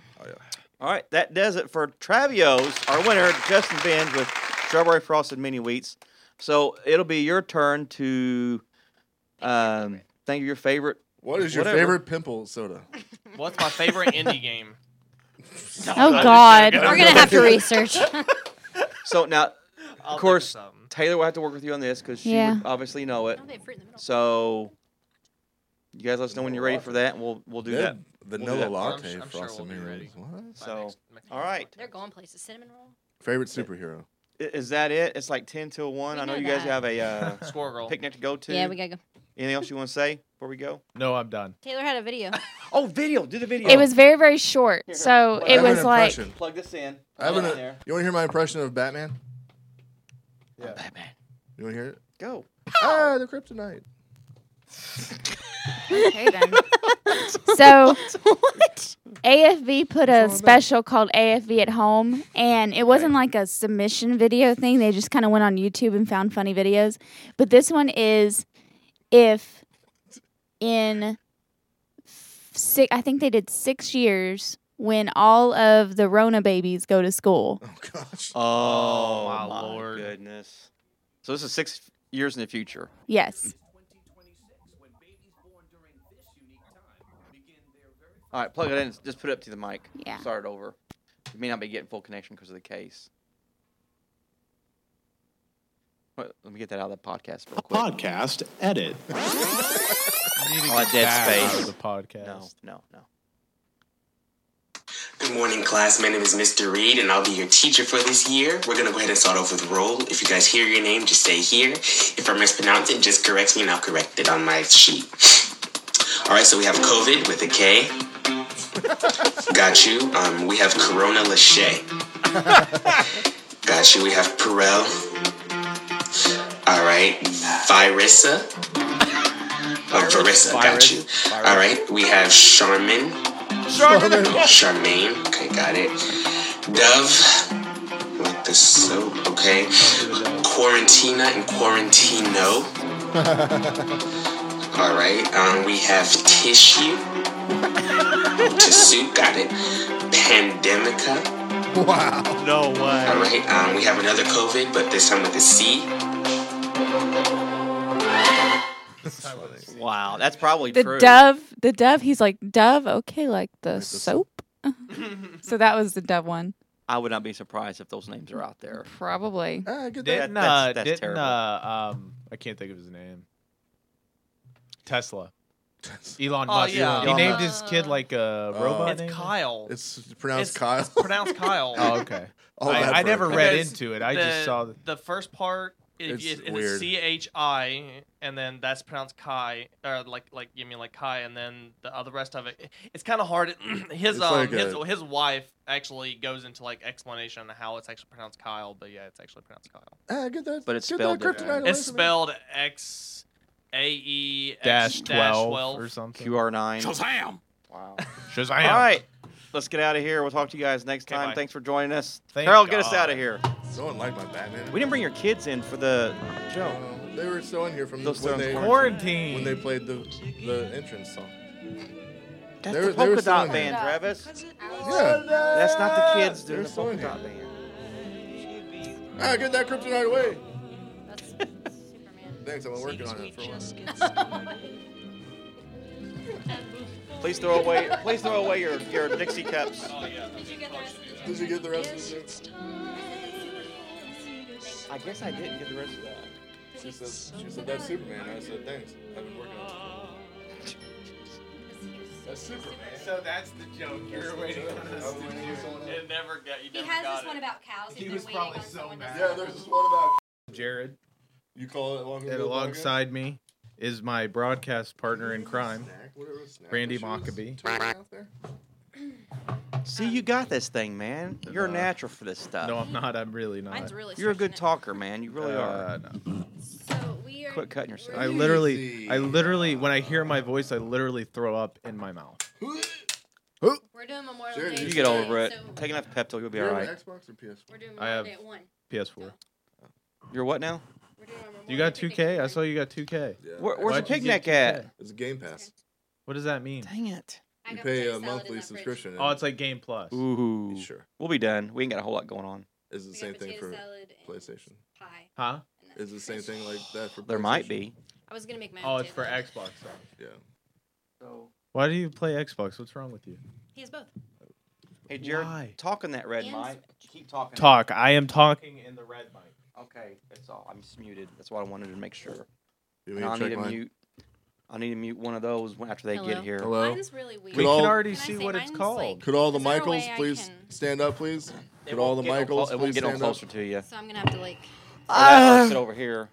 [SPEAKER 1] All right, that does it for Travios. Our winner, Justin Benz with strawberry frosted mini wheats. So it'll be your turn to um, think of your favorite.
[SPEAKER 5] What is your
[SPEAKER 1] Whatever.
[SPEAKER 5] favorite pimple soda?
[SPEAKER 4] What's my favorite indie game?
[SPEAKER 6] Oh God.
[SPEAKER 3] We're gonna have to research.
[SPEAKER 1] So now,
[SPEAKER 4] I'll think
[SPEAKER 1] course.
[SPEAKER 4] something.
[SPEAKER 1] Taylor will have to work with you on this because she
[SPEAKER 6] Yeah.
[SPEAKER 1] would obviously know it. So you guys let us know when you're ready for that, and we'll we'll do that.
[SPEAKER 5] Vanilla
[SPEAKER 1] that.
[SPEAKER 4] I'm
[SPEAKER 5] latte
[SPEAKER 4] su- I'm sure
[SPEAKER 5] frosted
[SPEAKER 4] we'll be
[SPEAKER 5] mini
[SPEAKER 4] ready.
[SPEAKER 5] wheats. What?
[SPEAKER 4] By
[SPEAKER 1] So,
[SPEAKER 4] next- next
[SPEAKER 1] all
[SPEAKER 4] month.
[SPEAKER 1] right.
[SPEAKER 3] They're going places. Cinnamon roll.
[SPEAKER 5] Favorite superhero.
[SPEAKER 1] I- Is that it? It's like ten till one.
[SPEAKER 3] We
[SPEAKER 1] I know
[SPEAKER 3] know
[SPEAKER 1] you guys
[SPEAKER 3] that.
[SPEAKER 1] have a uh,
[SPEAKER 4] Squirrel girl.
[SPEAKER 1] picnic to go to.
[SPEAKER 3] Yeah, we gotta go.
[SPEAKER 1] Anything else you want to say before we go?
[SPEAKER 8] no, I'm done.
[SPEAKER 3] Taylor had a video.
[SPEAKER 1] Oh, video. Do the video.
[SPEAKER 6] It was very very short, so
[SPEAKER 1] Here, here.
[SPEAKER 5] I
[SPEAKER 6] it
[SPEAKER 5] have an
[SPEAKER 6] was like
[SPEAKER 5] impression.
[SPEAKER 1] Plug this in.
[SPEAKER 5] I have
[SPEAKER 1] Plug
[SPEAKER 5] an,
[SPEAKER 1] it in there.
[SPEAKER 5] you want to hear my impression of Batman?
[SPEAKER 1] Batman.
[SPEAKER 5] You want to hear it?
[SPEAKER 1] Go.
[SPEAKER 5] Ah, the kryptonite.
[SPEAKER 6] Okay then. so AFV put a special called AFV at home, and it wasn't like a submission video thing. They just kind of went on YouTube and found funny videos. But this one is if in six, I think they did six years when all of the Rona babies go to school.
[SPEAKER 5] Oh gosh.
[SPEAKER 1] Oh,
[SPEAKER 4] my
[SPEAKER 1] my
[SPEAKER 4] lord.
[SPEAKER 1] goodness. So this is six years in the future.
[SPEAKER 6] Yes.
[SPEAKER 1] All right, plug it in. Just put it up to the mic.
[SPEAKER 6] Yeah.
[SPEAKER 1] Start it over. You may not be getting full connection because of the case. Wait, let me get that out of the podcast real quick.
[SPEAKER 7] Podcast edit.
[SPEAKER 8] You need to
[SPEAKER 1] Oh,
[SPEAKER 8] get
[SPEAKER 1] dead
[SPEAKER 8] back out
[SPEAKER 1] space.
[SPEAKER 8] of the podcast.
[SPEAKER 1] No, no, no.
[SPEAKER 11] Good morning, class. My name is Mr. Reed, and I'll be your teacher for this year. We're gonna go ahead and start off with roll. If you guys hear your name, just say here. If I mispronounce it, just correct me, and I'll correct it on my sheet. All right, so we have COVID with a K. Got you. Um, we have Corona Lachey. Got you. We have Perel. All right, Virissa. Oh, Virissa. Got you. All right, we have Charmin. Charmaine. Okay, got it. Dove. Like the soap. Okay. Quarantina and Quarantino. All right. Um, we have tissue. Tissue. Got it. Pandemica. Wow. No way. All right. Um, we have another COVID, but this time with a C.
[SPEAKER 1] Wow, that's probably
[SPEAKER 6] the
[SPEAKER 1] true.
[SPEAKER 6] dove, the dove. He's like dove. Okay, like the soap. so that was the dove one,
[SPEAKER 1] I would not be surprised if those names are out there.
[SPEAKER 6] probably.
[SPEAKER 5] Ah,
[SPEAKER 8] Didn't,
[SPEAKER 1] That- that's-
[SPEAKER 8] uh,
[SPEAKER 1] that's
[SPEAKER 8] didn't,
[SPEAKER 1] terrible.
[SPEAKER 8] uh, um, I can't think of his name. Tesla. Elon
[SPEAKER 4] Oh,
[SPEAKER 8] Musk.
[SPEAKER 4] yeah.
[SPEAKER 8] He
[SPEAKER 4] Elon
[SPEAKER 8] named
[SPEAKER 4] Musk.
[SPEAKER 8] his kid like a
[SPEAKER 5] Oh.
[SPEAKER 8] robot.
[SPEAKER 4] It's
[SPEAKER 8] name?
[SPEAKER 4] Kyle.
[SPEAKER 5] It's pronounced
[SPEAKER 4] it's,
[SPEAKER 5] Kyle.
[SPEAKER 4] It's pronounced Kyle.
[SPEAKER 8] Oh, okay.
[SPEAKER 5] All
[SPEAKER 8] I,
[SPEAKER 5] that
[SPEAKER 8] I
[SPEAKER 5] for a
[SPEAKER 8] never
[SPEAKER 5] cut.
[SPEAKER 8] read
[SPEAKER 4] Because
[SPEAKER 8] into it. I just saw the,
[SPEAKER 4] the first part. It's,
[SPEAKER 5] It's
[SPEAKER 4] it's,
[SPEAKER 5] weird.
[SPEAKER 4] C H I, and then that's pronounced Kai, or like like you mean like Kai, and then the other rest of it. It's kind of hard. his
[SPEAKER 5] It's
[SPEAKER 4] um
[SPEAKER 5] like
[SPEAKER 4] his,
[SPEAKER 5] a-
[SPEAKER 4] his wife actually goes into like explanation on how it's actually pronounced Kyle, but yeah, it's actually pronounced Kyle.
[SPEAKER 5] Ah, get that.
[SPEAKER 1] But it's
[SPEAKER 5] get
[SPEAKER 1] spelled
[SPEAKER 5] that
[SPEAKER 1] different.
[SPEAKER 5] kryptonite away
[SPEAKER 4] It's
[SPEAKER 5] from me.
[SPEAKER 4] spelled X A E
[SPEAKER 8] dash,
[SPEAKER 4] X
[SPEAKER 8] 12, or something.
[SPEAKER 1] QR9.
[SPEAKER 7] Shazam!
[SPEAKER 1] Wow.
[SPEAKER 8] Shazam.
[SPEAKER 1] All right. Let's get out of here. We'll talk to you guys next
[SPEAKER 4] Okay,
[SPEAKER 1] time.
[SPEAKER 4] bye.
[SPEAKER 1] Thanks for joining us.
[SPEAKER 8] Thank
[SPEAKER 1] Carol, get us
[SPEAKER 8] God.
[SPEAKER 1] out of here.
[SPEAKER 5] No one liked my Batman.
[SPEAKER 1] We didn't bring your kids in for the show.
[SPEAKER 5] No, they were still in here from
[SPEAKER 1] Those
[SPEAKER 5] when
[SPEAKER 1] still in
[SPEAKER 5] they
[SPEAKER 8] Quarantine.
[SPEAKER 5] when they played the the entrance song.
[SPEAKER 1] That's
[SPEAKER 5] They
[SPEAKER 1] the
[SPEAKER 5] were- they were
[SPEAKER 1] polka
[SPEAKER 5] still
[SPEAKER 1] dot
[SPEAKER 5] in here.
[SPEAKER 1] band, Travis.
[SPEAKER 5] Yeah.
[SPEAKER 1] That's not the kids
[SPEAKER 5] They were
[SPEAKER 1] doing the
[SPEAKER 5] still
[SPEAKER 1] polka
[SPEAKER 5] in
[SPEAKER 1] dot
[SPEAKER 5] here.
[SPEAKER 1] band.
[SPEAKER 5] Ah, get that kryptonite away.
[SPEAKER 3] That's Superman.
[SPEAKER 5] Thanks, I've been working on it for a while.
[SPEAKER 1] Please throw away, please throw away your, your Dixie cups.
[SPEAKER 3] Did you get the rest of the
[SPEAKER 5] Did you get the rest of it?
[SPEAKER 1] I guess I didn't get the rest of that.
[SPEAKER 5] She says, she said, that's Superman. I said, thanks. I've been working on it. That's Superman.
[SPEAKER 8] So Oh, that's the joke you're waiting on us to do.
[SPEAKER 4] It never got you.
[SPEAKER 3] He
[SPEAKER 4] Never
[SPEAKER 3] has
[SPEAKER 4] got
[SPEAKER 3] this one
[SPEAKER 4] it.
[SPEAKER 3] about cows. He's
[SPEAKER 8] He
[SPEAKER 3] been
[SPEAKER 8] was
[SPEAKER 3] waiting
[SPEAKER 8] probably
[SPEAKER 3] on
[SPEAKER 8] so
[SPEAKER 3] someone to-
[SPEAKER 8] mad.
[SPEAKER 5] Yeah, there's this one about.
[SPEAKER 8] Oh, Jared,
[SPEAKER 5] You call it long
[SPEAKER 8] and
[SPEAKER 5] ago, long ago?
[SPEAKER 8] alongside me is my broadcast partner in crime,
[SPEAKER 5] Snack, whatever snack
[SPEAKER 8] Randy
[SPEAKER 5] that she was
[SPEAKER 8] Mockabee.
[SPEAKER 5] chewing out there.
[SPEAKER 1] See, you got this thing, man. You're a natural for this stuff.
[SPEAKER 8] No, I'm not. I'm really not.
[SPEAKER 3] Mine's really
[SPEAKER 1] You're a
[SPEAKER 3] stretching
[SPEAKER 1] good
[SPEAKER 3] it.
[SPEAKER 1] talker, man. You really are.
[SPEAKER 8] Uh, no.
[SPEAKER 3] So we are.
[SPEAKER 1] Quit cutting yourself.
[SPEAKER 8] I literally, I literally, when I hear my voice, I literally throw up in my mouth.
[SPEAKER 3] We're doing Memorial
[SPEAKER 5] Jared,
[SPEAKER 3] Day.
[SPEAKER 1] You get over it.
[SPEAKER 3] today, so
[SPEAKER 1] Take enough Pepto, you'll be
[SPEAKER 5] You're
[SPEAKER 1] all
[SPEAKER 5] on
[SPEAKER 1] right.
[SPEAKER 5] Xbox or PS4?
[SPEAKER 3] We're doing
[SPEAKER 8] I
[SPEAKER 3] Memorial
[SPEAKER 8] have-
[SPEAKER 3] Day at one.
[SPEAKER 8] PS4.
[SPEAKER 1] You're what now?
[SPEAKER 3] We're doing our
[SPEAKER 8] You
[SPEAKER 3] Memorial
[SPEAKER 8] got
[SPEAKER 3] Day picnic
[SPEAKER 8] 2K? I
[SPEAKER 3] party.
[SPEAKER 8] saw you got 2K.
[SPEAKER 5] Yeah.
[SPEAKER 1] Where,
[SPEAKER 8] Why'd
[SPEAKER 1] where's the
[SPEAKER 8] you get
[SPEAKER 1] picnic at?
[SPEAKER 8] 2K?
[SPEAKER 5] It's a Game Pass.
[SPEAKER 8] What does that mean?
[SPEAKER 1] Dang it.
[SPEAKER 3] I
[SPEAKER 5] You
[SPEAKER 3] got
[SPEAKER 5] pay
[SPEAKER 3] potato
[SPEAKER 5] a
[SPEAKER 3] salad in
[SPEAKER 5] monthly
[SPEAKER 3] that fridge.
[SPEAKER 5] subscription.
[SPEAKER 8] Oh, it's like Game Plus.
[SPEAKER 1] Ooh.
[SPEAKER 5] Sure.
[SPEAKER 1] We'll be done. We ain't got a whole lot going on.
[SPEAKER 5] It's the
[SPEAKER 3] We got
[SPEAKER 5] same thing
[SPEAKER 3] potato
[SPEAKER 5] for
[SPEAKER 3] salad and
[SPEAKER 5] PlayStation.
[SPEAKER 3] Pie.
[SPEAKER 8] Huh?
[SPEAKER 3] in that
[SPEAKER 5] Is the same
[SPEAKER 3] fridge.
[SPEAKER 5] thing like that for
[SPEAKER 1] There might
[SPEAKER 5] PlayStation?
[SPEAKER 1] be.
[SPEAKER 3] I was gonna make my.
[SPEAKER 8] Oh,
[SPEAKER 3] own
[SPEAKER 8] it's for
[SPEAKER 3] potato.
[SPEAKER 8] Xbox. though.
[SPEAKER 5] Yeah.
[SPEAKER 8] Why do you play Xbox? What's wrong with you?
[SPEAKER 3] He has both.
[SPEAKER 1] Hey, Jared,
[SPEAKER 8] Why?
[SPEAKER 1] talk in that red
[SPEAKER 3] And-
[SPEAKER 1] mic. Keep talking.
[SPEAKER 8] Talk. I am talking in the red mic.
[SPEAKER 1] Okay, that's all. I'm just muted. That's what I wanted to make sure.
[SPEAKER 5] You
[SPEAKER 1] And I'll
[SPEAKER 5] mean
[SPEAKER 1] need
[SPEAKER 5] check
[SPEAKER 1] to
[SPEAKER 5] mine?
[SPEAKER 1] mute. I need to mute one of those when- after they
[SPEAKER 3] Hello?
[SPEAKER 1] get here.
[SPEAKER 5] Hello?
[SPEAKER 3] Mine's really weird.
[SPEAKER 8] We
[SPEAKER 5] all-
[SPEAKER 8] can already
[SPEAKER 3] Can I
[SPEAKER 8] see
[SPEAKER 3] say
[SPEAKER 8] what it's
[SPEAKER 3] mine's
[SPEAKER 8] called.
[SPEAKER 3] like-
[SPEAKER 5] Could all the
[SPEAKER 3] Is there a
[SPEAKER 5] Michaels
[SPEAKER 3] way I
[SPEAKER 5] please
[SPEAKER 3] can-
[SPEAKER 5] stand up, please?
[SPEAKER 1] It
[SPEAKER 5] Could
[SPEAKER 1] won't
[SPEAKER 5] all the
[SPEAKER 1] get no
[SPEAKER 5] Michaels
[SPEAKER 1] clo- It
[SPEAKER 5] please
[SPEAKER 1] won't get no
[SPEAKER 5] stand up?
[SPEAKER 1] closer to you.
[SPEAKER 3] So I'm gonna have to like.
[SPEAKER 1] Uh, sit over here.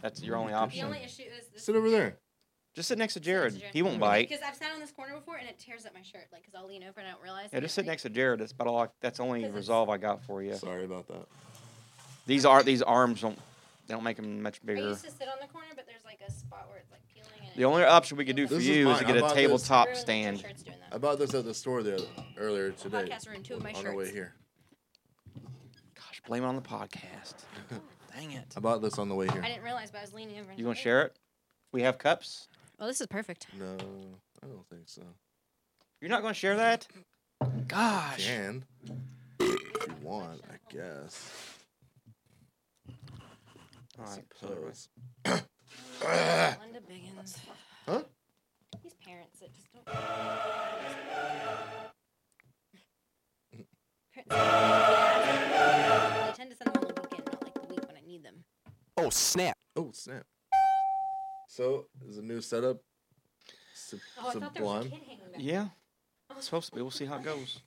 [SPEAKER 1] That's
[SPEAKER 5] Oh
[SPEAKER 1] your only
[SPEAKER 3] The
[SPEAKER 1] option.
[SPEAKER 3] only issue is this
[SPEAKER 5] Sit over there.
[SPEAKER 1] Just sit next to Jared.
[SPEAKER 3] Jared.
[SPEAKER 1] He won't bite.
[SPEAKER 3] Because I've sat on this corner before and it tears up my shirt. Like, cause I'll lean over and I don't realize.
[SPEAKER 1] Yeah,
[SPEAKER 3] and
[SPEAKER 1] just
[SPEAKER 3] it,
[SPEAKER 1] sit
[SPEAKER 3] like-
[SPEAKER 1] next to Jared. That's about all. I, that's the only
[SPEAKER 3] Because it's-
[SPEAKER 1] resolve I got for you.
[SPEAKER 5] Sorry about that.
[SPEAKER 1] These are these arms don't they don't make them much
[SPEAKER 3] I
[SPEAKER 1] bigger.
[SPEAKER 3] used to sit on the corner, but there's like a spot where it's like peeling. And
[SPEAKER 1] The only option we could do for
[SPEAKER 5] This is
[SPEAKER 1] you is
[SPEAKER 5] mine.
[SPEAKER 1] to
[SPEAKER 5] I
[SPEAKER 1] get a
[SPEAKER 5] bought this.
[SPEAKER 1] tabletop stand.
[SPEAKER 5] I bought this at the store there earlier today.
[SPEAKER 3] Podcast ruined two of my
[SPEAKER 5] on our way
[SPEAKER 3] shirts.
[SPEAKER 5] here.
[SPEAKER 1] Gosh, blame it on the podcast.
[SPEAKER 3] Oh.
[SPEAKER 1] Dang it!
[SPEAKER 5] I bought this on the way here.
[SPEAKER 3] I didn't realize, but I was leaning over. and
[SPEAKER 1] You
[SPEAKER 3] like,
[SPEAKER 1] gonna
[SPEAKER 3] "Hey."
[SPEAKER 1] share it? We have cups.
[SPEAKER 3] Oh, this is perfect.
[SPEAKER 5] No, I don't think so.
[SPEAKER 1] You're not gonna share that? Gosh.
[SPEAKER 5] Can. if you want, I guess.
[SPEAKER 1] All right, so there was-
[SPEAKER 5] Suppose.
[SPEAKER 3] Linda Biggins.
[SPEAKER 5] Huh?
[SPEAKER 3] These parents that just don't. Parents- They tend to send them on the weekend, not like the week when I need them.
[SPEAKER 7] Oh, snap.
[SPEAKER 5] Oh, snap. So, is a new setup. Sub-
[SPEAKER 3] Oh, I thought there was a
[SPEAKER 5] sublime.
[SPEAKER 3] kid hanging back.
[SPEAKER 1] Yeah. It's supposed to be. We'll see how it goes.